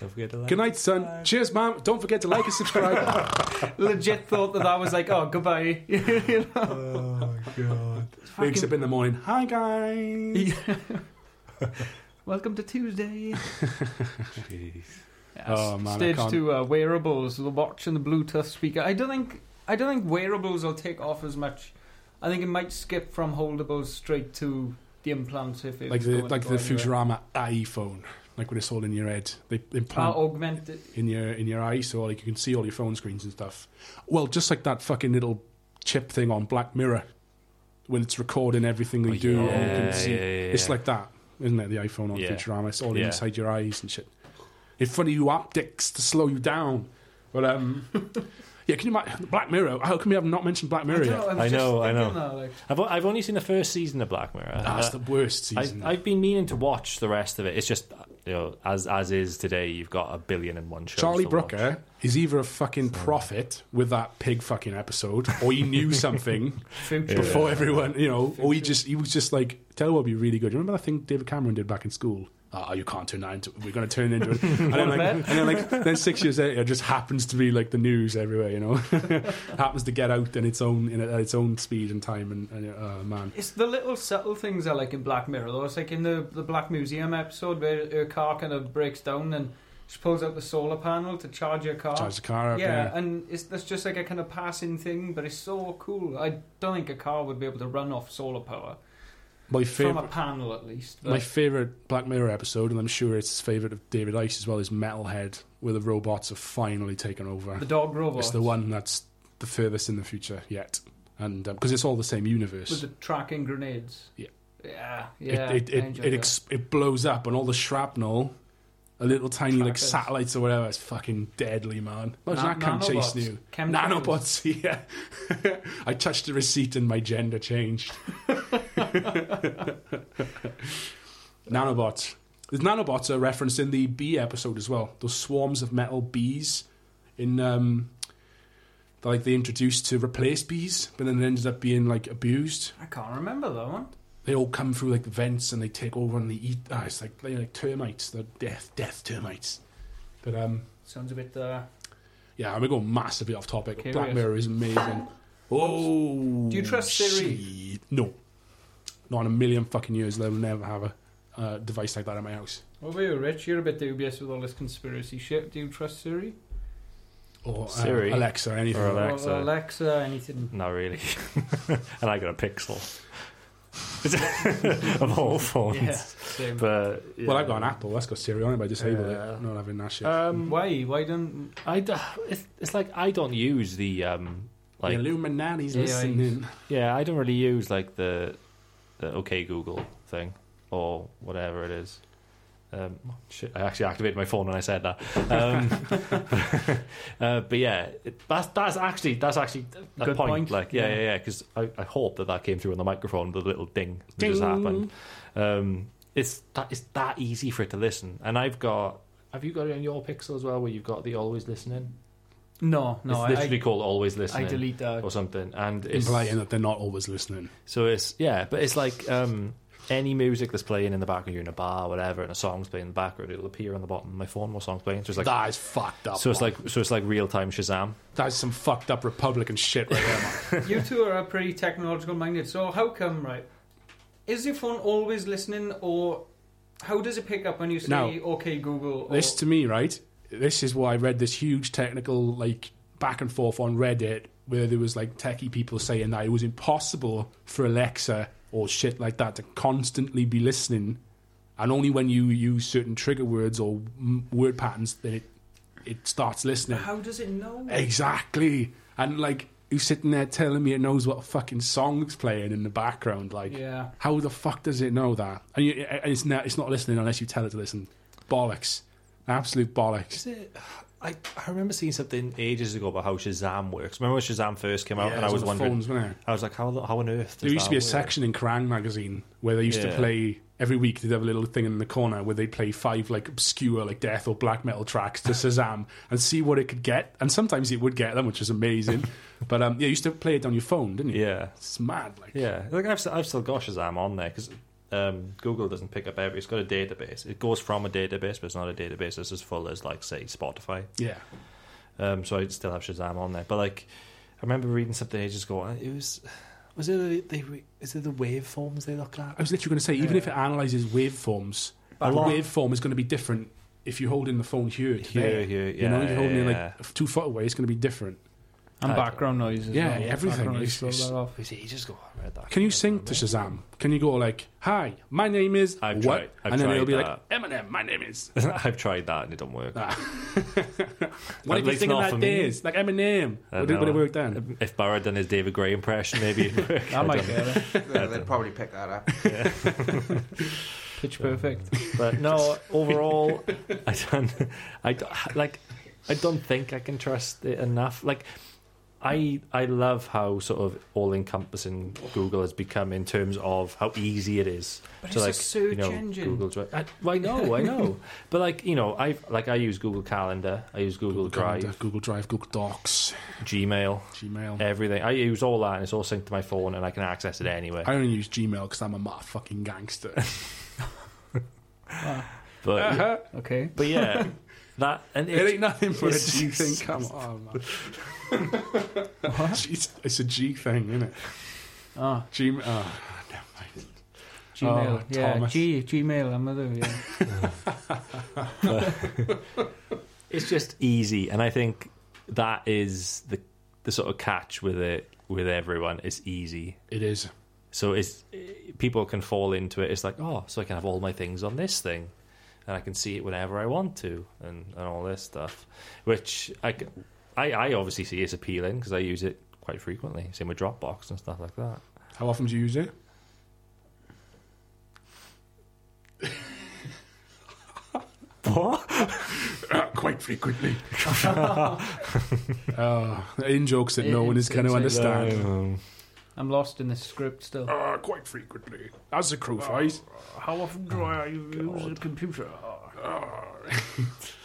Speaker 3: Don't forget to like.
Speaker 2: Good night, son. Cheers, mom. Don't forget to like and subscribe.
Speaker 1: Legit thought that I was like, oh, goodbye. You know?
Speaker 6: Oh, God.
Speaker 2: Wakes up in the morning. Hi, guys.
Speaker 1: Welcome to Tuesday. Yeah,
Speaker 2: Oh,
Speaker 1: s-
Speaker 2: man, I
Speaker 1: stage
Speaker 2: can't-
Speaker 1: two uh, wearables, the watch and the Bluetooth speaker. I don't think I don't think wearables will take off as much. I think it might skip from holdables straight to the implants if it
Speaker 2: Like
Speaker 1: was
Speaker 2: the
Speaker 1: going to
Speaker 2: like
Speaker 1: go
Speaker 2: the
Speaker 1: anywhere.
Speaker 2: Futurama eye phone. Like when it's all in your head, they
Speaker 1: Ah,
Speaker 2: implant
Speaker 1: augmented.
Speaker 2: in your in your eye, so like you can see all your phone screens and stuff. Well, just like that fucking little chip thing on Black Mirror, when it's recording everything they
Speaker 3: Oh,
Speaker 2: do, and you
Speaker 3: yeah,
Speaker 2: can see.
Speaker 3: yeah, yeah,
Speaker 2: It's
Speaker 3: yeah.
Speaker 2: like that, isn't it? The iPhone on
Speaker 3: Yeah.
Speaker 2: Futurama, it's all
Speaker 3: Yeah.
Speaker 2: inside your eyes and shit. In front of you, optics to slow you down. But um, yeah, can you imagine Black Mirror? How can we have not mentioned Black Mirror
Speaker 1: I,
Speaker 2: yet?
Speaker 1: was
Speaker 3: I
Speaker 1: just
Speaker 3: know, I
Speaker 1: thinking
Speaker 3: know.
Speaker 1: that, like,
Speaker 3: I've, o- I've only seen the first season of Black Mirror.
Speaker 2: That's
Speaker 3: Uh,
Speaker 2: Ah, the worst season.
Speaker 3: I, I've been meaning to watch the rest of it. It's just you know, as as is today, you've got a billion and one shows.
Speaker 2: Charlie
Speaker 3: to
Speaker 2: Brooker
Speaker 3: watch.
Speaker 2: is either a fucking prophet with that pig fucking episode, or he knew something
Speaker 1: future.
Speaker 2: before everyone, you know, or he just he was just like, tell you what would be really good. You remember that thing David Cameron did back in school? Ah, you can't turn that into. We're going to turn it into it. And then, like,
Speaker 1: bet.
Speaker 2: and then like, then six years later, it just happens to be like the news everywhere. You know, happens to get out in its own in at its own speed and time. And, and uh, man,
Speaker 1: It's the little subtle things I like in Black Mirror, though. It's like in the, the Black Museum episode where her car kind of breaks down and she pulls out the solar panel to charge her car.
Speaker 2: charge the car up.
Speaker 1: yeah, uh,
Speaker 2: Yeah,
Speaker 1: and it's that's just like a kind of passing thing, but it's so cool. I don't think a car would be able to run off solar power
Speaker 2: my
Speaker 1: from
Speaker 2: favorite.
Speaker 1: a panel, at least.
Speaker 2: My favorite Black Mirror episode, and I'm sure it's his favorite of David Ice as well, is Metalhead, where the robots have finally taken over.
Speaker 1: the dog robot.
Speaker 2: It's the one that's the furthest in the future yet, and because it's all the same universe.
Speaker 1: with the tracking grenades.
Speaker 2: Yeah.
Speaker 1: yeah, yeah.
Speaker 2: it
Speaker 1: I
Speaker 2: it, it,
Speaker 1: enjoyed
Speaker 2: it,
Speaker 1: that.
Speaker 2: ex- it blows up and all the shrapnel a little tiny like
Speaker 1: Trackers.
Speaker 2: satellites or whatever it's fucking deadly man imagine
Speaker 1: Na-
Speaker 2: that cunt
Speaker 1: nanobots.
Speaker 2: chasing you
Speaker 1: Chemtrails.
Speaker 2: nanobots yeah I touched a receipt and my gender changed nanobots the nanobots are referenced in the bee episode as well those swarms of metal bees in um they're like they introduced to replace bees but then it ended up being like abused
Speaker 1: I can't remember that one.
Speaker 2: they all come through like the vents and they take over and they eat. Ah, it's like they're like termites. They're death, death termites. But um,
Speaker 1: Sounds a bit. Uh,
Speaker 2: yeah, I'm gonna go massively off topic.
Speaker 1: Curious.
Speaker 2: Black Mirror is amazing. Oh,
Speaker 1: Do you trust Siri?
Speaker 2: shit. No, not in a million fucking years. They'll never have a uh, device like that in my house.
Speaker 1: what about you, Rich? You're a bit dubious with all this conspiracy shit. Do you trust Siri?
Speaker 2: Or uh,
Speaker 3: Oh, Siri?
Speaker 2: Alexa, or anything.
Speaker 3: Or
Speaker 1: Or
Speaker 3: Alexa.
Speaker 1: Alexa, anything.
Speaker 3: Not really. and I got a Pixel of all phones.
Speaker 1: Yeah, same.
Speaker 3: But yeah.
Speaker 2: Well, I've got an Apple. That's got Siri on it, but I disabled
Speaker 3: Yeah.
Speaker 2: it. Not having that shit.
Speaker 3: Um,
Speaker 1: Why? Why don't?
Speaker 3: I d- it's, it's like I don't use the um
Speaker 2: the
Speaker 3: like
Speaker 2: Illuminati's
Speaker 1: Yeah,
Speaker 2: listening.
Speaker 3: yeah I don't really use like the the OK Google thing or whatever it is. Um, shit, I actually activated my phone when I said that. Um, uh, but yeah, it, that's that's actually that's actually a
Speaker 1: Good
Speaker 3: point.
Speaker 1: point.
Speaker 3: Like yeah
Speaker 1: Yeah.
Speaker 3: yeah yeah because I, I hope that that came through on the microphone the little ding that just
Speaker 2: Ding.
Speaker 3: happened. Um, it's that it's that easy for it to listen. And I've got have you got it on your Pixel as well where you've got the always listening?
Speaker 1: No, no.
Speaker 3: it's
Speaker 1: I,
Speaker 3: literally called always
Speaker 1: I
Speaker 3: listening
Speaker 1: delete that.
Speaker 3: or something and it's
Speaker 2: Implying that they're not always listening.
Speaker 3: so it's yeah but it's like um any music that's playing in the background you're in a bar or whatever and a song's playing in the background it'll appear on the bottom of my phone while song's playing so it's like
Speaker 2: that is fucked up.
Speaker 3: so it's
Speaker 2: man.
Speaker 3: like so it's like real-time shazam
Speaker 2: that is some fucked up Republican shit right there. man.
Speaker 1: you two are a pretty technological minded. So how come, right? Is your phone always listening, or how does it pick up when you say
Speaker 2: Now,
Speaker 1: "Okay, Google"? Or,
Speaker 2: this to me, right? This is why I read this huge technical like back and forth on Reddit where there was like techie people saying that it was impossible for Alexa or shit like that to constantly be listening, and only when you use certain trigger words or m- word patterns then it it starts listening.
Speaker 1: how does it know?
Speaker 2: Exactly, and like you sitting there telling me it knows what fucking song's playing in the background, like.
Speaker 1: Yeah.
Speaker 2: How the fuck does it know that? And, you, and it's not, it's not listening unless you tell it to listen. Bollocks, absolute bollocks.
Speaker 3: Is it? I, I remember seeing something ages ago about how Shazam works. Remember when Shazam first came out,
Speaker 2: Yeah,
Speaker 3: and
Speaker 2: it
Speaker 3: I was
Speaker 2: on the
Speaker 3: wondering,
Speaker 2: phones, wasn't it?
Speaker 3: I was like, how the- how on earth? Does
Speaker 2: There used
Speaker 3: that
Speaker 2: to be a
Speaker 3: work?
Speaker 2: section in Kerrang! magazine where they used to
Speaker 3: Yeah.
Speaker 2: play every week. They'd have a little thing in the corner where they'd play five like obscure like death or black metal tracks to Shazam and see what it could get. And sometimes it would get them, which was amazing. but um, yeah, you used to play it on your phone, didn't you?
Speaker 3: Yeah,
Speaker 2: It's mad. Like
Speaker 3: yeah. Like I've, s- I've still got Shazam on there because um, Google doesn't pick up every. It's got a database. It goes from a database, but it's not a database. It's as full as like say Spotify.
Speaker 2: Yeah.
Speaker 3: Um, so I still have Shazam on there. But like, I remember reading something ages ago. and It was was it the, the is it the waveforms they look
Speaker 2: I
Speaker 3: at?
Speaker 2: was literally going to say, even if it analyzes waveforms, a
Speaker 3: A lot.
Speaker 2: waveform is going to be different if you're holding the phone here. to
Speaker 3: Here,
Speaker 2: there.
Speaker 3: here,
Speaker 2: you know,
Speaker 3: yeah,
Speaker 2: if you're holding it
Speaker 3: yeah.
Speaker 2: like f- two foot away, it's going to be different.
Speaker 1: And
Speaker 3: I-
Speaker 1: background noises.
Speaker 2: Yeah,
Speaker 1: well.
Speaker 2: everything.
Speaker 1: Background noises,
Speaker 2: It's-
Speaker 1: throw
Speaker 2: it's-
Speaker 1: that off.
Speaker 3: It was ages ago. I read that.
Speaker 2: Can you sync to Shazam? Can you go like, "Hi, my name is
Speaker 3: I've
Speaker 2: what,"
Speaker 3: tried- I've
Speaker 2: and then
Speaker 3: tried
Speaker 2: it'll be
Speaker 3: that.
Speaker 2: like, "Eminem, my name is."
Speaker 3: I've tried that and it don't work.
Speaker 2: Ah. what if
Speaker 3: least
Speaker 2: you singing
Speaker 3: not for
Speaker 2: that
Speaker 3: me.
Speaker 2: days? Like Eminem.
Speaker 3: I
Speaker 2: Would it, would
Speaker 3: know.
Speaker 2: it work then?
Speaker 3: If Barra done his David Gray impression, maybe it'd work.
Speaker 1: I might
Speaker 3: don't know.
Speaker 1: get it.
Speaker 4: They'd they'd probably pick that up.
Speaker 1: Pitch perfect.
Speaker 3: But no, overall, I don't. I don't, like. I don't think I can trust it enough. Like, I I love how sort of all encompassing Google has become in terms of how easy it is
Speaker 1: But
Speaker 3: to
Speaker 1: it's a
Speaker 3: like
Speaker 1: search
Speaker 3: you know
Speaker 1: engine.
Speaker 3: Google Drive. I, well, I know, I know. but like you know, I like I use Google Calendar, I use Google, Drive,
Speaker 2: Calendar, Google Drive, Google Docs,
Speaker 3: Gmail,
Speaker 2: Gmail.
Speaker 3: everything. I use all that, and it's all synced to my phone, and I can access it anywhere.
Speaker 2: I only use Gmail because I'm a motherfucking gangster.
Speaker 3: But
Speaker 1: Ah, Okay.
Speaker 3: but yeah, that and
Speaker 2: It
Speaker 3: it's-
Speaker 2: ain't nothing but a
Speaker 3: it's-
Speaker 2: G thing. Come on, man. Jeez, it's a G thing, isn't it?
Speaker 1: Ah,
Speaker 2: Gmail. Oh, never mind.
Speaker 1: Gmail.
Speaker 2: Oh,
Speaker 1: yeah,
Speaker 2: Thomas.
Speaker 1: G, Gmail. I'm other. Yeah.
Speaker 3: it's just easy and i think that is the the sort of catch with it with everyone it's easy
Speaker 2: It is.
Speaker 3: so it's people can fall into it it's like oh so i can have all my things on this thing and i can see it whenever i want to and, and all this stuff which i c- I- I obviously see as appealing because i use it quite frequently same with dropbox and stuff like that
Speaker 2: How often do you use it?
Speaker 3: what?
Speaker 2: Uh, quite frequently. uh, in jokes that no one is
Speaker 1: It's
Speaker 2: going to
Speaker 1: insane.
Speaker 2: understand.
Speaker 1: I'm lost in the script still.
Speaker 2: Uh, quite frequently. As a
Speaker 3: Oh.
Speaker 2: crew fight.
Speaker 1: How often do I use a computer?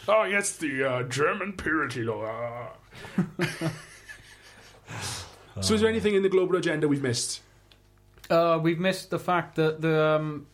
Speaker 2: Oh, Ah. yes, the uh, German purity law. Ah. so, is there anything in the global agenda we've missed?
Speaker 1: Uh, we've missed the fact that the um,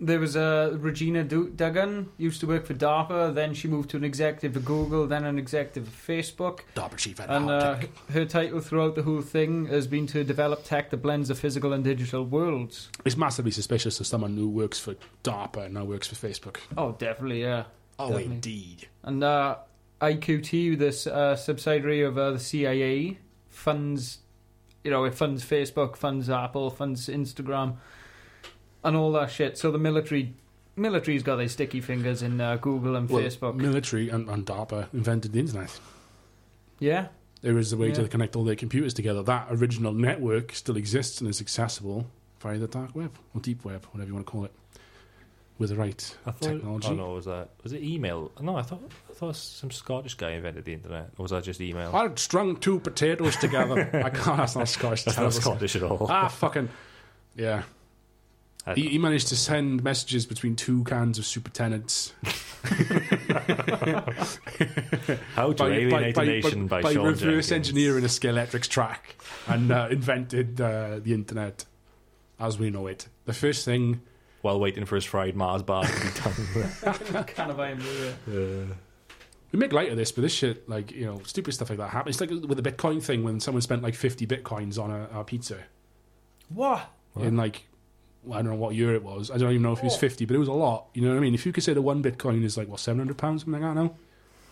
Speaker 1: there was a Regina Du- Duggan used to work for DARPA. Then she moved to an executive at Google, then an executive at Facebook.
Speaker 2: Darpa Chief and
Speaker 1: And uh, her title throughout the whole thing has been to develop tech that blends the physical and digital worlds.
Speaker 2: It's massively suspicious of someone who works for DARPA and now works for Facebook.
Speaker 1: Oh, definitely, yeah.
Speaker 2: Oh,
Speaker 1: Definitely.
Speaker 2: indeed.
Speaker 1: And uh, IQT, this uh, subsidiary of uh, the CIA, funds, you know, it funds Facebook, funds Apple, funds Instagram, and all that shit. So the military, military's got their sticky fingers in uh, Google and
Speaker 2: Well,
Speaker 1: Facebook.
Speaker 2: military and, and DARPA invented the internet.
Speaker 1: yeah,
Speaker 2: There is a way
Speaker 1: Yeah.
Speaker 2: to connect all their computers together. That original network still exists and is accessible via the dark web or deep web, whatever you want to call it, with the right
Speaker 3: I thought,
Speaker 2: technology.
Speaker 3: Oh no, was that was it email? No, I thought I thought some Scottish guy invented the internet, or was that just email?
Speaker 2: I strung two potatoes together. I can't. That's not Scottish.
Speaker 3: That's
Speaker 2: terrible.
Speaker 3: not Scottish at all.
Speaker 2: Ah, fucking. Yeah.
Speaker 3: I
Speaker 2: He, he managed to send messages between two cans of super tenants
Speaker 3: How to alienate a nation by,
Speaker 2: by
Speaker 3: Sean
Speaker 2: reverse
Speaker 3: Jenkins.
Speaker 2: engineering a Skeletrix track and uh, invented uh, the internet as we know it. The first thing
Speaker 3: while waiting for his fried Mars bar to be done.
Speaker 1: kind of. I am, yeah.
Speaker 2: We make light of this, but this shit, like you know, stupid stuff like that happens. It's like with the Bitcoin thing when someone spent like fifty bitcoins on a, a pizza
Speaker 1: What?
Speaker 2: in like I don't know what year it was. I don't even know if it was fifty, but it was a lot. You know what I mean? If you consider one bitcoin is like what seven hundred pounds, something like that now,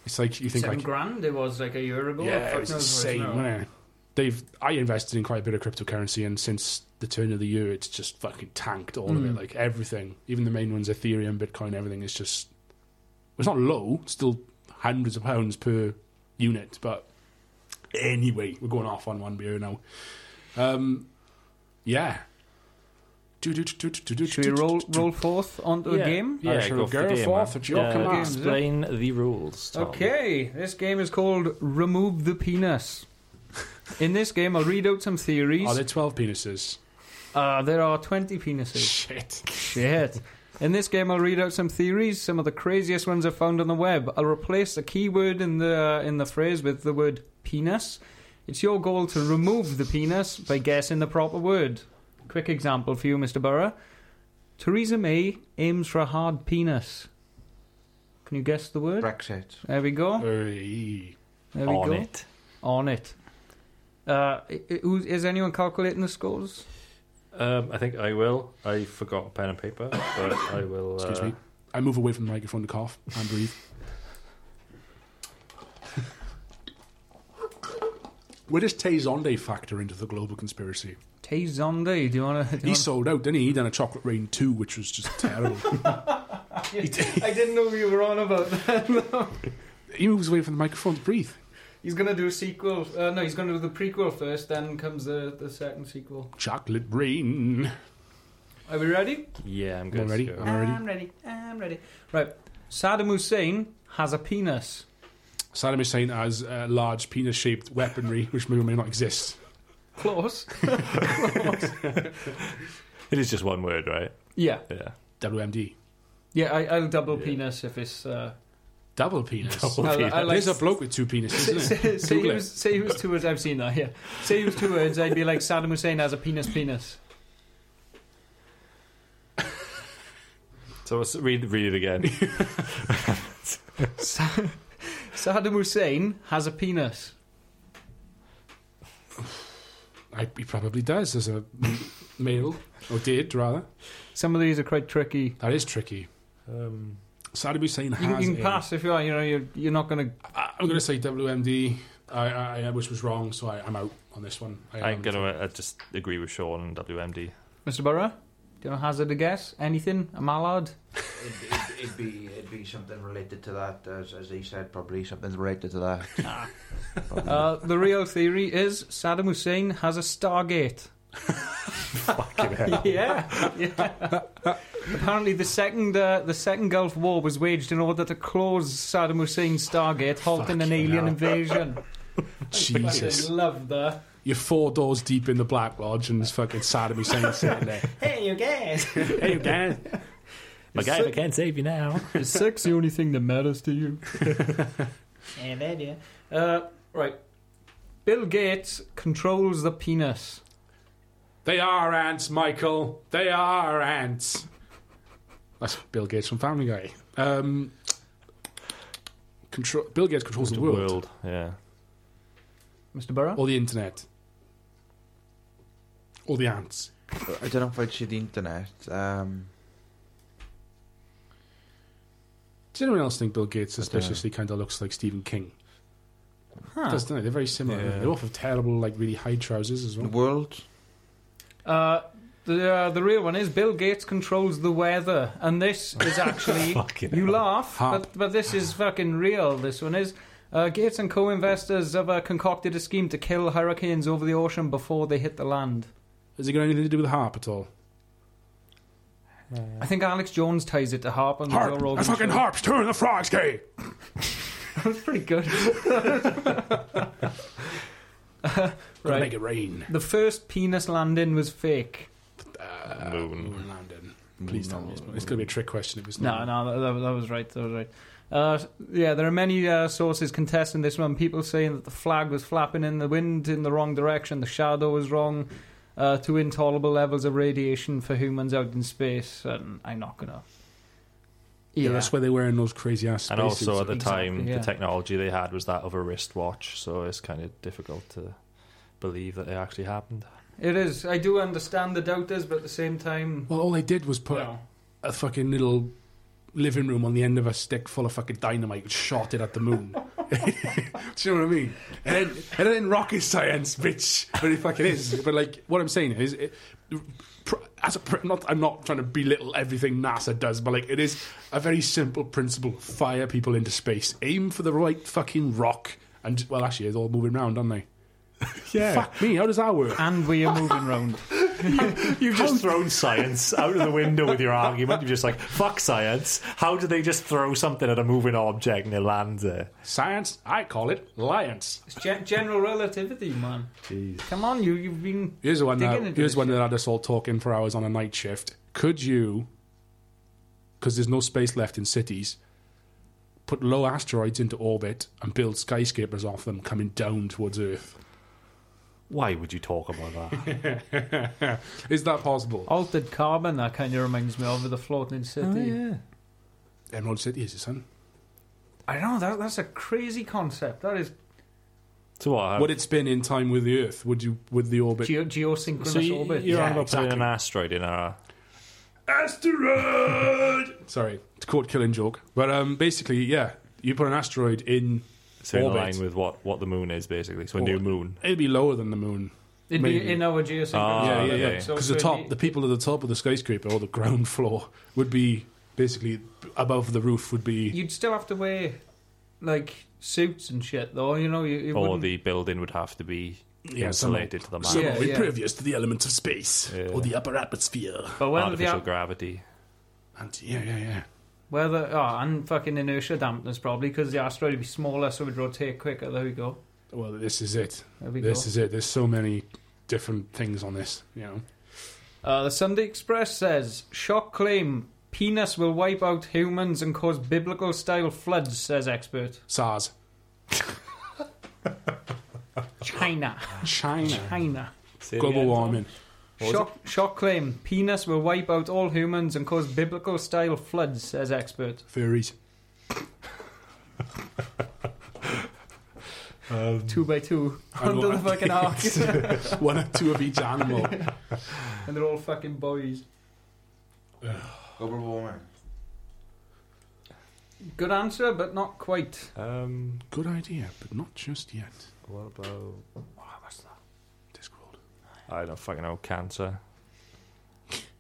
Speaker 2: it's like you think
Speaker 1: Seven
Speaker 2: like
Speaker 1: grand? It was like a year ago.
Speaker 2: yeah,
Speaker 1: Fuck
Speaker 2: it's
Speaker 1: knows what it is
Speaker 2: insane.
Speaker 1: now.
Speaker 2: wasn't it? They've I invested in quite a bit of cryptocurrency, and since the turn of the year, it's just fucking tanked all of it.
Speaker 1: Mm.
Speaker 2: Like everything, even the main ones, Ethereum, Bitcoin, everything is just. It's not low, it's still hundreds of pounds per unit, but anyway, we're going off on one beer now. Um, yeah.
Speaker 1: Should we roll roll forth onto a game?
Speaker 2: Yeah, sure,
Speaker 3: go for
Speaker 2: go
Speaker 3: the game,
Speaker 2: forth
Speaker 3: man.
Speaker 2: at your command.
Speaker 3: Explain the rules. Tom.
Speaker 1: Okay, this game is called Remove the Penis. In this game, I'll read out some theories.
Speaker 2: Are there 12 Oh, penises?
Speaker 1: Uh, there are 20 penises.
Speaker 2: Shit.
Speaker 1: Shit. In this game, I'll read out some theories. Some of the craziest ones I've found on the web. I'll replace the keyword in the uh, in the phrase with the word penis. It's your goal to remove the penis by guessing the proper word. Quick example for you, Mr. Burrow. Theresa May aims for a hard penis. Can you guess the word?
Speaker 4: Brexit.
Speaker 1: There we go.
Speaker 2: Hey.
Speaker 1: There we
Speaker 3: on
Speaker 1: go.
Speaker 3: it.
Speaker 1: On it. Uh, i- i- who- is anyone calculating the scores?
Speaker 3: Um, I think I will. I forgot pen and paper, but I will.
Speaker 2: Excuse
Speaker 3: uh,
Speaker 2: me. I move away from the microphone to cough and breathe. Where does Tay Zonde factor into the global conspiracy?
Speaker 1: Tay Zonde, do you want to?
Speaker 2: He sold out, didn't he? He done a Chocolate Rain 2, which was just terrible.
Speaker 1: I didn't know we were on about that.
Speaker 2: he moves away from the microphone to breathe.
Speaker 1: He's going to do a sequel. Uh, no, he's going to do the prequel first, then comes the, the second sequel.
Speaker 2: Chocolate Rain.
Speaker 1: Are we ready?
Speaker 3: Yeah, I'm good.
Speaker 2: I'm ready.
Speaker 3: to go.
Speaker 2: I'm ready.
Speaker 1: ready. I'm ready. Right. Saddam Hussein has a penis.
Speaker 2: Saddam Hussein has uh, large penis shaped weaponry, which may or may not exist.
Speaker 1: Close.
Speaker 3: It is just one word, right?
Speaker 1: yeah.
Speaker 3: Yeah.
Speaker 2: WMD.
Speaker 1: Yeah, I, I'll double
Speaker 3: Yeah.
Speaker 1: penis if it's. Uh,
Speaker 2: Double penis.
Speaker 3: Double
Speaker 1: I- I
Speaker 3: penis.
Speaker 1: like-
Speaker 2: There's a bloke with two penises,
Speaker 1: say, say,
Speaker 2: isn't
Speaker 1: say, he
Speaker 2: Google it.
Speaker 1: was, say he was two words. I've seen that. Yeah. Say he was two words. I'd be like Saddam Hussein has a penis. Penis.
Speaker 3: So let's read read it again.
Speaker 1: Sa- Saddam Hussein has a penis.
Speaker 2: I, he probably does as a male, or did rather.
Speaker 1: Some of these are quite tricky.
Speaker 2: That is tricky.
Speaker 3: um,
Speaker 2: Saddam Hussein
Speaker 1: You, can-
Speaker 2: has.
Speaker 1: you can
Speaker 2: a-
Speaker 1: pass if you are. You know, you're, you're not going to.
Speaker 2: I, am going to say WMD, I, I, I- which was wrong, so I, I'm out on this one. I
Speaker 3: I'm gonna uh, just agree with Sean and WMD.
Speaker 1: Mr. Burrow, do you want to hazard a guess? Anything? A mallard?
Speaker 4: It'd, it'd, it'd be it'd be something related to that, as as he said, probably something related to that. Probably.
Speaker 1: Uh, the real theory is Saddam Hussein has a Stargate. yeah, yeah. Apparently, the second uh, the second Gulf War was waged in order to close Saddam Hussein's Stargate, halting an
Speaker 2: Fucking
Speaker 1: alien
Speaker 2: hell.
Speaker 1: invasion.
Speaker 2: Jesus.
Speaker 1: I love that.
Speaker 2: You're four doors deep in the Black Lodge, and it's fucking Saddam Hussein sitting there.
Speaker 1: Hey, you guys.
Speaker 2: hey, you guys.
Speaker 3: My guy, I can't save you now.
Speaker 1: Is sex the only thing that matters to you? yeah, that, yeah. Uh, right. Bill Gates controls the penis.
Speaker 2: They are ants, Michael. They are ants. That's Bill Gates from Family Guy. Um, control, Bill Gates controls the world,
Speaker 3: Yeah.
Speaker 1: Mr. Burrow?
Speaker 2: or the internet, or the ants.
Speaker 4: I don't know if I'd see the internet. Um,
Speaker 2: Does anyone else think Bill Gates
Speaker 4: I don't know.
Speaker 2: suspiciously kind of looks like Stephen King?
Speaker 1: Huh.
Speaker 2: Does, not it? They're very similar.
Speaker 3: Yeah.
Speaker 2: They're both have terrible, like really high trousers as
Speaker 4: the
Speaker 2: well.
Speaker 4: world.
Speaker 1: Uh, the uh, the real one is Bill Gates controls the weather, and this is actually
Speaker 3: Fucking
Speaker 1: you
Speaker 3: hell.
Speaker 1: laugh,
Speaker 2: Huh.
Speaker 1: but but this is fucking real. This one is. Uh, Gates and co-investors have uh, concocted a scheme to kill hurricanes over the ocean before they hit the land.
Speaker 2: Has it got anything to do with harp at all?
Speaker 1: I think Alex Jones ties it to harp on the Joe
Speaker 2: Harp,
Speaker 1: Rogan
Speaker 2: a fucking
Speaker 1: show.
Speaker 2: harp's turn the frogs gay.
Speaker 1: That's pretty good.
Speaker 2: Gotta
Speaker 1: Right.
Speaker 2: Make it rain.
Speaker 1: The first penis landing was fake.
Speaker 2: Uh,
Speaker 3: Moon.
Speaker 2: moon landing. Please tell me it's, it's going to be a trick question if it's
Speaker 1: No,
Speaker 2: not.
Speaker 1: no, that, that, that was right. That was right. Uh, yeah, there are many uh, sources contesting this one. People saying that the flag was flapping in the wind in the wrong direction, the shadow was wrong, uh, to intolerable levels of radiation for humans out in space. And I'm not gonna.
Speaker 2: Yeah, that's why they're wearing those crazy ass
Speaker 3: And also at the
Speaker 1: Exactly,
Speaker 3: time,
Speaker 1: yeah.
Speaker 3: the technology they had was that of a wristwatch, so it's kind of difficult to believe that it actually happened.
Speaker 1: it is. I do understand the doubters, but at the same time,
Speaker 2: Well, all they did was
Speaker 1: you
Speaker 2: put
Speaker 1: know,
Speaker 2: a fucking little living room on the end of a stick full of fucking dynamite and shot it at the moon. Do you know what I mean? And then, and then rocket science, bitch. But it fucking is. But like, what I'm saying is, it, pr- as a pr- not, I'm not trying to belittle everything NASA does, but like, it is a very simple principle: fire people into space, aim for the right fucking rock, and well, actually, they're all moving around, aren't they?
Speaker 6: Yeah.
Speaker 2: Fuck me, how does that work?
Speaker 1: and we are moving round.
Speaker 3: You've just thrown science out of the window with your argument. You're just like, fuck science. How do they just throw something at a moving object and it lands there?
Speaker 2: Science, I call it lions.
Speaker 1: It's gen- general relativity, man. Come on, you. You've been.
Speaker 2: Here's the one
Speaker 1: Digging
Speaker 2: that
Speaker 1: into
Speaker 2: here's
Speaker 1: this
Speaker 2: one
Speaker 1: shit.
Speaker 2: that had us all talking for hours on a night shift. Could you, because there's no space left in cities, put low asteroids into orbit and build skyscrapers off them coming down towards Earth?
Speaker 3: Why would you talk about that?
Speaker 2: Is that possible?
Speaker 1: Altered carbon, that kind of reminds me of the floating city.
Speaker 2: Emerald City is it, son?
Speaker 1: I know that that's a crazy concept. That is
Speaker 3: So what? uh,
Speaker 2: Would it spin in time with the Earth? Would you? Would the orbit?
Speaker 1: geo- geosynchronous
Speaker 3: so you,
Speaker 1: orbit.
Speaker 3: you're
Speaker 2: Yeah,
Speaker 3: on about putting
Speaker 2: exactly.
Speaker 3: an asteroid in our.
Speaker 2: asteroid. Sorry, it's called killing joke. But um, basically, yeah, you put an asteroid in.
Speaker 3: So in
Speaker 2: Orbit.
Speaker 3: line with what, what the moon is basically. So a new
Speaker 2: Orbit.
Speaker 3: moon.
Speaker 2: It'd be lower than the moon.
Speaker 1: It'd
Speaker 2: Maybe.
Speaker 1: be in our geosynchronous
Speaker 3: Ah,
Speaker 2: yeah,
Speaker 1: orbit.
Speaker 2: yeah, yeah.
Speaker 3: okay.
Speaker 2: Because
Speaker 1: So
Speaker 2: Uh, the
Speaker 1: it'd
Speaker 2: top,
Speaker 1: be-
Speaker 2: the people at the top of the skyscraper or the ground floor would be basically above the roof. Would be
Speaker 1: You'd still have to wear like suits and shit, though. You know, you, you
Speaker 3: Or
Speaker 1: wouldn't.
Speaker 3: the building would have to be
Speaker 2: yeah, some-
Speaker 3: insulated to the
Speaker 2: some
Speaker 3: maximum
Speaker 1: Yeah,
Speaker 2: are
Speaker 1: yeah.
Speaker 2: impervious to the elements of space
Speaker 3: Yeah.
Speaker 2: or the upper atmosphere.
Speaker 1: but whether the
Speaker 3: artificial
Speaker 1: ap-
Speaker 3: gravity.
Speaker 2: And yeah, yeah, yeah.
Speaker 1: whether oh, and fucking inertia dampness probably because the asteroid would be smaller, so it'd rotate quicker. There we go.
Speaker 2: Well, this is it.
Speaker 1: There we
Speaker 2: This
Speaker 1: go.
Speaker 2: is it. There's so many different things on this. You know,
Speaker 1: Uh, the Sunday Express says shock claim: penis will wipe out humans and cause biblical style floods. Says expert.
Speaker 2: SARS,
Speaker 1: China,
Speaker 2: China,
Speaker 1: China.
Speaker 2: global warming.
Speaker 3: What was
Speaker 1: Shock, shock claim: penis will wipe out all humans and cause biblical style floods. Says expert.
Speaker 2: Furries.
Speaker 1: Two by two
Speaker 2: I
Speaker 1: under the
Speaker 2: know.
Speaker 1: fucking arc,
Speaker 2: One or two of each animal.
Speaker 1: and they're all fucking boys.
Speaker 4: Global warming.
Speaker 1: Good answer, but not quite.
Speaker 3: Um,
Speaker 2: Good idea, but not just yet.
Speaker 3: what about.
Speaker 2: Discworld.
Speaker 3: I don't fucking know. Cancer.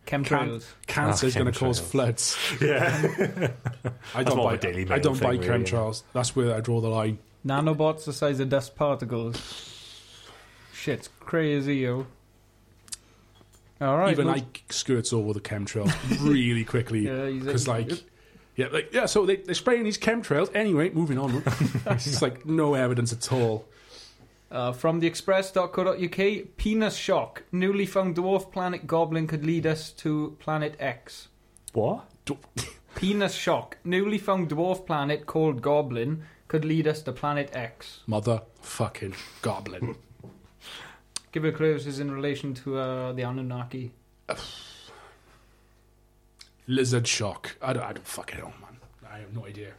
Speaker 1: Chemtrails.
Speaker 2: Cancer is
Speaker 3: Ah,
Speaker 2: going to cause
Speaker 3: chemtrails.
Speaker 2: floods.
Speaker 3: Yeah.
Speaker 2: I
Speaker 3: That's
Speaker 2: don't
Speaker 3: more
Speaker 2: buy.
Speaker 3: of a Daily
Speaker 2: I
Speaker 3: Mail
Speaker 2: don't
Speaker 3: thing,
Speaker 2: buy
Speaker 3: really,
Speaker 2: chemtrails. That's where I draw the line.
Speaker 1: Nanobots the size of dust particles. Shit's crazy, yo. All right.
Speaker 2: Even
Speaker 1: well-
Speaker 2: Ike skirts over the chemtrails really quickly
Speaker 1: Yeah, he's
Speaker 2: because, like, yeah, like yeah. So they, they're spraying these chemtrails. Anyway, moving on. it's just like no evidence at all.
Speaker 1: Uh, from theexpress.co.uk, penis shock. Newly found dwarf planet Goblin could lead us to planet X.
Speaker 3: What?
Speaker 1: Penis shock. Newly found dwarf planet called Goblin could lead us to planet X.
Speaker 2: Mother fucking goblin.
Speaker 1: Give it clues is in relation to uh, the Anunnaki.
Speaker 2: Lizard shock. I don't, I don't fucking know, man. I have no idea.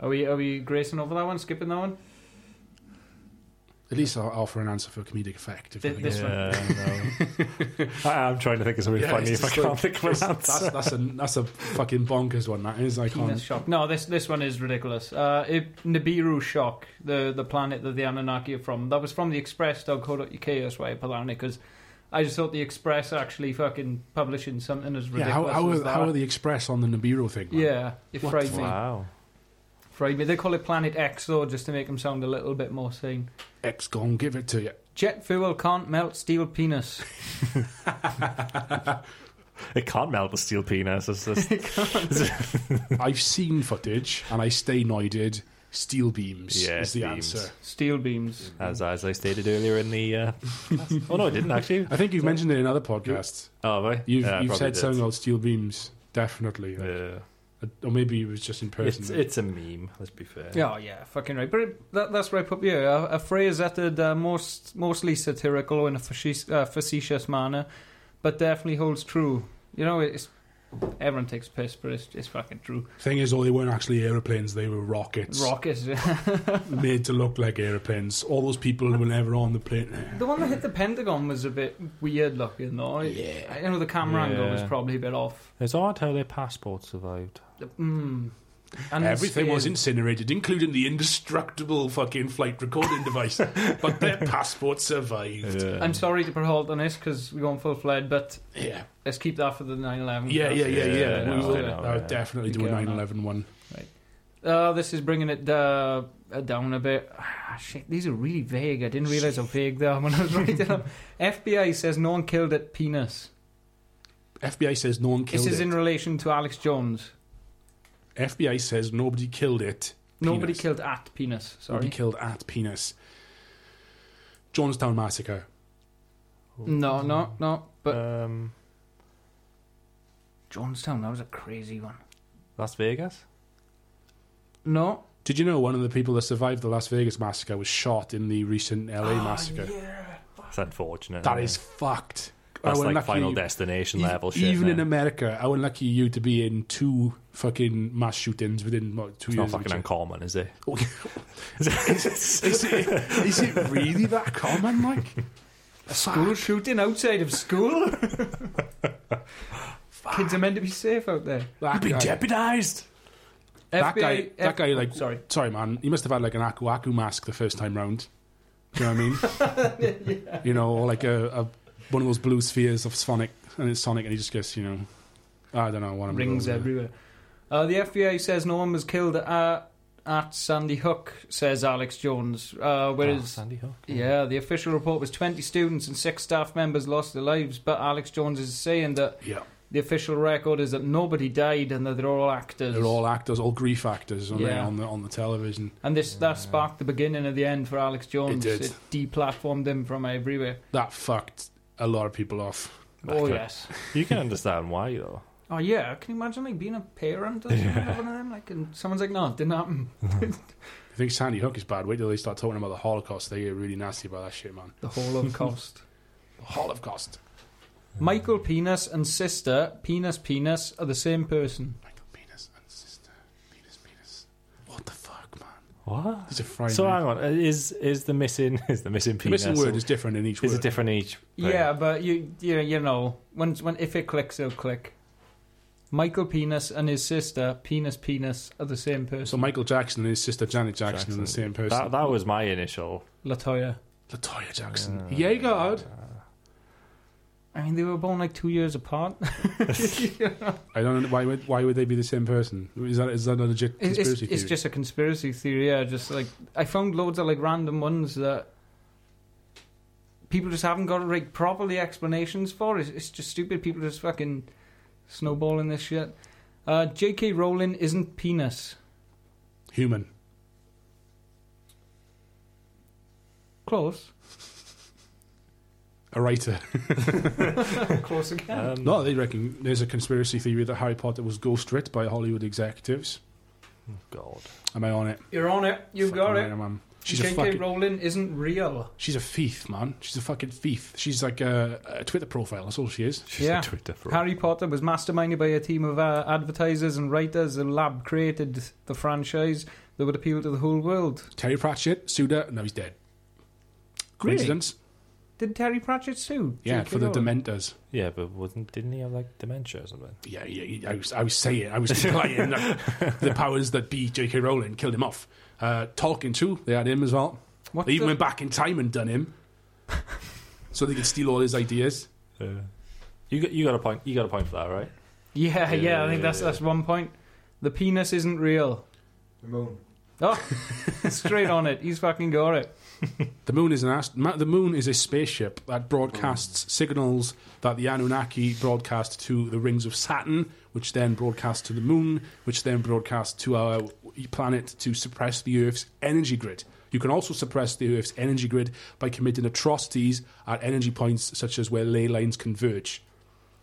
Speaker 1: Are we are we gracing over that one? Skipping that one?
Speaker 2: At least I'll offer an answer for comedic effect. If
Speaker 1: Th-
Speaker 2: nothing
Speaker 1: this
Speaker 2: else.
Speaker 3: Yeah, no. I, I'm trying to think of something
Speaker 2: Yeah,
Speaker 3: funny
Speaker 2: it's
Speaker 3: if I
Speaker 2: just
Speaker 3: can't
Speaker 2: like-
Speaker 3: think of an
Speaker 2: that's
Speaker 3: answer.
Speaker 2: that's a that's a fucking bonkers one. That is. I
Speaker 1: Penis
Speaker 2: can't.
Speaker 1: shock. No, this this one is ridiculous. Uh, it, Nibiru shock, the the planet that the Anunnaki are from. That was from the Express.co.uk. That's why I put that on it because I just thought the Express actually fucking publishing something as
Speaker 2: Yeah,
Speaker 1: ridiculous
Speaker 2: how, how,
Speaker 1: as
Speaker 2: are,
Speaker 1: that.
Speaker 2: how are the Express on the Nibiru thing? man?
Speaker 1: yeah, it
Speaker 2: What
Speaker 1: fried me.
Speaker 3: Wow.
Speaker 1: Fried me. They call it Planet X though, just to make them sound a little bit more sane.
Speaker 2: X gone, give it to you.
Speaker 1: Jet fuel can't melt steel penis.
Speaker 3: It can't melt a steel penis. It's just,
Speaker 2: I've seen footage and I stay noided. Steel beams
Speaker 3: Yeah,
Speaker 2: is the
Speaker 3: beams.
Speaker 2: answer.
Speaker 1: Steel beams.
Speaker 3: as, as I stated earlier in the. Uh, oh, no, I didn't actually.
Speaker 2: I think you've mentioned it in other podcasts.
Speaker 3: Oh, have I?
Speaker 2: You've,
Speaker 3: Yeah, I
Speaker 2: you've
Speaker 3: probably
Speaker 2: said
Speaker 3: did.
Speaker 2: something about steel beams, definitely. Uh,
Speaker 3: Yeah.
Speaker 2: Or maybe it was just in person.
Speaker 3: It's, it's a meme, let's be fair.
Speaker 1: Yeah, oh, yeah, fucking right. But it, that, that's right up here. A, a phrase uttered uh, most mostly satirical in a facies- uh, facetious manner, but definitely holds true. You know, it's everyone takes piss, but it's, it's fucking true.
Speaker 2: Thing is, though, they weren't actually aeroplanes, they were rockets.
Speaker 1: Rockets.
Speaker 2: Made to look like aeroplanes. All those people who were never on the plane.
Speaker 1: the one that hit the Pentagon was a bit weird looking, though.
Speaker 2: Yeah.
Speaker 1: I, I know the camera angle was
Speaker 3: Yeah.
Speaker 1: probably a bit off.
Speaker 3: It's odd how their passport survived.
Speaker 1: Mm. And the
Speaker 2: Everything
Speaker 1: scale.
Speaker 2: was incinerated, including the indestructible fucking flight recording device. but their passport survived.
Speaker 1: I'm sorry to put a halt on this because we're going full fledged, but
Speaker 2: Yeah.
Speaker 1: let's keep that for the 9 11.
Speaker 2: Yeah, yeah, yeah, yeah.
Speaker 3: Yeah,
Speaker 2: we
Speaker 1: no,
Speaker 2: will
Speaker 1: I know,
Speaker 2: I'll
Speaker 3: yeah.
Speaker 2: definitely do a
Speaker 1: Okay,
Speaker 2: 9
Speaker 1: no.
Speaker 2: 11 one.
Speaker 1: Uh, this is bringing it uh, uh, down a bit. Ah, shit, these are really vague. I didn't realize how vague they are when I was writing them. FBI says no one killed at penis.
Speaker 2: FBI says no one killed
Speaker 1: this is
Speaker 2: it.
Speaker 1: in relation to Alex Jones.
Speaker 2: FBI says nobody killed it.
Speaker 1: Nobody
Speaker 2: Penis.
Speaker 1: killed at penis. Sorry.
Speaker 2: Nobody killed at penis. Jonestown massacre.
Speaker 1: No, no, no. But
Speaker 3: um,
Speaker 1: Jonestown, that was a crazy one.
Speaker 3: Las Vegas?
Speaker 1: No,
Speaker 2: Did you know one of the people that survived the Las Vegas massacre was shot in the recent LA
Speaker 1: Oh,
Speaker 2: massacre?
Speaker 3: It's unfortunate.
Speaker 2: That
Speaker 3: isn't
Speaker 2: is
Speaker 3: it?
Speaker 2: fucked.
Speaker 3: that's
Speaker 2: How
Speaker 3: like
Speaker 2: unlucky
Speaker 3: Final
Speaker 2: you-
Speaker 3: Destination
Speaker 2: Ev-
Speaker 3: level shit.
Speaker 2: Even in
Speaker 3: man.
Speaker 2: America, how unlucky are you to be in two fucking mass shootings within what, two
Speaker 3: it's not
Speaker 2: years? of
Speaker 3: fucking
Speaker 2: each other?
Speaker 3: uncommon, is it?
Speaker 2: is, it, is it really that common? Like,
Speaker 1: School shooting outside of school? Kids are meant to be safe out there.
Speaker 2: that guy,
Speaker 3: jeopardized.
Speaker 2: that
Speaker 1: FBI
Speaker 2: guy, that guy, like,
Speaker 1: oh, sorry.
Speaker 2: sorry, man, he must have had like an aku aku mask the first time round. Do you know what I mean? You know, or like a, a one of those blue spheres of Sonic, and it's Sonic, and he just gets, you know, I don't know what I'm
Speaker 1: Rings everywhere. Uh, the FBI says no one was killed uh, at Sandy Hook, says Alex Jones. Uh, whereas,
Speaker 3: Ah, Oh, Sandy Hook.
Speaker 1: yeah, the official report was 20 students and six staff members lost their lives. But Alex Jones is saying that
Speaker 2: Yeah,
Speaker 1: the official record is that nobody died and that they're all actors.
Speaker 2: they're all actors, all grief actors, aren't they,
Speaker 1: Yeah.
Speaker 2: on the on the television.
Speaker 1: And this that sparked the beginning of the end for Alex Jones.
Speaker 2: did.
Speaker 1: deplatformed him from everywhere.
Speaker 2: That fucked a lot of people off.
Speaker 1: Oh
Speaker 3: Okay.
Speaker 1: yes.
Speaker 3: You can understand why though.
Speaker 1: Oh yeah. Can you imagine like being a parent or something, of one of them? Like, and someone's like, "No, it didn't happen."
Speaker 2: I think Sandy Hook is bad. Wait till they start talking about the Holocaust. They get really nasty about that shit, man.
Speaker 1: The Holocaust.
Speaker 2: The Holocaust.
Speaker 1: Michael Penis and sister Penis Penis are the same person.
Speaker 2: Michael Penis and sister. Penis, penis. What the fuck, man?
Speaker 3: What?
Speaker 2: These are Friday.
Speaker 3: So hang on, is is the missing is the missing
Speaker 2: the
Speaker 3: penis?
Speaker 2: missing word is different in each
Speaker 3: is
Speaker 2: word.
Speaker 3: it different each? thing?
Speaker 1: Yeah, but you you you know when when if it clicks, it'll click. Michael Penis and his sister Penis Penis are the same
Speaker 2: so
Speaker 1: person.
Speaker 2: Michael Jackson and his sister Janet Jackson, are the
Speaker 3: Jackson.
Speaker 2: same person.
Speaker 3: That, that was my initial. uh,
Speaker 1: Latoya.
Speaker 2: Latoya Jackson. Yeah, God.
Speaker 1: I mean, they were born like two years apart.
Speaker 2: I don't know why would why would they be the same person? Is that is that a legit
Speaker 1: It-
Speaker 2: conspiracy
Speaker 1: it's, it's
Speaker 2: theory?
Speaker 1: just a conspiracy theory. Yeah, just like I found loads of like random ones that people just haven't got like properly explanations for. It's, it's just stupid. People just fucking snowballing this shit. Uh, J.K. Rowling isn't penis.
Speaker 2: Human.
Speaker 1: Close.
Speaker 2: A writer.
Speaker 1: Close again.
Speaker 3: Um,
Speaker 2: No, they reckon there's a conspiracy theory that Harry Potter was ghostwrit by Hollywood executives.
Speaker 3: oh, God.
Speaker 2: Am I on it?
Speaker 1: You're on it. You've
Speaker 2: Fucking
Speaker 1: got
Speaker 2: right,
Speaker 1: it.
Speaker 2: I'm on. She's a
Speaker 1: J.K.
Speaker 2: fucking
Speaker 1: Rowling isn't real.
Speaker 2: She's a thief, man. She's a fucking thief. She's like a, a Twitter profile. That's all she is.
Speaker 3: She's
Speaker 1: Yeah.
Speaker 3: a Twitter for
Speaker 1: Harry Potter was masterminded by a team of uh, advertisers and writers. The lab created the franchise that would appeal to the whole world.
Speaker 2: Terry Pratchett, sued her. Now he's dead.
Speaker 1: Really?
Speaker 2: Coincidence?
Speaker 1: Did Terry Pratchett sue?
Speaker 2: Yeah,
Speaker 1: J.K.
Speaker 2: for the
Speaker 1: Rowling?
Speaker 2: Dementors.
Speaker 3: Yeah, but wasn't didn't he have like dementia or something?
Speaker 2: Yeah, yeah, yeah, I was, I was saying, I was implying that the powers that be, J.K. Rowling, killed him off. Uh, Tolkien too, they had him as well.
Speaker 1: What
Speaker 2: they even
Speaker 1: the-
Speaker 2: went back in time and done him, so they could steal all his ideas.
Speaker 3: Yeah. You got you got a point. You got a point for that, right?
Speaker 1: Yeah, yeah,
Speaker 3: Yeah,
Speaker 1: I think that's
Speaker 3: yeah,
Speaker 1: that's one point. The penis isn't real.
Speaker 4: The moon.
Speaker 1: Oh, straight on it. He's fucking got it.
Speaker 2: The moon is an ast- ma- the moon is a spaceship that broadcasts
Speaker 1: Mm.
Speaker 2: signals that the Anunnaki broadcast to the rings of Saturn, which then broadcast to the moon, which then broadcast to our planet to suppress the Earth's energy grid. You can also suppress the Earth's energy grid by committing atrocities at energy points such as where ley lines converge.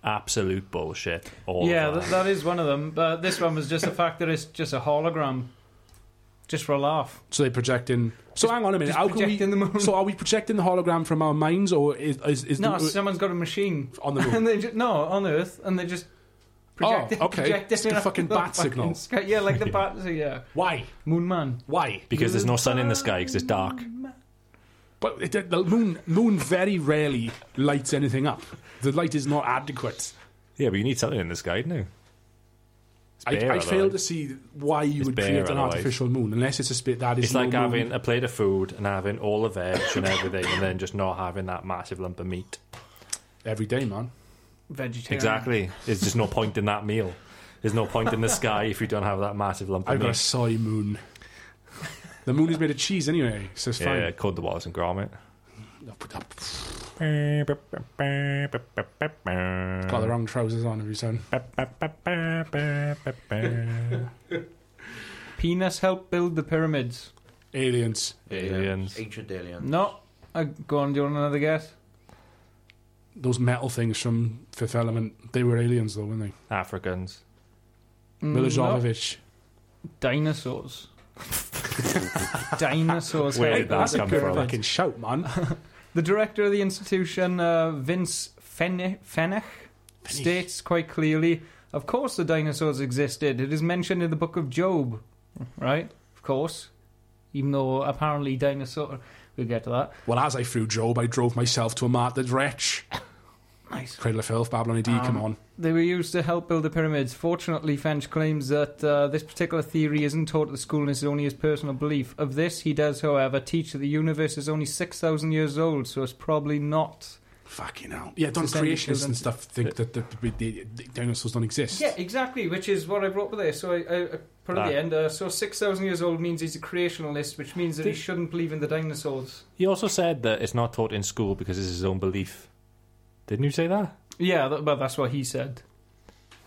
Speaker 3: Absolute bullshit. All
Speaker 1: yeah,
Speaker 3: of
Speaker 1: that, that is one of them. But this one was just the fact that it's just a hologram, just for a laugh.
Speaker 2: So they're projecting. So hang on a minute.
Speaker 1: just
Speaker 2: How can we,
Speaker 1: projecting the moon.
Speaker 2: So are we projecting the hologram from our minds, or is, is, is
Speaker 1: No,
Speaker 2: the,
Speaker 1: someone's got a machine
Speaker 2: on the moon?
Speaker 1: and they just, no on Earth, and they just project it-
Speaker 2: Oh, okay.
Speaker 1: project it
Speaker 2: It's
Speaker 1: in
Speaker 2: the fucking
Speaker 1: the
Speaker 2: bat signal.
Speaker 1: sky. Yeah, like the bat. so Yeah,
Speaker 2: Why?
Speaker 1: Moon Man.
Speaker 2: Why?
Speaker 3: because there's no sun in the sky because it's dark.
Speaker 2: But it, the moon, moon very rarely lights anything up. The light is not adequate.
Speaker 3: Yeah, but you need something in the sky, don't you? It's
Speaker 2: I,
Speaker 3: bare
Speaker 2: I fail
Speaker 3: otherwise.
Speaker 2: to see why you
Speaker 3: It's
Speaker 2: would
Speaker 3: bare
Speaker 2: create an
Speaker 3: otherwise.
Speaker 2: artificial moon unless it's a space that is.
Speaker 3: It's
Speaker 2: no
Speaker 3: like
Speaker 2: moon.
Speaker 3: having a plate of food and having all the veg and everything, and then just not having that massive lump of meat.
Speaker 2: every day, man.
Speaker 1: Vegetarian.
Speaker 3: Exactly. There's just no point in that meal. There's no point in the sky if you don't have that massive lump of
Speaker 2: I've got a
Speaker 3: meat.
Speaker 2: soy moon. The moon is made of cheese anyway, so it's
Speaker 3: Yeah,
Speaker 2: fine.
Speaker 3: called the Wallace and Gromit.
Speaker 2: I'll put up- Got the
Speaker 3: Got
Speaker 2: wrong trousers on every time.
Speaker 1: Penis helped build the pyramids.
Speaker 2: Aliens.
Speaker 3: Aliens.
Speaker 4: Ancient aliens.
Speaker 1: No, I, go on. Do you want another guess?
Speaker 2: Those metal things from Fifth Element, they were aliens though, weren't they?
Speaker 3: Africans.
Speaker 1: Mm, no.
Speaker 2: Milojovovich.
Speaker 1: Dinosaurs. Dinosaurs.
Speaker 3: Where
Speaker 1: Hey,
Speaker 3: did that
Speaker 2: That's a
Speaker 3: come
Speaker 2: good
Speaker 3: from?
Speaker 2: fucking shout, man.
Speaker 1: The director of the institution, uh, Vince Fenne- Fennech, states quite clearly Of course, the dinosaurs existed. It is mentioned in the book of Job, right? Of course. Even though apparently dinosaur. We'll get to that.
Speaker 2: Well, as I threw Job, I drove myself to a martyred wretch.
Speaker 1: Nice.
Speaker 2: Cradle of filth, Babylon AD,
Speaker 3: Um,
Speaker 2: come on.
Speaker 1: They were used to help build the pyramids. Fortunately, Fench claims that uh, this particular theory isn't taught at the school and is only his personal belief. Of this, he does, however, teach that the universe is only 6,000 years old, so it's probably not.
Speaker 2: Fucking hell. Yeah, don't
Speaker 1: It's the same
Speaker 2: creationists and
Speaker 1: equivalent.
Speaker 2: stuff think that the, the, the, the dinosaurs don't exist.
Speaker 1: Yeah, exactly, which is what I wrote with there. So I, I, I put at
Speaker 3: Ah.
Speaker 1: the end. Uh, so 6,000 years old means he's a creationalist, which means that he shouldn't believe in the dinosaurs.
Speaker 3: He also said that it's not taught in school because it's his own belief. Didn't you say that?
Speaker 1: Yeah, that, well, that's what he said.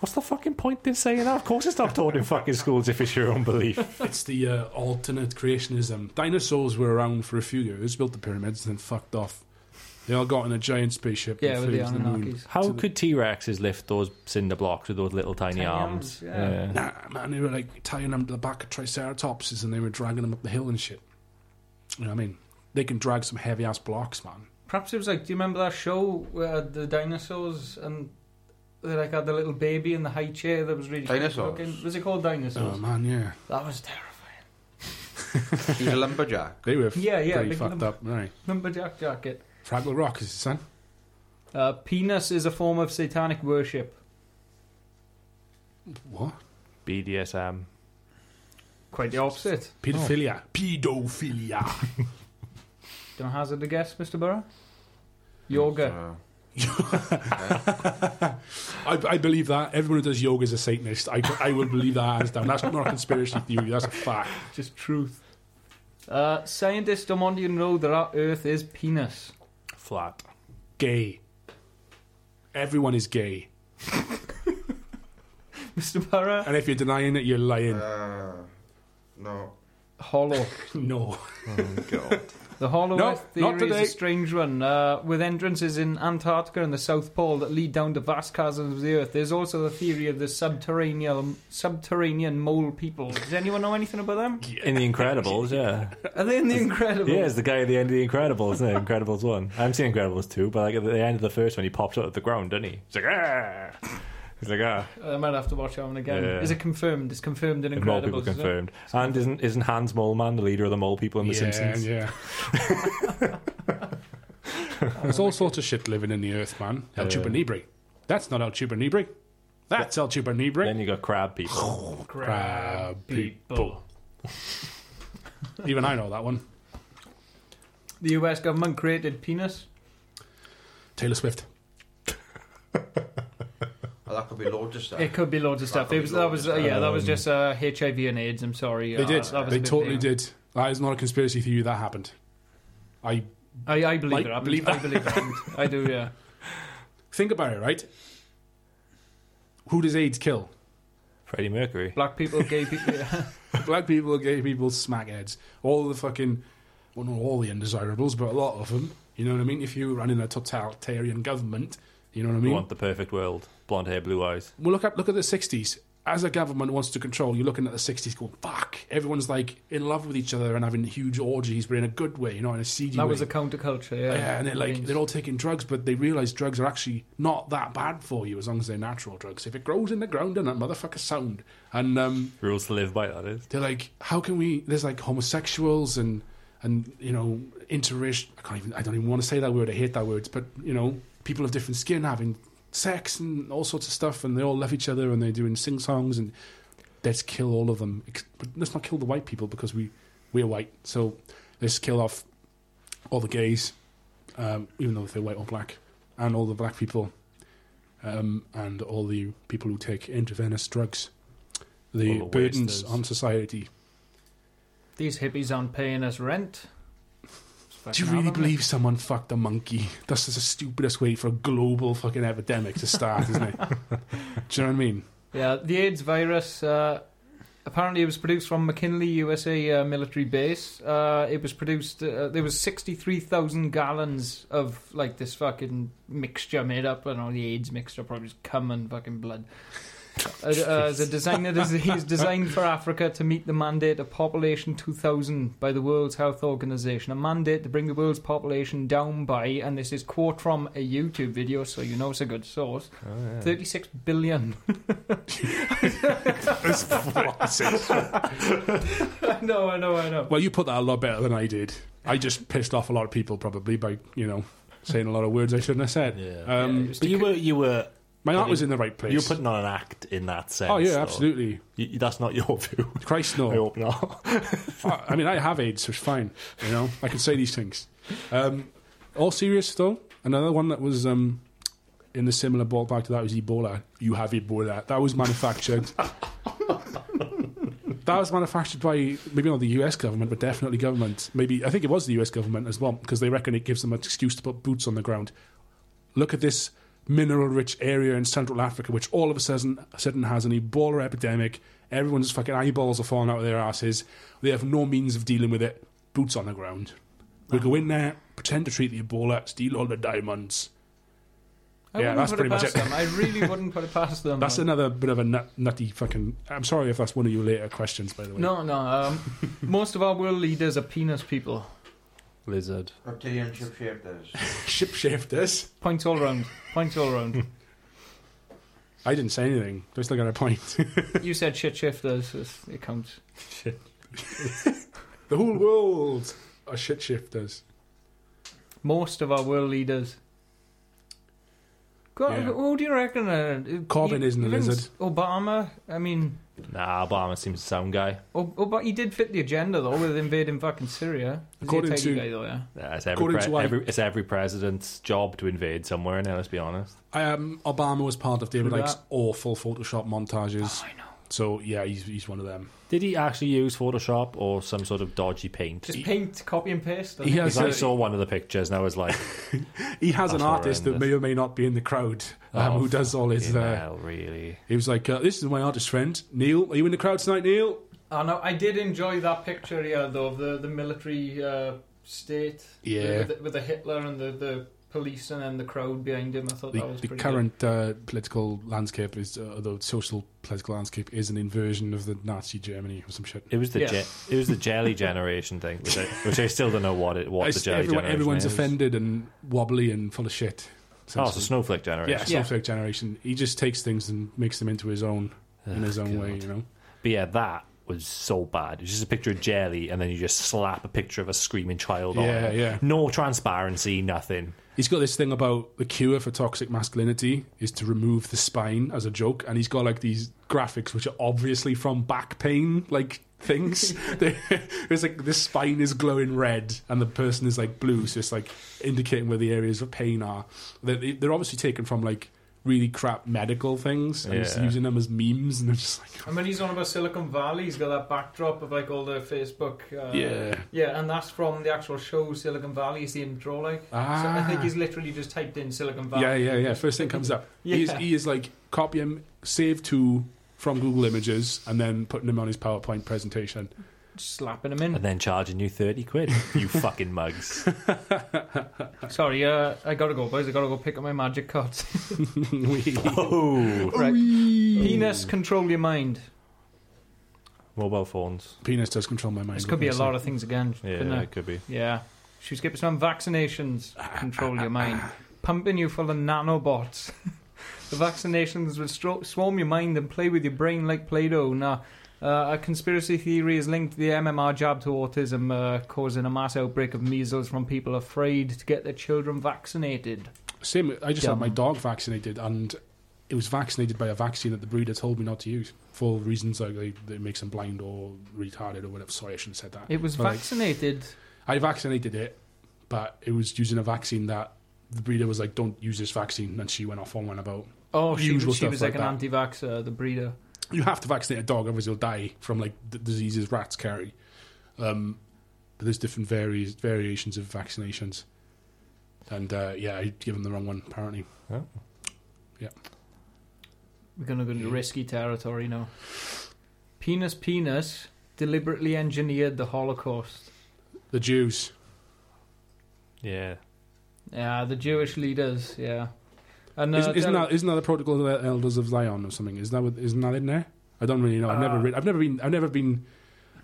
Speaker 3: What's the fucking point in saying that? Of course it's not taught in fucking schools if it's your own belief.
Speaker 2: It's the uh, alternate creationism. Dinosaurs were around for a few years, built the pyramids, and then fucked off. They all got in a giant spaceship
Speaker 1: Yeah,
Speaker 2: and
Speaker 1: with
Speaker 2: flew
Speaker 1: the
Speaker 2: to the moon.
Speaker 1: Anunnakis.
Speaker 3: How could T Rexes lift those cinder blocks with those little tiny,
Speaker 1: Tiny arms,
Speaker 3: arms?
Speaker 1: yeah.
Speaker 2: Nah, man, they were like tying them to the back of triceratopses and they were dragging them up the hill and shit. You know what I mean? They can drag some heavy ass blocks, man.
Speaker 1: Perhaps it was like, do you remember that show where the dinosaurs and they like had the little baby in the high chair that was really
Speaker 4: Dinosaurs.
Speaker 1: Looking? Was it called
Speaker 2: Oh,
Speaker 1: dinosaurs?
Speaker 2: man, yeah.
Speaker 1: that was terrifying.
Speaker 4: He's a lumberjack.
Speaker 2: They were
Speaker 1: Yeah, yeah,
Speaker 2: pretty
Speaker 1: big
Speaker 2: fucked
Speaker 1: number.
Speaker 2: up, right?
Speaker 1: Lumberjack jacket.
Speaker 2: Fraggle Rock is his son.
Speaker 1: Uh, penis is a form of satanic worship.
Speaker 2: What?
Speaker 3: BDSM.
Speaker 1: Quite the opposite.
Speaker 2: Pedophilia. Pedophilia.
Speaker 1: Don't hazard a guess, Mr. Burrow.
Speaker 4: uh,
Speaker 1: Yoga.
Speaker 2: I, I believe that. Everyone who does yoga is a Satanist. I, I will believe that hands down. That's not a conspiracy theory. That's a fact.
Speaker 1: Just truth. Uh, scientists don't want you to know that our Earth is penis.
Speaker 3: Flat.
Speaker 2: Gay. Everyone is gay.
Speaker 1: Mr. Burrow.
Speaker 2: And if you're denying it, you're lying.
Speaker 4: no.
Speaker 1: Hollow.
Speaker 2: no.
Speaker 1: The Hollow
Speaker 2: No,
Speaker 1: Earth
Speaker 2: not
Speaker 1: theory
Speaker 2: today.
Speaker 1: is a strange one, uh, with entrances in Antarctica and the South Pole that lead down to vast chasms of the Earth. There's also the theory of the subterranean subterranean mole people. Does anyone know anything about them?
Speaker 3: In The Incredibles, yeah.
Speaker 1: Are they in the Incredibles?
Speaker 3: Yeah, it's the guy at the end of The Incredibles, isn't it? Incredibles 1. I haven't seen Incredibles 2, but like at the end of the first one, he pops out of the ground, doesn't he? He's like, ah! He's like, ah.
Speaker 1: I might have to watch that one again.
Speaker 3: Yeah.
Speaker 1: Is it confirmed? It's confirmed in
Speaker 3: And Mole People
Speaker 1: Incredibles. is it?
Speaker 3: confirmed. And isn't, isn't Hans Moleman the leader of the Mole People in The
Speaker 2: yeah,
Speaker 3: Simpsons?
Speaker 2: yeah. There's all sorts of shit living in the earth, man. El
Speaker 3: Yeah.
Speaker 2: Chupanibri. That's not El Chupanibri. That's El Chupanibri.
Speaker 3: Then you got crab people.
Speaker 2: Crab people. Even I know that one.
Speaker 1: The US government created penis.
Speaker 2: Taylor Swift.
Speaker 4: Oh, that could be loads of stuff.
Speaker 1: It could be loads of stuff. It was, that was uh, yeah, that was just uh, HIV and AIDS. I'm sorry.
Speaker 2: They
Speaker 1: Uh,
Speaker 2: did.
Speaker 1: That was
Speaker 2: They
Speaker 1: a bit
Speaker 2: totally
Speaker 1: big.
Speaker 2: did. That is not a conspiracy theory. That happened. I
Speaker 1: I, I believe
Speaker 2: Like,
Speaker 1: it. I
Speaker 2: believe
Speaker 1: believe. I believe it. I do. Yeah.
Speaker 2: think about it, right? Who does AIDS kill?
Speaker 3: Freddie Mercury.
Speaker 1: Black people, gay people. Yeah.
Speaker 2: Black people, gay people, smackheads. All the fucking, well, not all the undesirables, but a lot of them. You know what I mean? If you run in a totalitarian government, you know what I
Speaker 3: We
Speaker 2: mean?
Speaker 3: want the perfect world. Blonde hair, blue eyes.
Speaker 2: Well, look at look at the '60s. As a government wants to control, you're looking at the '60s. Going fuck, everyone's like in love with each other and having huge orgies, but in a good way, you know, in a seedy
Speaker 1: That
Speaker 2: way.
Speaker 1: was a counterculture, yeah.
Speaker 2: yeah, and they're like
Speaker 1: Means-
Speaker 2: they're all taking drugs, but they realise drugs are actually not that bad for you as long as they're natural drugs. If it grows in the ground and that motherfucker's sound, and um,
Speaker 3: Rules to live by, that is.
Speaker 2: they're like, how can we? There's like homosexuals and and you know interracial. I can't even. I don't even want to say that word. I hate that word. But you know, people of different skin having sex and all sorts of stuff, and they all love each other, and they're doing sing songs, and let's kill all of them. Ex- But let's not kill the white people because we we're white. So let's kill off all the gays, um, even though they're white or black, and all the black people. Um, and all the people who take intravenous drugs, the,
Speaker 3: All the
Speaker 2: burdens
Speaker 3: wasters.
Speaker 2: on society.
Speaker 1: These hippies aren't paying us rent.
Speaker 2: Do you really believe someone fucked a monkey? That's just the stupidest way for a global fucking epidemic to start, isn't it? Do you know what I mean?
Speaker 1: Yeah, the AIDS virus. Uh, apparently, it was produced from McKinley, USA uh, military base. Uh, it was produced. Uh, there was sixty-three thousand gallons of like this fucking mixture made up. I don't know the AIDS mixture, probably just cum and fucking blood. as, as a designer disease designed for Africa to meet the mandate of Population 2000 by the World Health Organization. A mandate to bring the world's population down by, and this is quote from a YouTube video, so you know it's a good source, 36 billion. I know, I know, I know.
Speaker 2: Well, you put that a lot better than I did. I just pissed off a lot of people probably by you know saying a lot of words I shouldn't have said.
Speaker 3: Yeah.
Speaker 2: Um,
Speaker 3: but you were you were
Speaker 2: my
Speaker 3: but
Speaker 2: heart
Speaker 3: you-
Speaker 2: was in the right place.
Speaker 3: you were putting on an act in that sense.
Speaker 2: oh yeah,
Speaker 3: though.
Speaker 2: absolutely.
Speaker 3: You, that's not your view.
Speaker 2: Christ
Speaker 3: I
Speaker 2: no.
Speaker 3: hope not.
Speaker 2: I, I mean, I have AIDS, so it's fine. You know, I can say these things. Um, all serious though. Another one that was um, in the similar ballpark to that was Ebola. You have Ebola. That was manufactured. That was manufactured by maybe not the US government, but definitely government. Maybe I think it was the US government as well, because they reckon it gives them an excuse to put boots on the ground. Look at this mineral-rich area in Central Africa, which all of a sudden, sudden has an Ebola epidemic. Everyone's fucking eyeballs are falling out of their asses. They have no means of dealing with it. Boots on the ground. We go in there, pretend to treat the Ebola, steal all the diamonds.
Speaker 1: I
Speaker 2: Yeah,
Speaker 1: wouldn't
Speaker 2: that's
Speaker 1: put
Speaker 2: pretty
Speaker 1: it
Speaker 2: much
Speaker 1: past
Speaker 2: it.
Speaker 1: Them. I really wouldn't put it past them.
Speaker 2: That's another bit of a nut, nutty fucking. I'm sorry if that's one of your later questions, by the way.
Speaker 1: No, no. Um, most of our world leaders are penis people.
Speaker 3: Lizard.
Speaker 4: Reptilian shapeshifters.
Speaker 2: Ship shifters.
Speaker 1: Points all round. Points all round.
Speaker 2: I didn't say anything. Do I still got a point?
Speaker 1: you said shit shifters. it's- It counts.
Speaker 2: the whole world are shit shifters.
Speaker 1: Most of our world leaders. God,
Speaker 2: Yeah.
Speaker 1: Who do you reckon? Uh,
Speaker 2: Corbyn
Speaker 1: e-
Speaker 2: isn't a
Speaker 1: even
Speaker 2: lizard.
Speaker 1: Obama. I mean,
Speaker 3: Nah, Obama seems a sound guy.
Speaker 1: oh, but he did fit the agenda though with invading fucking Syria. Is he a
Speaker 2: According
Speaker 1: tidy
Speaker 2: to-
Speaker 1: guy, though, yeah?
Speaker 3: Yeah, it's every,
Speaker 2: According
Speaker 3: pre-
Speaker 2: to I-
Speaker 3: every it's every president's job to invade somewhere now. Let's be honest.
Speaker 2: Um, Obama was Oh, part of David
Speaker 1: Look at
Speaker 2: Icke's
Speaker 1: that.
Speaker 2: awful Photoshop montages. So yeah, he's he's one of them.
Speaker 3: Did he actually use Photoshop or some sort of dodgy paint?
Speaker 1: just paint, copy and paste. I
Speaker 2: He
Speaker 1: think.
Speaker 2: has
Speaker 3: Because I
Speaker 2: a,
Speaker 3: saw one of the pictures and I was like,
Speaker 2: he has an
Speaker 3: That's
Speaker 2: artist that
Speaker 3: horrendous.
Speaker 2: may or may not be in the crowd um,
Speaker 3: Oh,
Speaker 2: who does all his.
Speaker 3: "Fucking
Speaker 2: Uh,
Speaker 3: hell, really?
Speaker 2: he was like, uh, "This is my artist friend Neil. Are you in the crowd tonight, Neil?"
Speaker 1: I know. I did enjoy that picture here, though, of the the military uh, state.
Speaker 2: Yeah.
Speaker 1: With, the- with the Hitler and the, the police, and then the crowd behind him. I thought that
Speaker 2: The,
Speaker 1: was
Speaker 2: the
Speaker 1: pretty
Speaker 2: current uh, political landscape is, uh, the social political landscape is an inversion of the Nazi Germany or some shit.
Speaker 3: It was the
Speaker 1: Yeah.
Speaker 3: ge- it was the jelly generation thing, which I, which I still don't know what it what
Speaker 2: It's-
Speaker 3: the jelly
Speaker 2: everyone-
Speaker 3: generation
Speaker 2: everyone's
Speaker 3: is.
Speaker 2: offended and wobbly and full of shit.
Speaker 3: Oh, it's a snowflake generation.
Speaker 2: yeah,
Speaker 1: Yeah.
Speaker 2: snowflake generation. He just takes things and makes them into his own in his own way. You know,
Speaker 3: But yeah, that was so bad. It's just a picture of jelly, and then you just slap a picture of a screaming child on
Speaker 2: Yeah,
Speaker 3: it.
Speaker 2: yeah.
Speaker 3: No transparency, nothing.
Speaker 2: he's got this thing about the cure for toxic masculinity is to remove the spine as a joke, and he's got like these graphics which are obviously from back pain, like. Things They- it's like the spine is glowing red and the person is like blue, so it's like indicating where the areas of pain are. They're, they're obviously taken from like really crap medical things and he's
Speaker 3: Yeah.
Speaker 2: using them as memes, and they're just like,
Speaker 1: I mean, he's on about Silicon Valley. He's got that backdrop of like all the Facebook. Uh,
Speaker 2: Yeah.
Speaker 1: Yeah, and that's from the actual show Silicon Valley. It's the intro, like. So I think
Speaker 2: Ah.
Speaker 1: he's literally just typed in Silicon Valley.
Speaker 2: Yeah, yeah, yeah. First thing comes up. He, is,
Speaker 1: Yeah.
Speaker 2: he is like copy him, save to from Google Images, and then putting him on his PowerPoint presentation.
Speaker 1: Slapping him in.
Speaker 3: And then charging you thirty quid, you fucking mugs.
Speaker 1: Sorry, uh, I gotta go, boys. I gotta go pick up my magic cards.
Speaker 3: Oh,
Speaker 1: right. Penis, control your mind.
Speaker 3: mobile phones.
Speaker 2: Penis does control my mind.
Speaker 1: This could be a lot of things again.
Speaker 3: Yeah,
Speaker 1: couldn't it?
Speaker 3: it could be.
Speaker 1: Yeah. Should skip some vaccinations. Control your mind. Pumping you full of nanobots. the vaccinations will stro- swarm your mind and play with your brain like Play Doh. Now, uh, a conspiracy theory is linked to the MMR jab to autism, uh, causing a mass outbreak of measles from people afraid to get their children vaccinated.
Speaker 2: Same. I just
Speaker 1: Dumb.
Speaker 2: had my dog vaccinated, and it was vaccinated by a vaccine that the breeder told me not to use for reasons like they, that it makes them blind or retarded or whatever. Sorry, I shouldn't have said that.
Speaker 1: It was
Speaker 2: But, like,
Speaker 1: vaccinated.
Speaker 2: I vaccinated it, but it was using a vaccine that the breeder was like, "Don't use this vaccine," and she went off on one about
Speaker 1: Oh, she,
Speaker 2: usual
Speaker 1: was- she
Speaker 2: stuff
Speaker 1: was like,
Speaker 2: like
Speaker 1: an
Speaker 2: that.
Speaker 1: anti vaxxer, the breeder.
Speaker 2: you have to vaccinate a dog, otherwise he'll die from like the diseases rats carry. Um, but there's different vari- variations of vaccinations, and uh, yeah, I give him the wrong one apparently.
Speaker 1: We're going to go into risky territory now. Penis Penis deliberately engineered the Holocaust.
Speaker 2: The Jews.
Speaker 3: Yeah,
Speaker 1: Yeah, the Jewish leaders, yeah. And uh,
Speaker 2: Isn't, isn't
Speaker 1: Del-
Speaker 2: that isn't that the Protocol of the Elders of Zion or something? Is that what, isn't that in there? I don't really know. I've never read. I've never been. I've never been.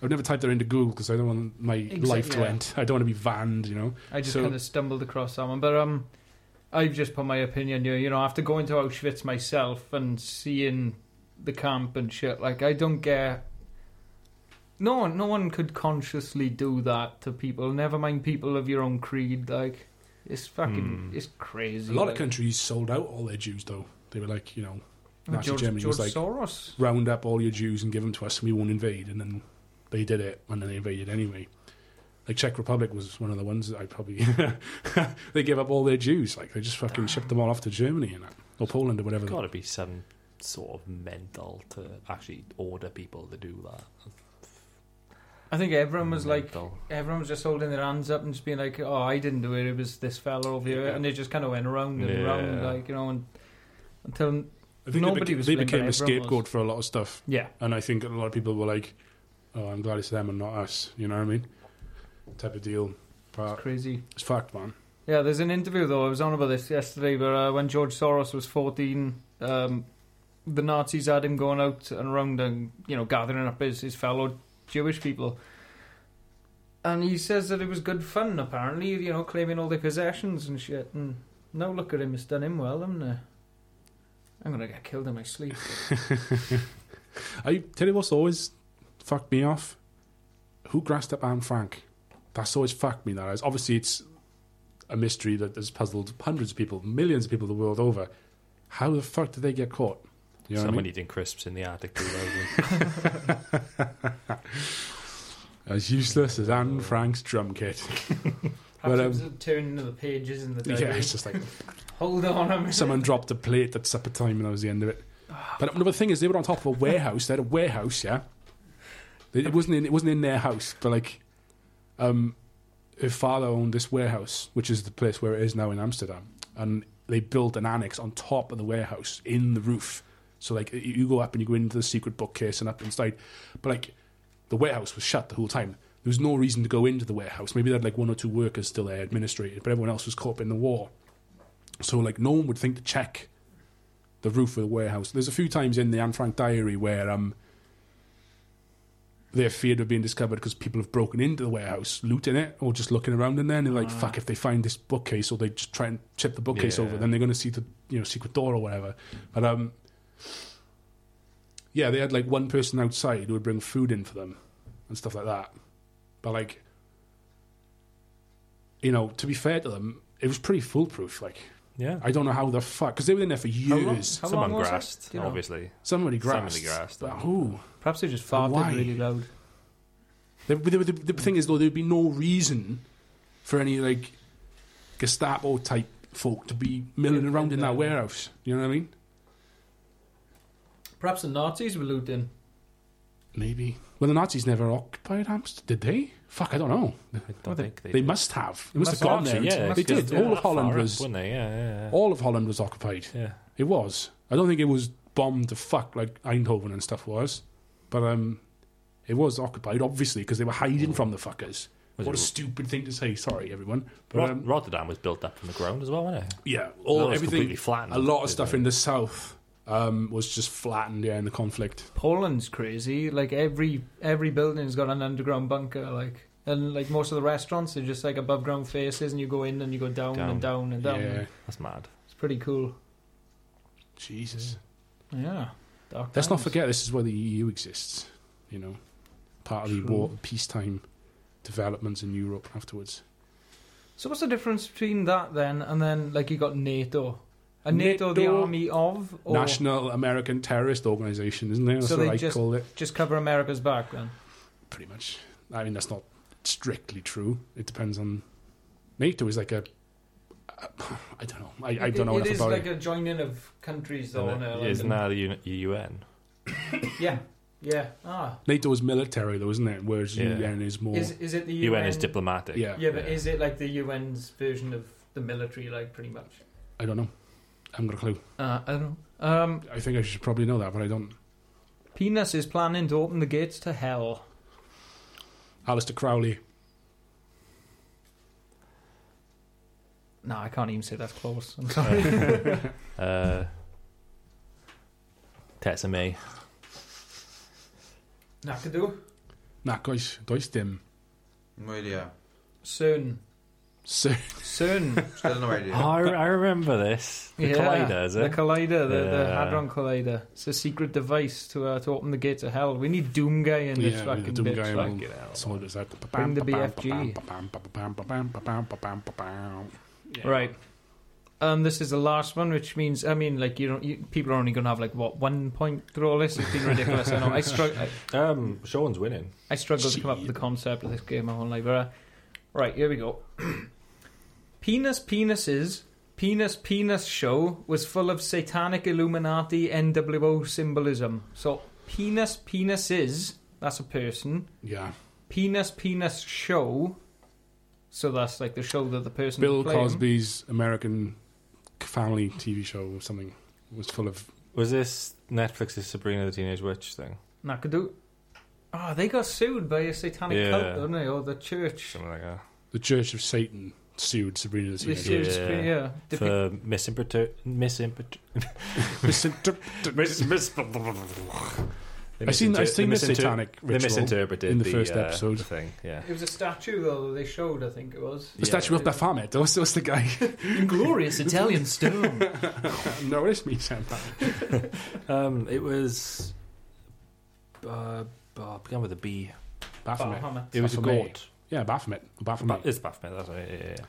Speaker 2: I've never typed that into Google because I don't want my
Speaker 1: Exact-
Speaker 2: life to
Speaker 1: yeah.
Speaker 2: end. I don't want to be vanned. You know.
Speaker 1: I just
Speaker 2: So-
Speaker 1: kind of stumbled across that one, but um, I've just put my opinion here. You know, after going to Auschwitz myself and seeing the camp and shit, like I don't get. No one, no one could consciously do that to people. Never mind people of your own creed. Like it's fucking,
Speaker 3: Hmm.
Speaker 1: it's crazy.
Speaker 2: A lot of
Speaker 1: like.
Speaker 2: countries sold out all their Jews though. They were like, you know, Nazi
Speaker 1: George,
Speaker 2: Germany
Speaker 1: George
Speaker 2: was like-
Speaker 1: Soros.
Speaker 2: round up all your Jews and give them to us, and we won't invade. And then they did it, and then they invaded anyway. Like Czech Republic was one of the ones that I probably they gave up all their Jews. Like they just fucking shipped them all off to Germany and that, or Poland or whatever.
Speaker 3: There's got to be some sort of mental to actually order people to do that.
Speaker 1: I think everyone was like,
Speaker 3: Mental.
Speaker 1: everyone was just holding their hands up and just being like, "Oh, I didn't do it. It was this fella over here,"
Speaker 2: Yeah.
Speaker 1: and they just kind of went around and
Speaker 3: Yeah.
Speaker 1: around, like you know, and, until
Speaker 2: I think
Speaker 1: nobody
Speaker 2: they, beca-
Speaker 1: was
Speaker 2: they
Speaker 1: blamed, but
Speaker 2: became
Speaker 1: everyone
Speaker 2: a
Speaker 1: was.
Speaker 2: scapegoat for a lot of stuff.
Speaker 1: yeah,
Speaker 2: And I think a lot of people were like, "Oh, I'm glad it's them and not us." You know what I mean? Type of deal.
Speaker 1: it's
Speaker 2: But
Speaker 1: crazy.
Speaker 2: it's fact, man.
Speaker 1: Yeah, there's an interview though. I was on about this yesterday, but uh, when George Soros was 14, um, the Nazis had him going out and around and you know gathering up his, his fellow Jewish people, and he says that it was good fun. Apparently, you know, claiming all their possessions and shit. And now look at him; it's done him well, haven't it? I'm gonna get killed in my sleep.
Speaker 2: I tell you what's always fucked me off. Who grassed up Anne Frank? That's always fucked me. That is obviously it's a mystery that has puzzled hundreds of people, millions of people the world over. How the fuck did they get caught? You know
Speaker 3: Someone
Speaker 2: what I mean?
Speaker 3: eating crisps in the attic. too,
Speaker 2: As useless as Anne Frank's drum kit.
Speaker 1: Perhaps
Speaker 2: But,
Speaker 1: it was
Speaker 2: um,
Speaker 1: the turning of the pages in the diary.
Speaker 2: yeah, it's just like
Speaker 1: Hold on a minute.
Speaker 2: someone dropped a plate at supper time, and that was the end of it. But the thing is, they were on top of a warehouse. They had a warehouse, yeah. They- It wasn't in, it wasn't in their house, but like, um, her father owned this warehouse, which is the place where it is now in Amsterdam, and they built an annex on top of the warehouse in the roof. So like, you- you go up and you go into the secret bookcase and up inside, but like, the warehouse was shut the whole time. There was no reason to go into the warehouse. Maybe they had like one or two workers still there administrating, but everyone else was caught up in the war. So like no one would think to check the roof of the warehouse. There's a few times in the Anne Frank diary where um they're feared of being discovered because people have broken into the warehouse, looting it, or just looking around in there, and they're like, "Fuck! If they find this bookcase, or they just try and chip the bookcase
Speaker 3: Yeah.
Speaker 2: over, then they're going to see the you know secret door or whatever." But um, yeah, they had like one person outside who would bring food in for them and stuff like that. But like, you know, to be fair to them, it was pretty foolproof. Like,
Speaker 3: yeah.
Speaker 2: I don't know how the fuck because they were in there for years.
Speaker 1: How
Speaker 3: Someone
Speaker 1: long was
Speaker 3: grassed,
Speaker 1: that? Do you know?
Speaker 3: obviously.
Speaker 2: Somebody grasped.
Speaker 3: Somebody grasped
Speaker 2: But
Speaker 3: them.
Speaker 2: who?
Speaker 1: Perhaps they just
Speaker 2: And why?
Speaker 1: farted really loud.
Speaker 2: The, the, the, the thing is, though, there'd be no reason for any like Gestapo type folk to be milling
Speaker 1: Yeah,
Speaker 2: around in
Speaker 1: yeah.
Speaker 2: that warehouse. You know what I mean?
Speaker 1: Perhaps the Nazis were looting.
Speaker 2: Maybe. Well, the Nazis never occupied Amsterdam, did they? Fuck, I don't know.
Speaker 3: I don't think they,
Speaker 2: They
Speaker 3: did.
Speaker 2: must have. They must,
Speaker 1: Must
Speaker 2: have gone
Speaker 1: have,
Speaker 2: there.
Speaker 1: yeah,
Speaker 2: and-
Speaker 1: must
Speaker 2: they
Speaker 1: have,
Speaker 2: did.
Speaker 1: yeah.
Speaker 2: All of
Speaker 3: That far
Speaker 2: Holland
Speaker 3: up,
Speaker 2: was.
Speaker 3: weren't they? Yeah, yeah, yeah.
Speaker 2: All of Holland was occupied.
Speaker 3: yeah.
Speaker 2: It was. I don't think it was bombed to fuck like Eindhoven and stuff was, but um, it was occupied obviously because they were hiding from the fuckers.
Speaker 3: Was
Speaker 2: what
Speaker 3: it-
Speaker 2: a stupid thing to say. Sorry, everyone. But
Speaker 3: Rot-
Speaker 2: um,
Speaker 3: Rotterdam was built up from the ground as well, wasn't it?
Speaker 2: yeah, all
Speaker 3: That was
Speaker 2: everything.
Speaker 3: completely flattened.
Speaker 2: A lot
Speaker 3: didn't
Speaker 2: of stuff
Speaker 3: it?
Speaker 2: in the south um, was just flattened. Yeah, in the conflict.
Speaker 1: Poland's crazy. Like every every building's got an underground bunker. Like and like most of the restaurants are just like above ground faces, and you go in and you go down,
Speaker 3: Down.
Speaker 1: and down and down.
Speaker 2: yeah,
Speaker 3: That's mad.
Speaker 1: It's pretty cool.
Speaker 2: Jesus.
Speaker 1: Yeah. Dark
Speaker 2: Let's not
Speaker 1: times.
Speaker 2: forget this is where the EU exists. You know, part of the
Speaker 1: True.
Speaker 2: war, peacetime developments in Europe afterwards.
Speaker 1: So what's the difference between that then and then like you got NATO? And NATO,
Speaker 2: NATO,
Speaker 1: the army of or
Speaker 2: National American Terrorist Organization, isn't it? That's
Speaker 1: So
Speaker 2: what
Speaker 1: they
Speaker 2: I
Speaker 1: just-
Speaker 2: call it.
Speaker 1: just cover America's back then?
Speaker 2: pretty much. I mean, that's not strictly true. It depends on NATO is like a. I don't know. I, I don't know
Speaker 1: It- it
Speaker 2: enough
Speaker 1: is
Speaker 2: about
Speaker 1: like
Speaker 2: it.
Speaker 1: a joining of countries though.
Speaker 3: Isn't,
Speaker 1: isn't
Speaker 3: it,
Speaker 1: it?
Speaker 3: isn't that the UN? UN?
Speaker 1: Yeah. Yeah. Ah.
Speaker 2: NATO is military, though, isn't it? Whereas
Speaker 3: Yeah.
Speaker 2: UN is more.
Speaker 1: Is is it the
Speaker 3: UN, is diplomatic.
Speaker 2: Yeah.
Speaker 1: Yeah, but is it like the UN's version of the military, like pretty much?
Speaker 2: I don't know. I haven't got a clue.
Speaker 1: Uh, I don't know. Um,
Speaker 2: I think I should probably know that, but I don't.
Speaker 1: Penis is planning to open the gates to hell.
Speaker 2: Alistair Crowley.
Speaker 1: No, I can't even say that's close. I'm sorry.
Speaker 3: Uh, Tessa May.
Speaker 1: Na, can do.
Speaker 2: Nac oes, does dim.
Speaker 4: Wel, ia.
Speaker 1: Soon.
Speaker 2: So,
Speaker 1: Soon.
Speaker 4: Still no idea.
Speaker 3: Oh, I, I remember this. The
Speaker 1: Yeah,
Speaker 3: collider, is
Speaker 1: The
Speaker 3: it?
Speaker 1: collider, the, the
Speaker 3: Yeah.
Speaker 1: Hadron Collider. It's a secret device to uh, to open the gate to hell. We need Doom Guy in this
Speaker 2: Yeah, we need
Speaker 1: fucking
Speaker 2: Doom
Speaker 1: bitch.
Speaker 2: Guy
Speaker 1: like.
Speaker 2: on- someone does that.
Speaker 1: Bring the BFG. Right. Um, this is the last one, which means I mean, like you don't. You, people are only going to have like what one point through all this. It's been ridiculous. I know. I, strugg- I,
Speaker 3: Um, Sean's winning.
Speaker 1: I struggle to come up with the concept of this game my whole life. But, uh, right here we go. penis penises. Penis penis show was full of satanic Illuminati NWO symbolism. So penis penises. That's a person.
Speaker 2: Yeah.
Speaker 1: Penis penis show. So that's like the show that the person.
Speaker 2: Bill
Speaker 1: playing.
Speaker 2: Cosby's American family TV show or something was full of.
Speaker 3: Was this Netflix's Sabrina the Teenage Witch thing?
Speaker 1: Nakadu. Oh, they got sued by a satanic
Speaker 3: Yeah.
Speaker 1: cult, didn't they? Or the church.
Speaker 3: Something like that.
Speaker 2: The Church of Satan sued Sabrina the
Speaker 1: They
Speaker 2: Teenage
Speaker 1: sued
Speaker 2: Witch.
Speaker 1: yeah.
Speaker 3: Yeah.
Speaker 1: yeah. Did pe-
Speaker 3: For misinterpret... Misinterpret...
Speaker 2: Misinterpret-
Speaker 3: Mis- mis-
Speaker 2: I seen- I seen
Speaker 3: they
Speaker 2: the satanic
Speaker 3: They
Speaker 2: ritual
Speaker 3: misinterpreted
Speaker 2: in the first
Speaker 3: uh,
Speaker 2: episode.
Speaker 3: the thing, yeah.
Speaker 1: it was a statue, though, that they showed, I think it was.
Speaker 2: The statue of Baphomet. What's, what's the guy?
Speaker 1: Inglorious Italian stone.
Speaker 2: no, it's me, Sam.
Speaker 3: Um, it was. Uh, uh, began with a B.
Speaker 2: Baphomet.
Speaker 1: Baphomet.
Speaker 2: It was a
Speaker 3: Baphomet.
Speaker 2: goat. Yeah, Baphomet.
Speaker 3: Ba-
Speaker 2: Baphomet.
Speaker 3: it's Baphomet, that's right. Yeah, yeah.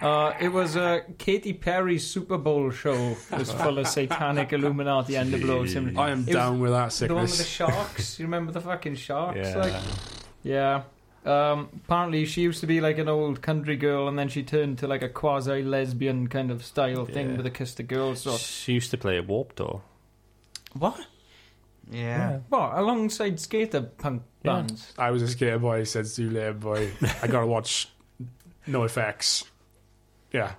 Speaker 1: Uh, it was uh, Katy Perry's Super Bowl show. It was full of satanic Illuminati and the blow symbol.
Speaker 2: I am
Speaker 1: It was
Speaker 2: down with that
Speaker 1: The one with the
Speaker 2: sickness.
Speaker 1: sharks. You remember the fucking sharks?
Speaker 3: yeah.
Speaker 1: Like, Yeah. Um, apparently, she used to be like an old country girl, and then she turned to like a quasi lesbian kind of style thing
Speaker 3: Yeah.
Speaker 1: with a kiss the girl. So
Speaker 3: she used to play at Warped Tour.
Speaker 1: what?
Speaker 4: Yeah.
Speaker 1: What alongside skater punk
Speaker 3: Yeah.
Speaker 1: bands?
Speaker 2: I was a skater boy. I said, "See you later, boy." I gotta watch No Effects. Yeah,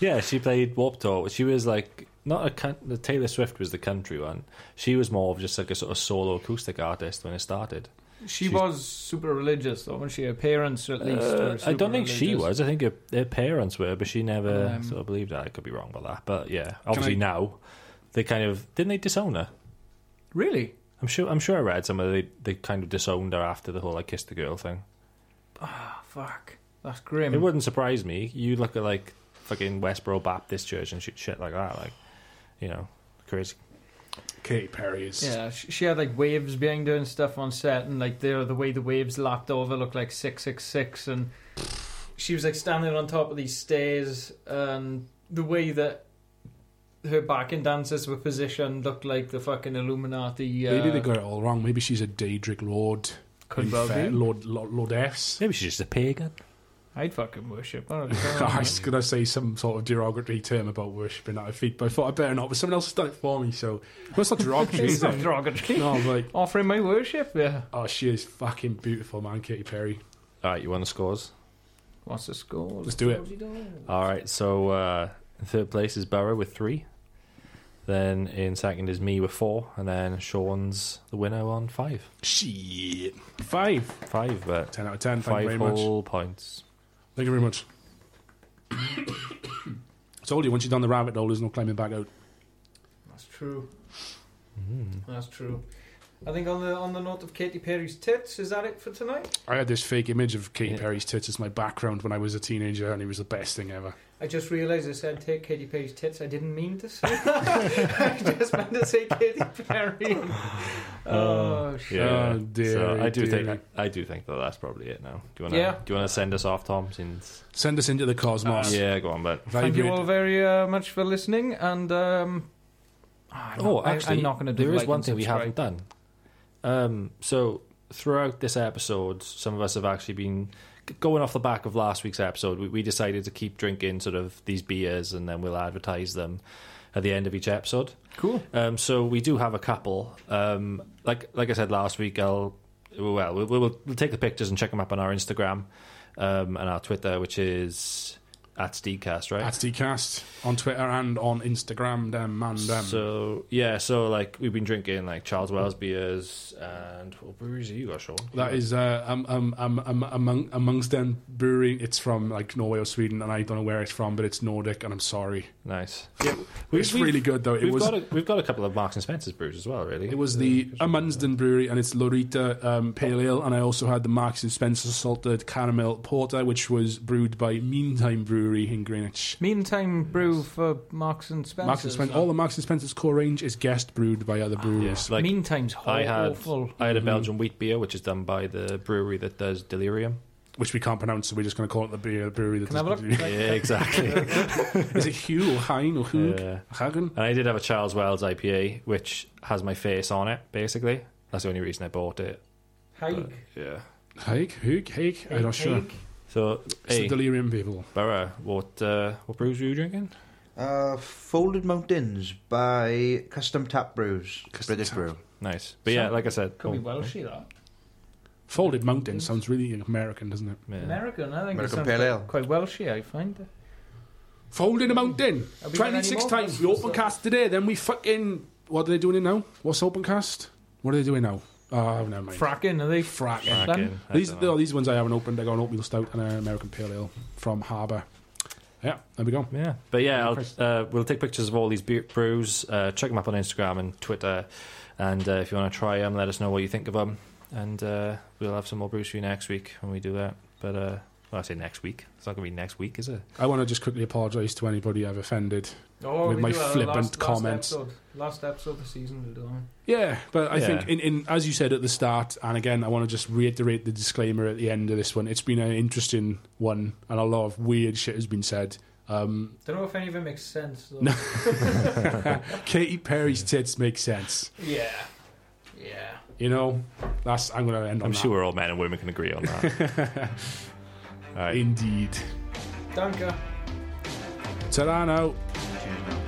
Speaker 3: Yeah, she played Warped Tour. She was like not a coun- the Taylor Swift was the country one. She was more of just like a sort of solo acoustic artist when it started.
Speaker 1: She
Speaker 3: She's-
Speaker 1: was super religious, though, wasn't she? Her parents, at least.
Speaker 3: Uh,
Speaker 1: were
Speaker 3: I don't think she
Speaker 1: super-religious.
Speaker 3: was. I think her, her parents were, but she never
Speaker 1: Um,
Speaker 3: sort of believed that. I could be wrong about that, but yeah, obviously
Speaker 2: I-
Speaker 3: now they kind of didn't they disown her.
Speaker 1: Really?
Speaker 3: I'm sure. I'm sure I read somewhere they they kind of disowned her after the whole "I kissed the girl" thing.
Speaker 1: Ah, fuck. That's grim.
Speaker 3: It wouldn't surprise me. You look at like fucking Westboro Baptist Church and shit, shit like that. Like, you know, crazy.
Speaker 2: Katy Perry is.
Speaker 1: Yeah, sh- she had like waves behind her and stuff on set, and like there, the way the waves lapped over looked like six six six, and she was like standing on top of these stairs, and the way that her backing dancers were positioned looked like the fucking Illuminati. Uh,
Speaker 2: Maybe they got it all wrong. Maybe she's a Daedric Lord.
Speaker 1: could
Speaker 2: in
Speaker 1: well
Speaker 2: fact,
Speaker 1: be.
Speaker 2: Lord, Lord, Lordess.
Speaker 3: Maybe she's just a pagan.
Speaker 1: I'd fucking worship. her.
Speaker 2: I was going to say some sort of derogatory term about worshipping at her feet, but I thought I better not. But someone else has done it for me, so well, it's not derogatory.
Speaker 1: it's
Speaker 2: is
Speaker 1: not
Speaker 2: it?
Speaker 1: derogatory.
Speaker 2: No, I'm like,
Speaker 1: Offering my worship. Yeah.
Speaker 2: oh, she is fucking beautiful, man, Katy Perry.
Speaker 3: All right, you want the scores?
Speaker 1: What's the score?
Speaker 2: Let's do it.
Speaker 3: All right, so uh, in third place is Burrow with three. Then in second is me with four, and then Sean's the winner on five.
Speaker 2: Shit, five,
Speaker 3: Five, but
Speaker 2: ten out of ten. Thank you
Speaker 3: five
Speaker 2: very much.
Speaker 3: whole points.
Speaker 2: Thank you very much. I told you once you're down the rabbit hole, there's no climbing back out.
Speaker 1: That's true.
Speaker 2: Mm.
Speaker 1: That's true. I think on the on the note of Katy Perry's tits, is that it for tonight?
Speaker 2: I had this fake image of Katy
Speaker 3: Yeah.
Speaker 2: Perry's tits as my background when I was a teenager, and it was the best thing ever.
Speaker 1: I just realised I said take Katy Perry's tits. I didn't mean to say that. I just meant to say Katy Perry. oh, shit.
Speaker 3: Yeah,
Speaker 2: Oh, dear,
Speaker 3: so I do
Speaker 2: dear.
Speaker 3: think I, I do think that that's probably it now. Do you want to
Speaker 1: Yeah.
Speaker 3: do you want to send us off, Tom? Since
Speaker 2: Send us into the cosmos.
Speaker 3: Ah, yeah, go on, but
Speaker 2: Very
Speaker 1: Thank you
Speaker 2: good.
Speaker 1: all very uh, much for listening. And um, ah, I'm
Speaker 3: Oh,
Speaker 1: not- I-
Speaker 3: actually,
Speaker 1: I'm not going to do.
Speaker 3: There is
Speaker 1: like
Speaker 3: one
Speaker 1: and
Speaker 3: thing we
Speaker 1: subscribe.
Speaker 3: haven't done. Um, so throughout this episode, some of us have actually been g- going off the back of last week's episode. We, we decided to keep drinking sort of these beers, and then we'll advertise them at the end of each episode.
Speaker 1: Cool.
Speaker 3: Um, so we do have a couple. Um, like like I said last week, I'll well we'll, we'll, we'll take the pictures and check them up on our Instagram um, and our Twitter, which is at Steedcast, right?
Speaker 2: At Decast on Twitter and on Instagram. Damn man, damn.
Speaker 3: So yeah, so like we've been drinking like Charles Wells beers and what breweries have you got, Sean?
Speaker 2: that is uh, um, um, um, um, among, amongst them brewing. It's from like Norway or Sweden, and I don't know where it's from, but it's Nordic, and I'm sorry.
Speaker 3: nice.
Speaker 2: It's really good though. It
Speaker 3: We've
Speaker 2: was
Speaker 3: got a, we've got a couple of Marks and Spencer's brews as well, really.
Speaker 2: It was the Amundsen Brewery, and it's Lorita um, Pale Ale, and I also had the Marks and Spencer Salted Caramel Porter, which was brewed by Meantime Brewery in Greenwich.
Speaker 1: Meantime brew for Marks and Spencer.
Speaker 2: Marks and Spencer, all the Marks and Spencer's core range is guest brewed by
Speaker 1: Ah,
Speaker 2: other breweries.
Speaker 3: oh, like
Speaker 1: Meantime's
Speaker 3: I had
Speaker 1: awful.
Speaker 3: I had a Belgian wheat beer, which is done by the brewery that does Delirium.
Speaker 2: Which we can't pronounce, so we're just going to call it the beer brewery. That
Speaker 1: Can I have a
Speaker 2: doesn't
Speaker 3: Yeah, exactly.
Speaker 2: do- is it Hugh or Hein or Hug?
Speaker 3: Yeah.
Speaker 2: Hagen?
Speaker 3: And I did have a Charles Wells IPA, which has my face on it. Basically, that's the only reason I bought it.
Speaker 1: Haig.
Speaker 3: Yeah.
Speaker 2: Haig? Hug? Haig? I'm not sure.
Speaker 1: Haig.
Speaker 3: So
Speaker 2: It's the
Speaker 3: hey,
Speaker 2: Delirium people.
Speaker 3: Barra, what uh, what brews were you drinking?
Speaker 4: Uh, Folded Mountains by Custom Tap Brews,
Speaker 2: Custom
Speaker 4: British
Speaker 2: Tap.
Speaker 4: Brew.
Speaker 3: Nice, but yeah, like I said,
Speaker 1: Could be
Speaker 3: oh,
Speaker 1: Welsh, that.
Speaker 2: Folded Mountain sounds really American, doesn't it?
Speaker 3: yeah.
Speaker 1: American, I think. it
Speaker 4: American
Speaker 1: sounds
Speaker 4: Pale Ale.
Speaker 1: Quite Welshy, I find.
Speaker 2: Folded a mountain.
Speaker 1: Have we got any
Speaker 2: 26
Speaker 1: more
Speaker 2: times. We
Speaker 1: questions?
Speaker 2: open cast today, then we fucking. What are they doing it now? What's open cast? What are they doing now? Oh, never mind.
Speaker 1: Fracking, are they?
Speaker 2: Frack.
Speaker 1: Frack.
Speaker 3: Cracking. I
Speaker 2: These,
Speaker 3: don't know.
Speaker 2: oh, these ones I haven't opened. I got an oatmeal stout and an uh, American pale ale from Harbour. Yeah, there we go.
Speaker 3: Yeah, but yeah,
Speaker 2: Chris.
Speaker 3: I'll, uh, we'll take pictures of all these beer brews. Uh, check them up on Instagram and Twitter, and uh, if you want to try them, let us know what you think of them, and uh, we'll have some more brews for you next week when we do that. But uh, well, I say next week. It's not going to be next week, is it?
Speaker 2: I want to just quickly apologise to anybody I've offended.
Speaker 1: Oh,
Speaker 2: With
Speaker 1: we
Speaker 2: my
Speaker 1: do, uh,
Speaker 2: flippant
Speaker 1: last,
Speaker 2: comments.
Speaker 1: Last episode, last episode of the season, we'll do one.
Speaker 2: Yeah, but I
Speaker 3: Yeah.
Speaker 2: think in, in as you said at the start, and again, I want to just reiterate the disclaimer at the end of this one. It's been an interesting one, and a lot of weird shit has been said. Um,
Speaker 1: Don't know if any of it makes sense. Though.
Speaker 2: No. Katy Perry's tits make sense.
Speaker 1: Yeah. Yeah.
Speaker 2: You know, that's I'm gonna end on
Speaker 3: I'm
Speaker 2: that.
Speaker 3: sure all men and women can agree on that. all right.
Speaker 2: Indeed.
Speaker 1: Danke.
Speaker 2: Ta-da now.
Speaker 4: Cheers, man.